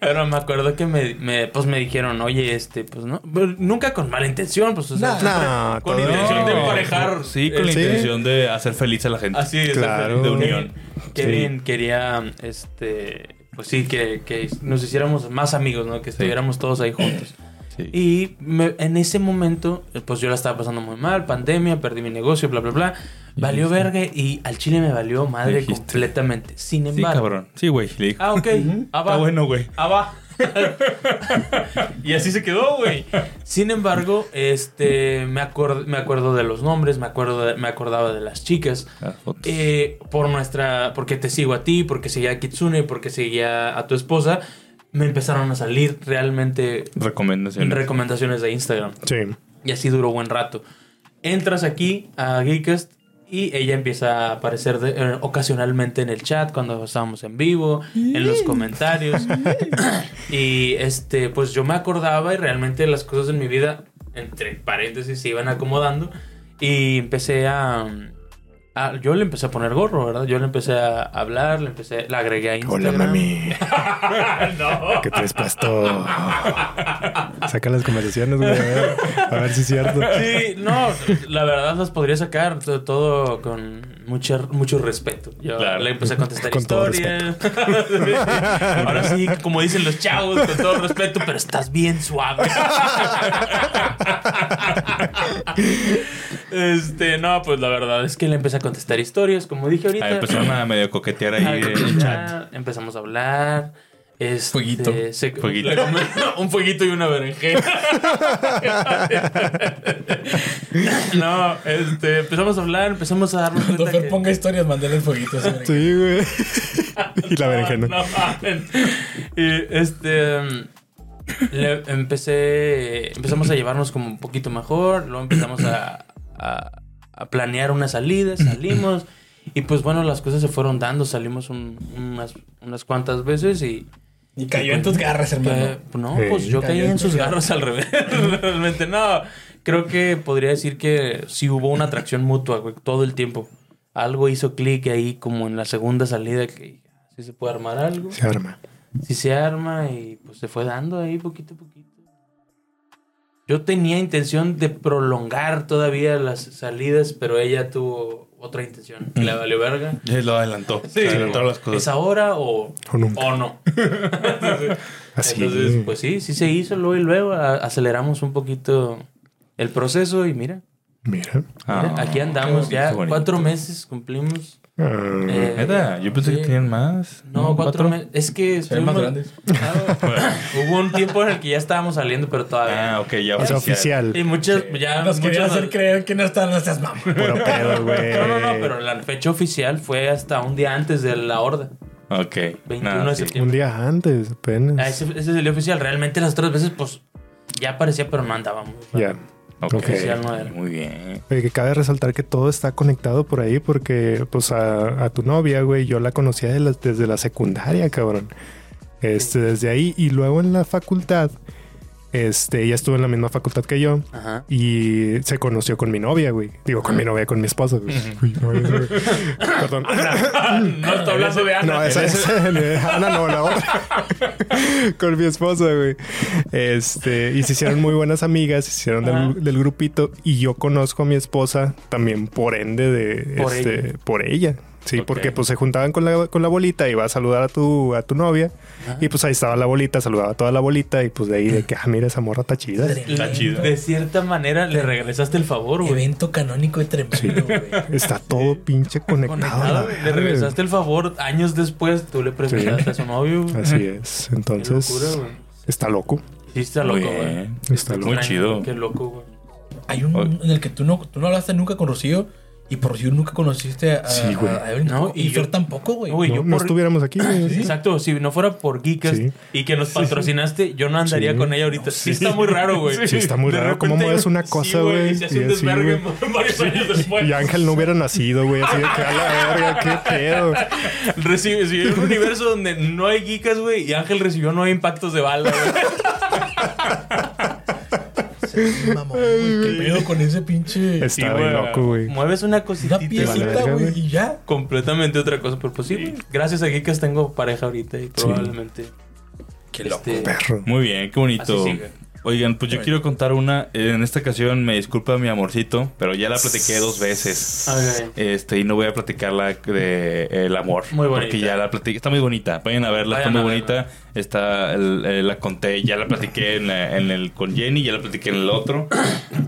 Speaker 2: Pero me acuerdo que me, me- pues me dijeron, oye, este, pues no. pero nunca con mala intención, pues o sea,
Speaker 6: Nah.
Speaker 2: siempre
Speaker 1: No,
Speaker 2: con
Speaker 1: todo-
Speaker 2: intención de
Speaker 5: No.
Speaker 2: emparejar.
Speaker 5: Sí, con la
Speaker 1: Sí.
Speaker 5: intención de hacer feliz a la gente.
Speaker 2: Así es,
Speaker 1: Claro.
Speaker 2: de
Speaker 1: De
Speaker 2: unión.
Speaker 5: unión.
Speaker 2: Kevin quería, este, pues sí, que, que nos hiciéramos más amigos, ¿no? Que estuviéramos todos ahí juntos.
Speaker 5: Sí.
Speaker 2: Y me- en ese momento, eh, pues yo la estaba pasando muy mal, pandemia, perdí mi negocio, bla, bla, bla. Valió verga y al chile me valió madre
Speaker 5: Dijiste.
Speaker 2: completamente. Sin
Speaker 5: Sí,
Speaker 2: embargo.
Speaker 5: cabrón. Sí, güey. Le dijo.
Speaker 2: Ah, ok. Ah, va.
Speaker 5: Está bueno, güey.
Speaker 2: Ah, va. [LAUGHS] y así se quedó, güey. Sin embargo, este, me, acuer- me acuerdo de los nombres, me, acuerdo de- me acordaba de las chicas.
Speaker 5: Las fotos.
Speaker 2: Eh, por nuestra. Porque te sigo a ti, porque seguía a Kitsune, porque seguía a tu esposa. Me empezaron a salir realmente
Speaker 5: Recomendaciones.
Speaker 2: recomendaciones de Instagram.
Speaker 1: Sí.
Speaker 2: Y así duró buen rato. Entras aquí a Geekest Y ella empieza a aparecer de- eh, ocasionalmente en el chat cuando estábamos en vivo, en los comentarios. y este, pues yo me acordaba y realmente las cosas en mi vida, entre paréntesis, se iban acomodando. Y empecé a. a- yo le empecé a poner gorro, ¿verdad? Yo le empecé a hablar, le empecé, la agregué a Instagram.
Speaker 1: Hola,
Speaker 2: [LAUGHS]
Speaker 1: mami. ¿Qué traes puesto? Saca las conversaciones, güey. A ver, [LAUGHS] a ver si es cierto.
Speaker 2: Sí, no, la verdad las podría sacar t- todo con mucho, mucho respeto. Yo
Speaker 5: Claro.
Speaker 2: le empecé a contestar
Speaker 1: Con todo
Speaker 2: historias. [LAUGHS] Ahora sí, como dicen los chavos, con todo respeto, pero estás bien
Speaker 1: [LAUGHS]
Speaker 2: suave. este, no, pues la verdad es que le empecé a contestar historias, como dije ahorita.
Speaker 5: Ahí empezaron a pues, medio coquetear ahí eh,
Speaker 2: Ah,
Speaker 5: el chat.
Speaker 2: Empezamos a hablar. Este,
Speaker 6: Fueguito.
Speaker 2: se- [LAUGHS]
Speaker 5: Fueguito.
Speaker 2: le comí- un fueguito y una berenjena. [LAUGHS] no, este, empezamos a hablar, empezamos a darnos
Speaker 6: Cuando
Speaker 2: cuenta
Speaker 6: Fer
Speaker 2: que-
Speaker 6: ponga historias, mandale fueguitos.
Speaker 1: Sí, güey. Y la berenjena.
Speaker 2: No, mames. y este mm, le- empecé empezamos a llevarnos como un poquito mejor, luego empezamos a, a- a planear una salida, salimos y pues bueno, las cosas se fueron dando, salimos un- unas unas cuantas veces y
Speaker 6: Y cayó en tus garras,
Speaker 2: eh,
Speaker 6: hermano.
Speaker 2: no,
Speaker 1: Sí,
Speaker 2: pues yo
Speaker 6: cayó
Speaker 2: caí
Speaker 6: en
Speaker 2: en sus
Speaker 6: tus
Speaker 2: garras al revés. [LAUGHS] Realmente no. Creo que podría decir que sí hubo una atracción mutua, güey, todo el tiempo. Algo hizo clic ahí como en la segunda salida que sí se puede armar algo.
Speaker 1: Se arma.
Speaker 2: Sí se arma y pues se fue dando ahí poquito a poquito. Yo tenía intención de prolongar todavía las salidas, pero ella tuvo otra intención. Le valió verga.
Speaker 5: Y lo adelantó.
Speaker 2: Sí,
Speaker 5: Se adelantaron las
Speaker 2: ¿Es
Speaker 5: cosas.
Speaker 2: ahora o,
Speaker 1: O nunca.
Speaker 2: o no? [LAUGHS]
Speaker 1: Así.
Speaker 2: Entonces, pues sí, sí se hizo luego y luego a- aceleramos un poquito el proceso y mira,
Speaker 1: Mira.
Speaker 5: Ah,
Speaker 2: mira, aquí andamos
Speaker 5: bonito,
Speaker 2: ya
Speaker 5: qué bonito.
Speaker 2: cuatro meses cumplimos.
Speaker 1: Ah,
Speaker 2: eh,
Speaker 5: Neta, Mm, yo pensé
Speaker 2: sí.
Speaker 5: que tenían más.
Speaker 2: No, cuatro meses. Es que
Speaker 6: Se ven más
Speaker 2: estuvimos-
Speaker 6: grandes.
Speaker 2: Ah, [LAUGHS] hubo un tiempo en el que ya estábamos saliendo, pero todavía.
Speaker 5: Ah, ok, ya
Speaker 1: o sea, oficial.
Speaker 2: Y muchas, ya
Speaker 6: Nos querían
Speaker 2: muchas-
Speaker 6: hacer creer que no están nuestras mamás.
Speaker 1: Puro
Speaker 2: [LAUGHS]
Speaker 1: pedo, güey.
Speaker 2: No, no, no, pero la fecha oficial fue hasta un día antes de la horda.
Speaker 5: Ok.
Speaker 2: 21
Speaker 5: nada,
Speaker 2: de
Speaker 5: sí.
Speaker 1: Un
Speaker 2: septiembre.
Speaker 1: día antes, apenas.
Speaker 2: Ah, ese, ese es el día oficial. Realmente las otras veces, pues, ya aparecía, pero no andábamos.
Speaker 1: Ya.
Speaker 5: Ok.
Speaker 1: Ok.
Speaker 2: Oficial no era.
Speaker 5: Muy bien.
Speaker 1: Oye, que cabe resaltar que todo está conectado por ahí porque, pues, a, a tu novia, güey, yo la conocía de la- desde la secundaria, cabrón. Este, desde ahí. Y luego en la facultad, este, ella estuvo en la misma facultad que yo.
Speaker 2: Ajá.
Speaker 1: Y se conoció con mi novia, güey. Digo, con mi novia, con mi esposa, güey. Uy, no,
Speaker 2: [LAUGHS]
Speaker 1: eso- Perdón. [LAUGHS]
Speaker 2: No estoy hablando de Ana.
Speaker 1: No, esa es
Speaker 2: [LAUGHS]
Speaker 1: Ana, no, la otra. Con mi esposa, güey. Este, y se hicieron muy buenas amigas, se hicieron
Speaker 2: Ajá.
Speaker 1: del, del grupito. Y yo conozco a mi esposa también por ende de
Speaker 2: Por
Speaker 1: este, por ella. Sí,
Speaker 5: Ok.
Speaker 1: porque pues se juntaban con la, con la bolita, iba a saludar a tu, a tu novia. Y pues ahí estaba la bolita, saludaba a toda la bolita. Y pues de ahí de que, ah, mira, esa morra está chida.
Speaker 2: Le- De cierta manera le regresaste el favor, güey.
Speaker 6: Evento canónico y tremendo, güey.
Speaker 1: Está todo pinche conectado. a la
Speaker 2: Conectado, Ah, Le
Speaker 1: verga.
Speaker 2: regresaste el favor años después. Tú le presentaste a su novio. güey.
Speaker 1: Así es.
Speaker 2: Qué
Speaker 1: Entonces,
Speaker 2: locura, güey.
Speaker 1: está loco.
Speaker 2: Sí, está loco,
Speaker 5: Muy
Speaker 2: güey.
Speaker 5: bien.
Speaker 1: Está
Speaker 5: Muy
Speaker 1: loco.
Speaker 2: Extraño,
Speaker 5: chido.
Speaker 2: Qué loco, güey.
Speaker 6: Hay un
Speaker 5: Oye.
Speaker 6: en el que tú no, tú no hablaste nunca con Rocío y por Rocío nunca conociste a,
Speaker 1: Sí, güey.
Speaker 6: a Evelyn.
Speaker 2: No,
Speaker 6: y,
Speaker 2: y
Speaker 6: Fer
Speaker 2: yo-
Speaker 6: tampoco, güey.
Speaker 2: No, güey. Pues
Speaker 1: no,
Speaker 2: yo
Speaker 1: no
Speaker 2: por-
Speaker 1: estuviéramos
Speaker 2: [COUGHS]
Speaker 1: aquí. güey.
Speaker 2: Exacto, si no fuera por Geekas
Speaker 1: Sí.
Speaker 2: y que nos patrocinaste, yo no andaría
Speaker 1: Sí.
Speaker 2: con ella ahorita. Sí, está muy raro, güey.
Speaker 1: Sí, está muy
Speaker 2: De
Speaker 1: raro cómo
Speaker 2: repente-
Speaker 1: mueves una
Speaker 2: sí,
Speaker 1: cosa,
Speaker 2: y
Speaker 1: güey,
Speaker 2: se hace un
Speaker 1: y así,
Speaker 2: desvergue [LAUGHS] varios años después.
Speaker 5: Pues,
Speaker 1: Y Ángel no hubiera nacido, güey. Así de que a la verga, qué
Speaker 5: [LAUGHS]
Speaker 1: pedo.
Speaker 2: Recibe, si hay un universo donde no hay geekas, güey, y Ángel recibió nueve impactos de bala, güey.
Speaker 6: Sí, mamón, güey. ¿Qué pedo con ese pinche.
Speaker 1: Está
Speaker 2: Sí,
Speaker 1: bien
Speaker 2: güey.
Speaker 1: loco, güey.
Speaker 2: Mueves una
Speaker 6: Una
Speaker 2: cosita
Speaker 1: vale
Speaker 6: piecita,
Speaker 1: verga,
Speaker 6: güey.
Speaker 1: güey.
Speaker 6: Y ya.
Speaker 2: completamente otra cosa, pero pues sí, güey. Gracias a geekas tengo pareja ahorita y probablemente.
Speaker 6: Qué
Speaker 2: este,
Speaker 1: Perro.
Speaker 5: Muy bien, qué bonito.
Speaker 2: Así sigue.
Speaker 5: Oigan, pues yo
Speaker 6: Bueno.
Speaker 5: quiero contar una. En esta ocasión me disculpa mi amorcito, pero ya la platiqué dos veces.
Speaker 2: Ok.
Speaker 5: Este, y no voy a platicar la de el amor.
Speaker 2: Muy bonita.
Speaker 5: Porque ya la platiqué. Está muy bonita. Vayan a verla,
Speaker 2: Vayan
Speaker 5: está
Speaker 2: a
Speaker 5: muy
Speaker 2: verla.
Speaker 5: bonita. Está, el- eh, la conté, ya la platiqué en, la- en el con Jenny, ya la platiqué en el otro.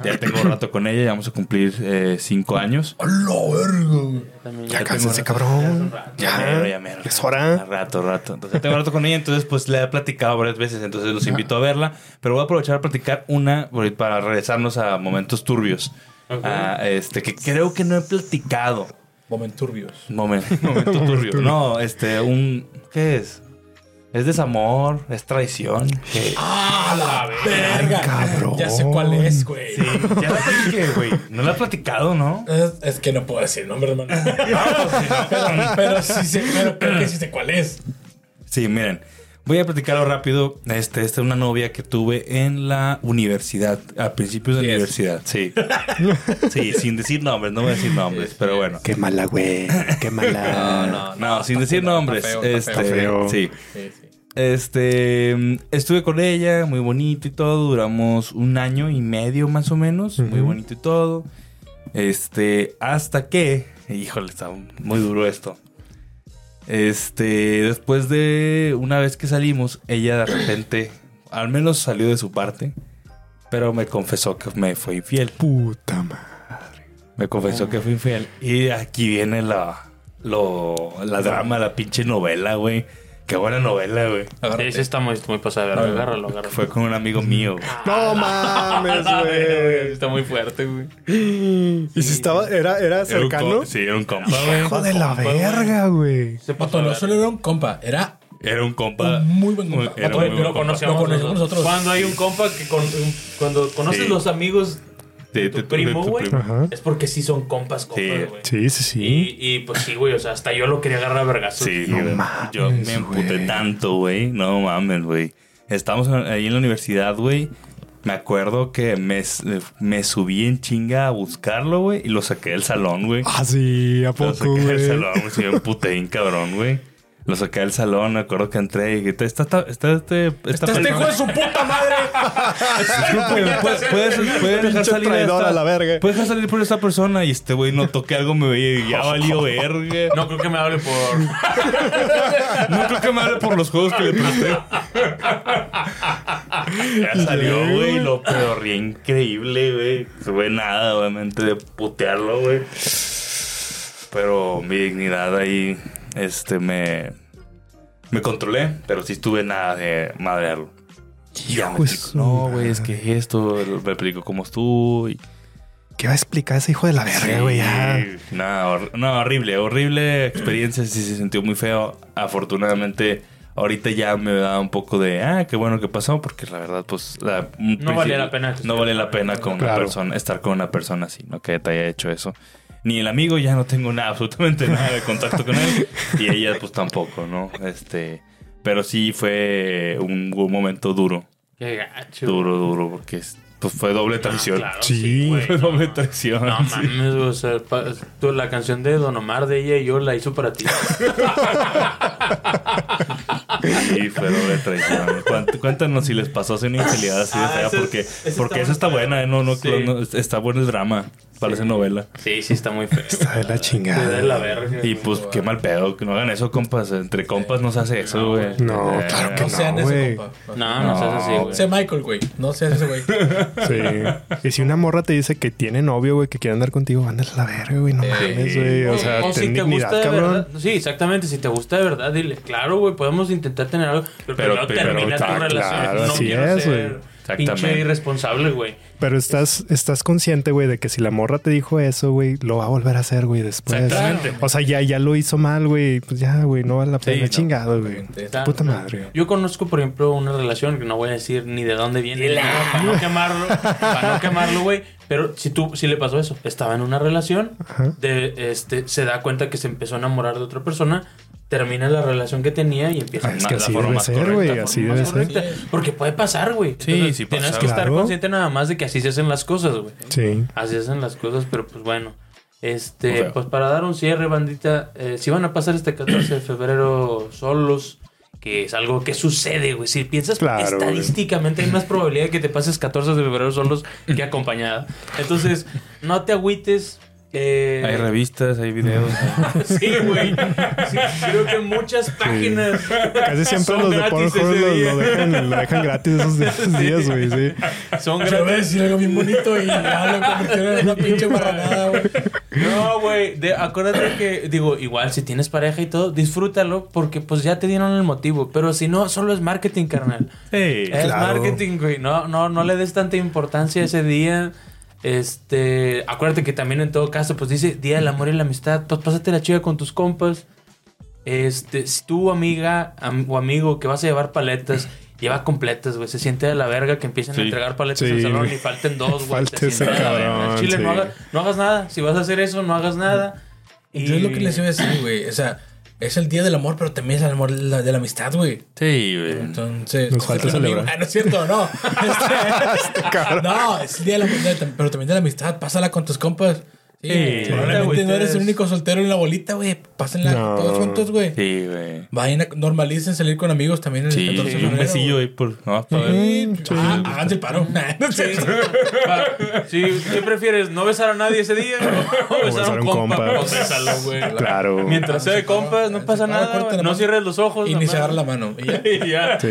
Speaker 5: ya tengo rato con ella, ya vamos a cumplir eh, cinco años.
Speaker 6: A la verga, güey.
Speaker 2: También
Speaker 1: Ya
Speaker 2: ya-
Speaker 1: cálmense, cabrón.
Speaker 5: Ya, mero, ya mero.
Speaker 1: Es hora.
Speaker 5: A Rato, rato. Entonces tengo rato con ella, entonces pues la he platicado varias veces, entonces los invito a verla. Pero voy a aprovechar a platicar una por- para regresarnos a momentos turbios. A, este, que creo que no he platicado.
Speaker 6: Momenturbios.
Speaker 1: [LAUGHS]
Speaker 5: Momen- momento turbio. No, este, un. ¿Qué es? Es desamor, es traición.
Speaker 1: [LAUGHS]
Speaker 6: ¡Ah, la verga!
Speaker 1: cabrón.
Speaker 6: Ya sé cuál es, güey.
Speaker 5: Ya la platiqué, güey. No la he platicado, ¿no?
Speaker 6: Es, es que no puedo decir el nombre, [LAUGHS] hermano. pero, pero sí sé, pero creo que sí sé cuál es.
Speaker 5: Sí, miren. Voy a platicarlo rápido. Este, esta es una novia que tuve en la universidad, a principios de la
Speaker 6: Yes.
Speaker 5: universidad. Sí. Sí, sin decir nombres, no voy a decir nombres, pero bueno.
Speaker 1: Qué mala, güey.
Speaker 5: [LAUGHS]
Speaker 1: Qué mala.
Speaker 5: No, sin decir
Speaker 6: feo,
Speaker 5: nombres.
Speaker 6: está feo,
Speaker 5: este,
Speaker 6: está
Speaker 1: feo.
Speaker 5: Sí.
Speaker 6: Sí, sí.
Speaker 5: Este, mm, estuve con ella, muy bonito y todo. Duramos un año y medio más o menos, muy
Speaker 1: Ujú.
Speaker 5: bonito y todo. Este, hasta que, híjole, está muy duro esto. Este, después de una vez que salimos, ella de repente, al menos salió de su parte, pero me confesó que me fue infiel.
Speaker 1: Puta madre.
Speaker 5: Me confesó que fue infiel. Y aquí viene la, lo, la drama, la pinche novela, güey. Qué buena novela, güey.
Speaker 6: Agárrate.
Speaker 2: Ese está muy, muy pasado. de verga. Agárralo, agárralo. Ah,
Speaker 5: Fue con un amigo mío. güey.
Speaker 1: No mames, güey.
Speaker 2: Está muy fuerte, güey.
Speaker 1: Y si estaba, era, era
Speaker 5: Era un
Speaker 1: cercano.
Speaker 5: com- sí, era un compa, güey.
Speaker 1: Hijo de la verga, güey.
Speaker 2: Se
Speaker 6: Vato, no solo era un compa, era
Speaker 5: Era un compa.
Speaker 6: un muy buen compa.
Speaker 5: Era
Speaker 6: Vato,
Speaker 5: muy
Speaker 6: lo
Speaker 5: buen
Speaker 2: Lo
Speaker 5: compa.
Speaker 2: conocemos,
Speaker 6: Lo conocemos
Speaker 2: nosotros.
Speaker 6: nosotros.
Speaker 2: Cuando hay un compa que con- cuando conoces
Speaker 5: Sí.
Speaker 2: los amigos
Speaker 5: Sí,
Speaker 2: de
Speaker 5: tu-
Speaker 2: tu
Speaker 5: tu-
Speaker 2: primo,
Speaker 5: tu
Speaker 2: güey,
Speaker 5: primo.
Speaker 1: Ajá.
Speaker 2: es porque sí son compas,
Speaker 5: Sí.
Speaker 2: compas, güey.
Speaker 1: Sí, sí, sí.
Speaker 2: Y, y, pues sí, güey, o sea, hasta yo lo quería agarrar a vergazos.
Speaker 5: Sí,
Speaker 1: No
Speaker 5: güey.
Speaker 1: mames,
Speaker 5: yo me emputé
Speaker 1: güey.
Speaker 5: tanto, güey. No mames, güey. Estábamos en- ahí en la universidad, güey. Me acuerdo que me, me subí en chinga a buscarlo, güey, y lo saqué del salón, güey.
Speaker 1: Ah, sí, ¿a
Speaker 5: Lo
Speaker 1: poco,
Speaker 5: saqué del
Speaker 1: güey?
Speaker 5: salón, güey. Sí, me emputé bien cabrón, güey. Lo saqué del salón, me acuerdo que entré y dije, está, está, está, este- esta
Speaker 6: ¡Está este hijo
Speaker 5: persona- [LAUGHS]
Speaker 6: de su puta madre!
Speaker 2: [LAUGHS]
Speaker 5: Discúlpeme, ¿puedes, puedes, puedes dejar
Speaker 1: Pinche
Speaker 5: salir a
Speaker 1: traidor
Speaker 5: esta-
Speaker 1: a la verga.
Speaker 5: Puedes dejar salir por esta persona y este güey no toqué algo, me veía
Speaker 1: [LAUGHS]
Speaker 5: y ya valió verga.
Speaker 2: No creo que me hable por.
Speaker 5: No creo que me hable por los juegos que le presté. Ya salió, güey, lo pedorría increíble, güey. No fue nada, obviamente, de putearlo, güey. Pero mi dignidad ahí, este, me... Me controlé, pero sí estuve nada de madrearlo. Y ya me
Speaker 1: Pues,
Speaker 5: explicó, no, güey, es que esto, me explicó cómo estuvo y...
Speaker 1: ¿Qué va a explicar ese hijo de la verga, Eh, güey? Ya.
Speaker 5: Sí. No, hor- no, horrible, horrible experiencia, sí se sintió muy feo. Afortunadamente, ahorita ya me da un poco de, ah, qué bueno que pasó, porque la verdad, pues... la- un
Speaker 2: No valía la pena que
Speaker 5: No valía la pena con una
Speaker 1: Claro.
Speaker 5: persona, estar con una persona así, ¿no? Que te haya hecho eso. Ni el amigo, ya no tengo nada, [LAUGHS] absolutamente nada de contacto con él. Y ella, pues tampoco, ¿no? Este... Pero sí fue un, un momento duro,
Speaker 2: Qué gacho.
Speaker 5: duro, duro, porque es- pues, fue doble
Speaker 2: Ah,
Speaker 5: traición.
Speaker 2: claro,
Speaker 1: Sí,
Speaker 5: [LAUGHS]
Speaker 2: güey,
Speaker 5: Fue
Speaker 2: no,
Speaker 5: doble
Speaker 2: no.
Speaker 5: traición.
Speaker 2: No
Speaker 5: sí.
Speaker 2: mames, güey, o sea, pa- tú, la canción de Don Omar de ella y yo la hizo para ti.
Speaker 5: Sí, fue doble traición. Cuént- Cuéntanos si les pasó así una infidelidad así de
Speaker 2: Ah,
Speaker 5: fea,
Speaker 2: ese-
Speaker 5: porque,
Speaker 2: ese está
Speaker 5: porque eso está
Speaker 2: bueno.
Speaker 5: buena, ¿eh? no, no,
Speaker 2: Sí.
Speaker 5: no, está bueno el drama, parece novela.
Speaker 2: Sí, sí, está muy feo.
Speaker 1: Está de la
Speaker 2: güey.
Speaker 1: chingada.
Speaker 2: Está de la verga.
Speaker 5: Y
Speaker 2: güey.
Speaker 5: pues qué mal pedo, que no hagan eso, compas. Entre compas no se hace eso, güey.
Speaker 1: No,
Speaker 5: Eh,
Speaker 1: claro que
Speaker 6: No sean ese
Speaker 1: güey.
Speaker 6: compa.
Speaker 2: No, no seas así, güey.
Speaker 6: Sé Michael, güey. No seas ese güey. [LAUGHS]
Speaker 1: Sí. Y si una morra te dice que tiene novio, güey, que quiere andar contigo, ándale a la verga, güey. No
Speaker 6: Eh,
Speaker 1: mames, güey. O sea, ten dignidad,
Speaker 2: de
Speaker 1: cabrón.
Speaker 2: verdad. Sí, exactamente. Si te gusta de verdad, dile, claro, güey, podemos intentar tener algo. Pero,
Speaker 5: Pero
Speaker 2: primero
Speaker 5: primero,
Speaker 2: termina tu
Speaker 5: claro,
Speaker 2: relación.
Speaker 1: claro,
Speaker 2: no
Speaker 1: así
Speaker 2: quiero
Speaker 1: es,
Speaker 2: ser
Speaker 1: güey.
Speaker 5: Exactamente.
Speaker 2: pinche irresponsable, güey.
Speaker 1: Pero estás, estás consciente, güey, de que si la morra te dijo eso, güey, lo va a volver a hacer, güey, después.
Speaker 2: Exactamente.
Speaker 1: O sea, ya, ya lo hizo mal, güey. Pues ya, güey, no vale la pena.
Speaker 5: no.
Speaker 1: Chingado, güey.
Speaker 6: Está-
Speaker 1: Puta madre.
Speaker 2: Yo conozco, por ejemplo, una relación que no voy a decir ni de dónde viene, ni nada, para no quemarlo, para no quemarlo, güey. Pero si tú, si le pasó eso, estaba en una relación,
Speaker 1: Ajá.
Speaker 2: de, este, se da cuenta que se empezó a enamorar de otra persona, termina la relación que tenía y empieza
Speaker 1: Ah, es
Speaker 5: Ma-
Speaker 1: que
Speaker 5: la
Speaker 1: así
Speaker 5: forma
Speaker 1: debe
Speaker 5: más
Speaker 1: ser,
Speaker 5: correcta,
Speaker 1: güey.
Speaker 5: la
Speaker 1: Así
Speaker 2: forma
Speaker 1: debe
Speaker 2: más
Speaker 1: ser.
Speaker 2: correcta, Porque puede pasar, güey.
Speaker 5: Sí,
Speaker 2: Entonces,
Speaker 5: sí pasa,
Speaker 2: Tienes que estar
Speaker 1: claro.
Speaker 2: consciente nada más de que así se hacen las cosas, güey.
Speaker 1: Sí.
Speaker 2: Así se hacen las cosas, pero pues bueno.
Speaker 5: O
Speaker 2: Este,
Speaker 5: sea.
Speaker 2: pues para dar un cierre, bandita, eh, si van a pasar este 14 de febrero solos, que es algo que sucede, güey. Si piensas
Speaker 1: Claro,
Speaker 2: estadísticamente, hay más probabilidad de que te pases 14 de febrero solos que acompañada. Entonces, no te agüites. eh,
Speaker 5: Hay revistas, hay videos.
Speaker 2: [LAUGHS] Sí, güey. Sí, creo que muchas páginas. [LAUGHS]
Speaker 1: Casi siempre
Speaker 2: son
Speaker 1: los de
Speaker 2: gratis
Speaker 1: Pornhub
Speaker 2: ese
Speaker 1: lo,
Speaker 2: día.
Speaker 1: lo dejan, lo
Speaker 2: [LAUGHS]
Speaker 1: dejan gratis esos esos días, güey. Sí.
Speaker 2: Son
Speaker 6: Yo voy a
Speaker 2: gratis.
Speaker 6: decir algo bien bonito y ya lo convirtieron en una pinche guardanada, güey.
Speaker 2: No, güey. de- Acuérdate que, digo, igual si tienes pareja y todo, disfrútalo porque pues ya te dieron el motivo. Pero si no, solo es marketing, carnal.
Speaker 5: Sí.
Speaker 2: Es
Speaker 1: claro.
Speaker 2: marketing, güey. No, no, no le des tanta importancia a ese día. Este, acuérdate que también en todo caso, pues dice Día del Amor y la Amistad. Pues pásate la chica con tus compas. Este, si tu amiga am- o amigo que vas a llevar paletas, lleva completas, güey. Se siente de la verga que empiecen
Speaker 5: Sí.
Speaker 2: a entregar paletas
Speaker 1: Sí.
Speaker 2: en el salón y falten dos, güey.
Speaker 1: Falta
Speaker 2: Te
Speaker 1: ese
Speaker 2: sientes de la
Speaker 1: cabrón,
Speaker 2: verga. Al Chile, no,
Speaker 1: sí.
Speaker 2: haga- no hagas nada. Si vas a hacer eso, no hagas nada. Y...
Speaker 6: Yo es lo que les iba
Speaker 2: [LAUGHS]
Speaker 6: a decir, güey. O sea, es el día del amor, pero también es el amor de la, de la amistad, güey.
Speaker 5: Sí, güey.
Speaker 6: Entonces,
Speaker 1: Nos falta
Speaker 6: es el amigo.
Speaker 1: celebrar.
Speaker 6: Ah, no es cierto, no. Este-
Speaker 1: [LAUGHS] cabrón.
Speaker 6: no, es el día de la amistad, pero también de la amistad. Pásala con tus compas. Sí,
Speaker 2: Sí,
Speaker 6: probablemente
Speaker 2: güey,
Speaker 6: no eres el
Speaker 2: ustedes-
Speaker 6: único soltero en la bolita, güey. Pásenla
Speaker 1: No.
Speaker 6: todos juntos, güey.
Speaker 5: Sí, güey.
Speaker 6: Vayan a normalicen salir con amigos también el
Speaker 5: Sí,
Speaker 6: 14 de
Speaker 5: y un
Speaker 6: febrero,
Speaker 5: besillo
Speaker 6: güey.
Speaker 5: ahí por. No, pa' ver.
Speaker 6: Sí,
Speaker 1: Sí.
Speaker 6: ah, háganse el paro. [LAUGHS] No es cierto.
Speaker 2: Pa- Sí, ¿Qué prefieres? ¿No besar a nadie ese día? ¿O besar a un compa? Pues bésalo, güey.
Speaker 1: Claro.
Speaker 2: Mientras sea de compas, no pasa
Speaker 6: Separa,
Speaker 2: nada.
Speaker 6: corta la
Speaker 2: güey. No
Speaker 6: mano.
Speaker 2: cierres los ojos.
Speaker 6: Y ni
Speaker 2: nomás.
Speaker 6: se
Speaker 2: [LAUGHS]
Speaker 6: agarra la mano. Y ya.
Speaker 2: Y ya.
Speaker 1: Sí.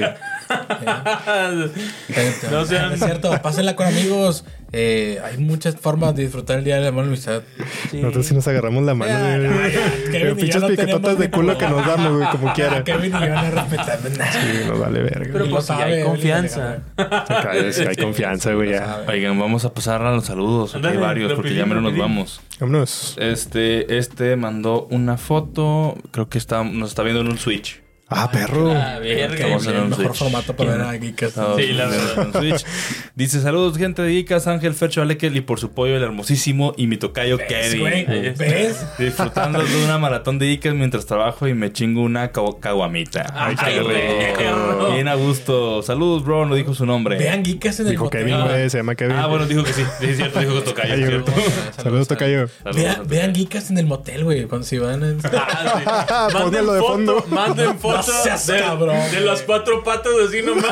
Speaker 6: No,
Speaker 2: No sean-
Speaker 6: es cierto, pásenla con amigos. Eh, hay muchas formas de disfrutar el día de la amor y amistad.
Speaker 2: Sí.
Speaker 1: Nosotros sí nos agarramos la mano.
Speaker 6: Ya,
Speaker 1: güey.
Speaker 6: ya, ya.
Speaker 1: Pero
Speaker 6: Kevin y yo
Speaker 1: pinches
Speaker 6: no
Speaker 1: piquetotas
Speaker 6: tenemos
Speaker 1: de culo que nos damos, güey,
Speaker 6: [LAUGHS]
Speaker 1: como quiera.
Speaker 6: Ah, Kevin y yo no respetamos nada.
Speaker 1: Sí, nos vale verga.
Speaker 2: Pero
Speaker 6: Ni
Speaker 2: pues
Speaker 6: lo
Speaker 2: ya hay
Speaker 6: sabe,
Speaker 2: confianza. [LAUGHS]
Speaker 1: Acá es- hay confianza, güey. Ya.
Speaker 6: sabe.
Speaker 5: Oigan, vamos a pasar a los saludos. porque Hay
Speaker 2: Ándale,
Speaker 5: varios, porque ya
Speaker 2: rapidín,
Speaker 5: menos nos
Speaker 2: rapidín.
Speaker 5: vamos.
Speaker 1: Vámonos.
Speaker 5: Este, este mandó una foto. Creo que está, nos está viendo en un Switch.
Speaker 1: Ah, perro.
Speaker 6: Kevin,
Speaker 5: Vamos
Speaker 6: [LAUGHS]
Speaker 5: a hacer
Speaker 6: el
Speaker 5: un
Speaker 6: mejor
Speaker 5: switch.
Speaker 6: formato para ver a Geekas.
Speaker 2: Sí, la
Speaker 5: Estamos
Speaker 2: verdad.
Speaker 5: en un Switch. [LAUGHS] Dice: Saludos, gente de Icas, Ángel Fercho Alekel y por su pollo, el hermosísimo y mi tocayo
Speaker 6: ¿Ves, güey?
Speaker 5: Kevin.
Speaker 6: ¿Ves?
Speaker 5: Disfrutando de una maratón de Icas mientras trabajo y me chingo una cagu- caguamita.
Speaker 2: Ay,
Speaker 1: qué
Speaker 2: perro.
Speaker 5: Bien a gusto. Saludos, bro. No dijo su nombre.
Speaker 6: Vean Geekas en el
Speaker 1: Dijo
Speaker 6: hotel.
Speaker 1: Kevin, güey. Se llama Kevin.
Speaker 5: Ah, bueno, dijo que sí. Sí, es cierto, dijo que tocayo. es
Speaker 1: Tocayo.
Speaker 5: cierto.
Speaker 1: Saludos, Tocayo.
Speaker 5: Saludos.
Speaker 6: Vea- vean Geekas en el motel, güey. Cuando se van en...
Speaker 2: Ah,
Speaker 1: Ponlo
Speaker 2: sí. [LAUGHS] Manden
Speaker 1: de
Speaker 2: foto-
Speaker 1: fondo.
Speaker 2: Manden
Speaker 6: No
Speaker 2: fotos
Speaker 6: seas
Speaker 2: de,
Speaker 6: cabrón,
Speaker 2: de
Speaker 6: güey.
Speaker 2: las cuatro patas así nomás.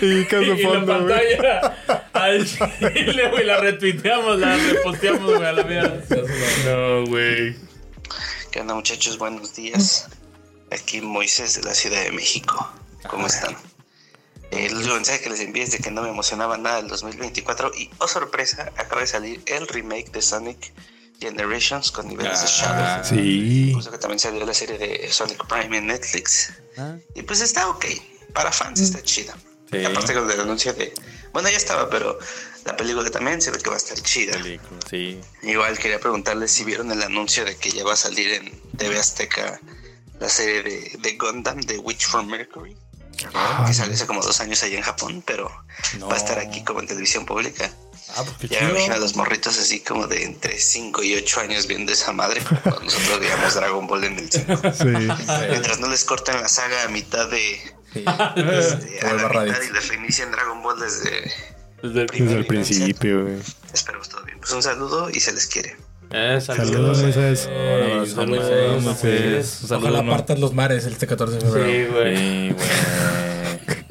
Speaker 1: Y que
Speaker 2: y,
Speaker 1: de
Speaker 2: y la
Speaker 1: fondo, güey.
Speaker 2: pantalla al chile, güey. La retuiteamos, la reposteamos, güey, a la mierda. No, güey.
Speaker 3: ¿Qué onda muchachos? Buenos días. Aquí Moisés de la Ciudad de México. ¿Cómo están? El último mensaje que les envié es de que no me emocionaba nada el 2024 y, oh sorpresa, acaba de salir el remake de Sonic Generations con niveles de
Speaker 1: Ah.
Speaker 3: Shadow.
Speaker 1: Sí.
Speaker 3: Incluso que también salió la serie de Sonic Prime en Netflix. Y pues está ok. Para fans está chida.
Speaker 5: Sí.
Speaker 3: Y Aparte con el anuncio de... Bueno, ya estaba, pero la película también se ve que va a estar chida.
Speaker 5: Película, Sí.
Speaker 3: Igual quería preguntarles si vieron el anuncio de que ya va a salir en TV Azteca la serie de, de Gundam de Witch from Mercury, que salió hace como dos años allá en Japón, pero va a estar aquí como en televisión pública.
Speaker 5: Ah, pues qué
Speaker 3: Ya me imagino a los morritos así como de entre 5 y 8 años viendo esa madre, como cuando nosotros veíamos Dragon Ball en el
Speaker 1: [LAUGHS]
Speaker 3: 5.
Speaker 1: Sí.
Speaker 3: Mientras no les corten la saga a mitad de...
Speaker 6: Sí.
Speaker 3: este, a
Speaker 6: Vuelva
Speaker 3: la mitad
Speaker 6: Raditz.
Speaker 3: y les reinician Dragon Ball desde...
Speaker 2: Desde el
Speaker 1: Desde el principio, güey.
Speaker 3: Esperemos todo bien. Pues un saludo y se les quiere.
Speaker 2: Eh,
Speaker 1: Saludos, Moisés.
Speaker 5: Saludos, Moisés. Moisés. Un saludo,
Speaker 6: Ojalá
Speaker 5: ¿no?
Speaker 6: partas los mares este 14 de febrero.
Speaker 2: Sí, güey.
Speaker 5: Sí, güey.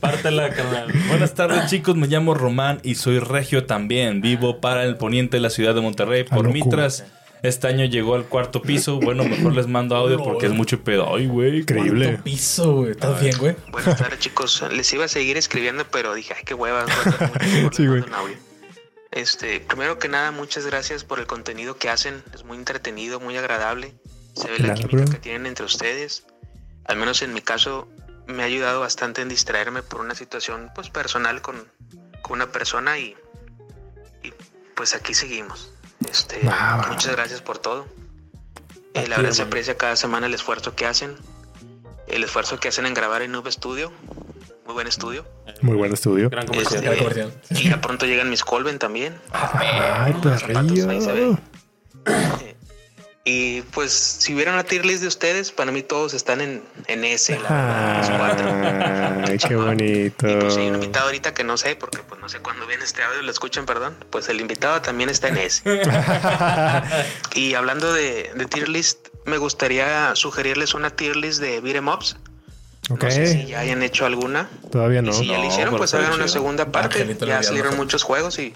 Speaker 2: Pártela, carnal.
Speaker 5: Buenas tardes, chicos. Me llamo Román y soy regio también. Vivo para el poniente de la ciudad de Monterrey.
Speaker 1: Ah,
Speaker 5: Por
Speaker 1: loco.
Speaker 5: mitras, este año llegó al cuarto piso. Bueno, mejor les mando audio porque es mucho pedo. Ay, güey.
Speaker 1: Increíble.
Speaker 6: Piso, güey. ¿Estás bien, güey?
Speaker 3: Buenas tardes, chicos. Les iba a seguir escribiendo, pero dije, ay, qué hueva. voy a tardar mucho,
Speaker 1: [LAUGHS]
Speaker 3: mejor
Speaker 1: Sí,
Speaker 3: les
Speaker 1: güey.
Speaker 3: mando un audio. Este, primero que nada, muchas gracias por el contenido que hacen. Es muy entretenido, muy agradable. Se ve la
Speaker 1: Claro,
Speaker 3: química
Speaker 1: bro.
Speaker 3: que tienen entre ustedes. Al menos en mi caso, me ha ayudado bastante en distraerme por una situación pues personal con, con una persona y, y, pues aquí seguimos. Este,
Speaker 1: Ah, va.
Speaker 3: muchas gracias por todo. Eh,
Speaker 2: Aquí,
Speaker 3: la verdad se
Speaker 2: hermano.
Speaker 3: aprecia cada semana el esfuerzo que hacen. El esfuerzo que hacen en grabar en Nube Studio. Muy buen estudio.
Speaker 1: Muy buen estudio.
Speaker 2: Gran
Speaker 3: Este,
Speaker 2: comercial.
Speaker 6: Gran comercial.
Speaker 3: y ya pronto llegan mis Colben también.
Speaker 1: Ay,
Speaker 3: Ahí se ve.
Speaker 1: perrillo.
Speaker 3: Y pues, si vieron la tier list de ustedes, para mí todos están en, en S, la verdad,
Speaker 1: Ah.
Speaker 3: los cuatro.
Speaker 1: Ay, qué bonito.
Speaker 3: Y pues hay un invitado ahorita que no sé, porque pues no sé cuándo viene este audio, lo escuchan, perdón. Pues el invitado también está en S. Y hablando de, de tier list, me gustaría sugerirles una tier list de Beat'em Ups.
Speaker 1: [LAUGHS] Ok,
Speaker 3: No sé si ya hayan hecho alguna.
Speaker 1: todavía no.
Speaker 3: y si ya
Speaker 5: no,
Speaker 3: la hicieron,
Speaker 5: pero
Speaker 3: pues
Speaker 5: está
Speaker 3: hagan una
Speaker 5: chido. Ah,
Speaker 3: segunda parte.
Speaker 6: Angelito le
Speaker 3: ya
Speaker 6: dio
Speaker 3: salieron
Speaker 6: algo.
Speaker 3: muchos juegos y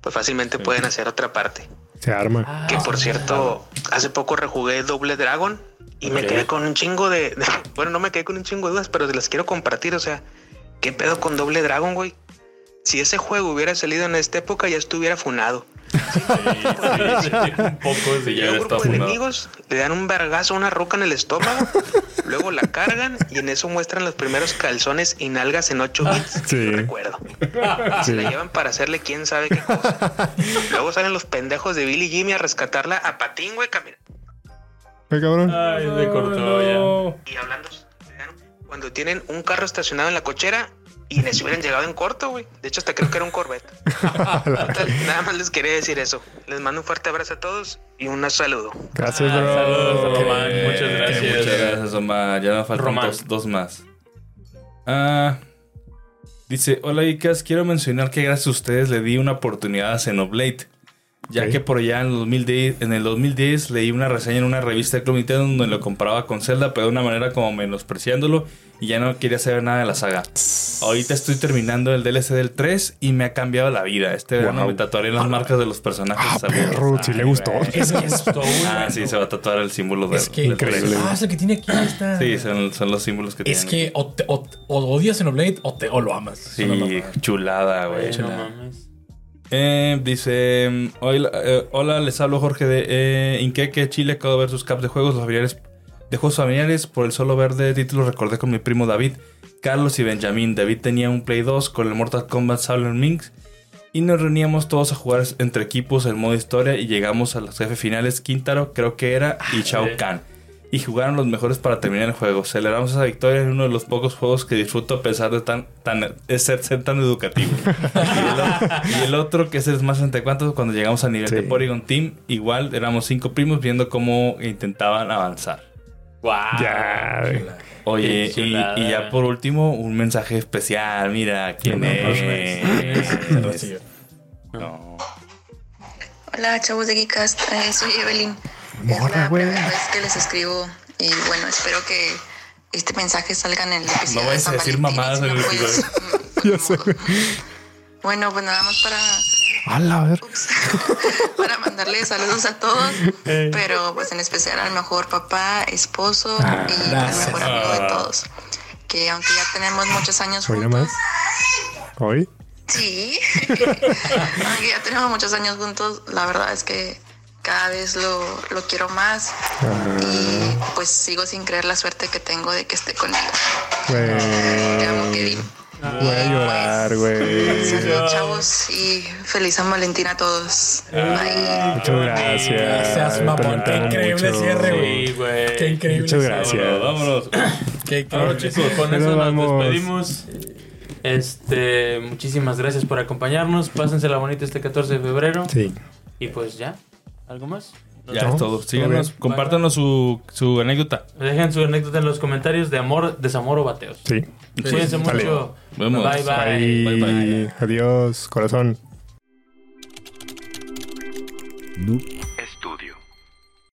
Speaker 3: pues fácilmente pueden hacer otra parte.
Speaker 1: Se arma.
Speaker 3: Que por cierto, hace poco rejugué Doble Dragon y me
Speaker 5: Ok.
Speaker 3: quedé con un chingo de, de- Bueno, no me quedé con un chingo de dudas, pero las quiero compartir. O sea, ¿qué pedo con Doble Dragon, güey? Si ese juego hubiera salido en esta época, ya estuviera funado.
Speaker 5: Un poco
Speaker 3: Y
Speaker 5: de
Speaker 3: un
Speaker 5: ya
Speaker 3: grupo
Speaker 5: está
Speaker 3: de
Speaker 5: fundado.
Speaker 3: enemigos le dan un vergazo a una roca en el estómago
Speaker 4: [LAUGHS] Luego la cargan y en eso muestran los primeros calzones y nalgas en 8 bits.
Speaker 1: Sí.
Speaker 4: No recuerdo. Se la llevan para hacerle quién sabe qué cosa. Luego salen los pendejos de Billy y Jimmy a rescatarla a patín, güey, camina.
Speaker 1: Ay, cabrón.
Speaker 5: Ah,
Speaker 2: Ay, se cortó ya.
Speaker 4: Y hablando, cuando tienen un carro estacionado en la cochera y les hubieran llegado en corto, güey. De hecho, hasta creo que era un Corvette. Total, nada más les quería decir eso. Les mando un fuerte abrazo a todos y un saludo.
Speaker 1: Gracias,
Speaker 2: Ah,
Speaker 1: bro.
Speaker 2: saludos a Román,
Speaker 5: Eh,
Speaker 2: muchas gracias.
Speaker 5: Muchas gracias, Omar. Ya me faltan
Speaker 2: Román.
Speaker 5: dos, dos más. Ah, dice: Hola, Icas. Quiero mencionar que gracias a ustedes le di una oportunidad a Xenoblade. Ya
Speaker 1: Ok.
Speaker 5: que por allá en, el 2010, en el 2010 leí una reseña en una revista de Club Nintendo donde lo comparaba con Zelda, pero de una manera como menospreciándolo y ya no quería saber nada de la saga. Ahorita estoy terminando el DLC del 3 y me ha cambiado la vida. Este verano
Speaker 1: Wow.
Speaker 5: me tatuaré las marcas de los personajes.
Speaker 1: Ah,
Speaker 5: Saludos.
Speaker 1: perro, sí le gustó.
Speaker 2: Es que es todo un-
Speaker 5: Ah, sí, se va a tatuar el símbolo de
Speaker 6: Es
Speaker 5: [LAUGHS]
Speaker 6: que
Speaker 5: del
Speaker 1: increíble.
Speaker 5: tres.
Speaker 6: Ah, es el que tiene aquí esta.
Speaker 5: Sí, son, son los símbolos que
Speaker 6: Es
Speaker 5: tienen.
Speaker 6: que o, te- o- o odias Xenoblade o, te, o lo amas.
Speaker 5: [LAUGHS]
Speaker 6: Es una
Speaker 5: Sí,
Speaker 6: mamada.
Speaker 5: chulada, güey.
Speaker 2: Ay, no mames.
Speaker 5: Eh, dice, mm, hola, eh, hola, les hablo Jorge de eh, Inqueque, Chile. Acabo de ver sus caps de juegos los familiares, de juegos familiares. Por el solo ver de títulos recordé con mi primo David, Carlos y Benjamín. David tenía un Play 2 con el Mortal Kombat Silent Minx. Y nos reuníamos todos a jugar entre equipos en modo historia y llegamos a los jefes finales Quintaro, creo que era, y Shao
Speaker 2: sí.
Speaker 5: Kahn. Y jugaron los mejores para terminar el juego. Celebramos esa victoria en uno de los pocos juegos que disfruto a pesar de tan, tan, de ser, ser tan educativo. y, el, o- y el otro, que es el más 64, cuando llegamos al nivel
Speaker 1: Sí.
Speaker 5: de Polygon Team, igual éramos cinco primos viendo cómo intentaban avanzar.
Speaker 2: Guau.
Speaker 1: Ya, güey.
Speaker 5: Oye,
Speaker 2: Qué
Speaker 5: y,
Speaker 2: chulada.
Speaker 5: Eh, y ya por último, un mensaje especial. Mira, ¿quién
Speaker 1: No
Speaker 5: es? [LAUGHS]
Speaker 6: Sí.
Speaker 5: No.
Speaker 7: Hola, chavos de Geekast, eh, soy Evelyn. es
Speaker 1: Morra,
Speaker 7: la
Speaker 1: güey.
Speaker 7: primera vez que les escribo y bueno, espero que este mensaje salga en el episodio.
Speaker 5: No vayas
Speaker 7: de
Speaker 5: a decir
Speaker 7: San Valentín,
Speaker 5: mamadas
Speaker 7: si no
Speaker 5: en el
Speaker 7: puedes, [LAUGHS]
Speaker 5: [LAUGHS]
Speaker 7: mm,
Speaker 1: Ya sé,
Speaker 7: ni modo. Bueno, pues nada más para,
Speaker 1: A la ver.
Speaker 7: ups, [LAUGHS] para mandarle saludos a todos,
Speaker 5: Eh.
Speaker 7: pero pues en especial al mejor papá, esposo
Speaker 5: Ah,
Speaker 7: y
Speaker 6: gracias.
Speaker 7: al mejor amigo de todos. Que aunque ya tenemos muchos años
Speaker 1: Hoy
Speaker 7: juntos,
Speaker 1: nomás. Hoy.
Speaker 7: Sí. Aunque ya tenemos muchos años juntos, la verdad es que cada vez lo, lo quiero más y pues sigo sin creer la suerte que tengo de que esté conmigo.
Speaker 1: Güey.
Speaker 7: Te amo, Kevin.
Speaker 1: Voy a llorar, güey.
Speaker 7: Saludos, chavos, y feliz San Valentín a todos. Bye.
Speaker 1: Muchas gracias.
Speaker 6: Gracias, mamón. Qué
Speaker 1: Te amo
Speaker 6: increíble
Speaker 1: mucho.
Speaker 6: cierre, güey.
Speaker 2: Sí, güey.
Speaker 6: Qué increíble.
Speaker 1: Muchas
Speaker 5: Vámonos,
Speaker 1: gracias.
Speaker 5: vámonos.
Speaker 6: Qué increíble.
Speaker 2: Ahora, chicos, con
Speaker 1: Nos
Speaker 2: eso
Speaker 1: vamos.
Speaker 2: nos despedimos. Este, muchísimas gracias por acompañarnos. Pásensela bonita este 14 de febrero.
Speaker 1: Sí.
Speaker 2: Y pues ya, ¿algo más? Nos
Speaker 5: Ya
Speaker 1: No,
Speaker 5: es todo.
Speaker 1: todo
Speaker 5: Síganos,
Speaker 1: bien.
Speaker 5: compártanos su, su anécdota.
Speaker 2: Dejen su anécdota en los comentarios de amor, desamor o bateos.
Speaker 1: Sí.
Speaker 2: Cuídense
Speaker 1: Vale.
Speaker 2: mucho.
Speaker 5: Vemos.
Speaker 2: Bye, bye.
Speaker 5: Bye, bye.
Speaker 1: Bye. Adiós, corazón.
Speaker 8: Noob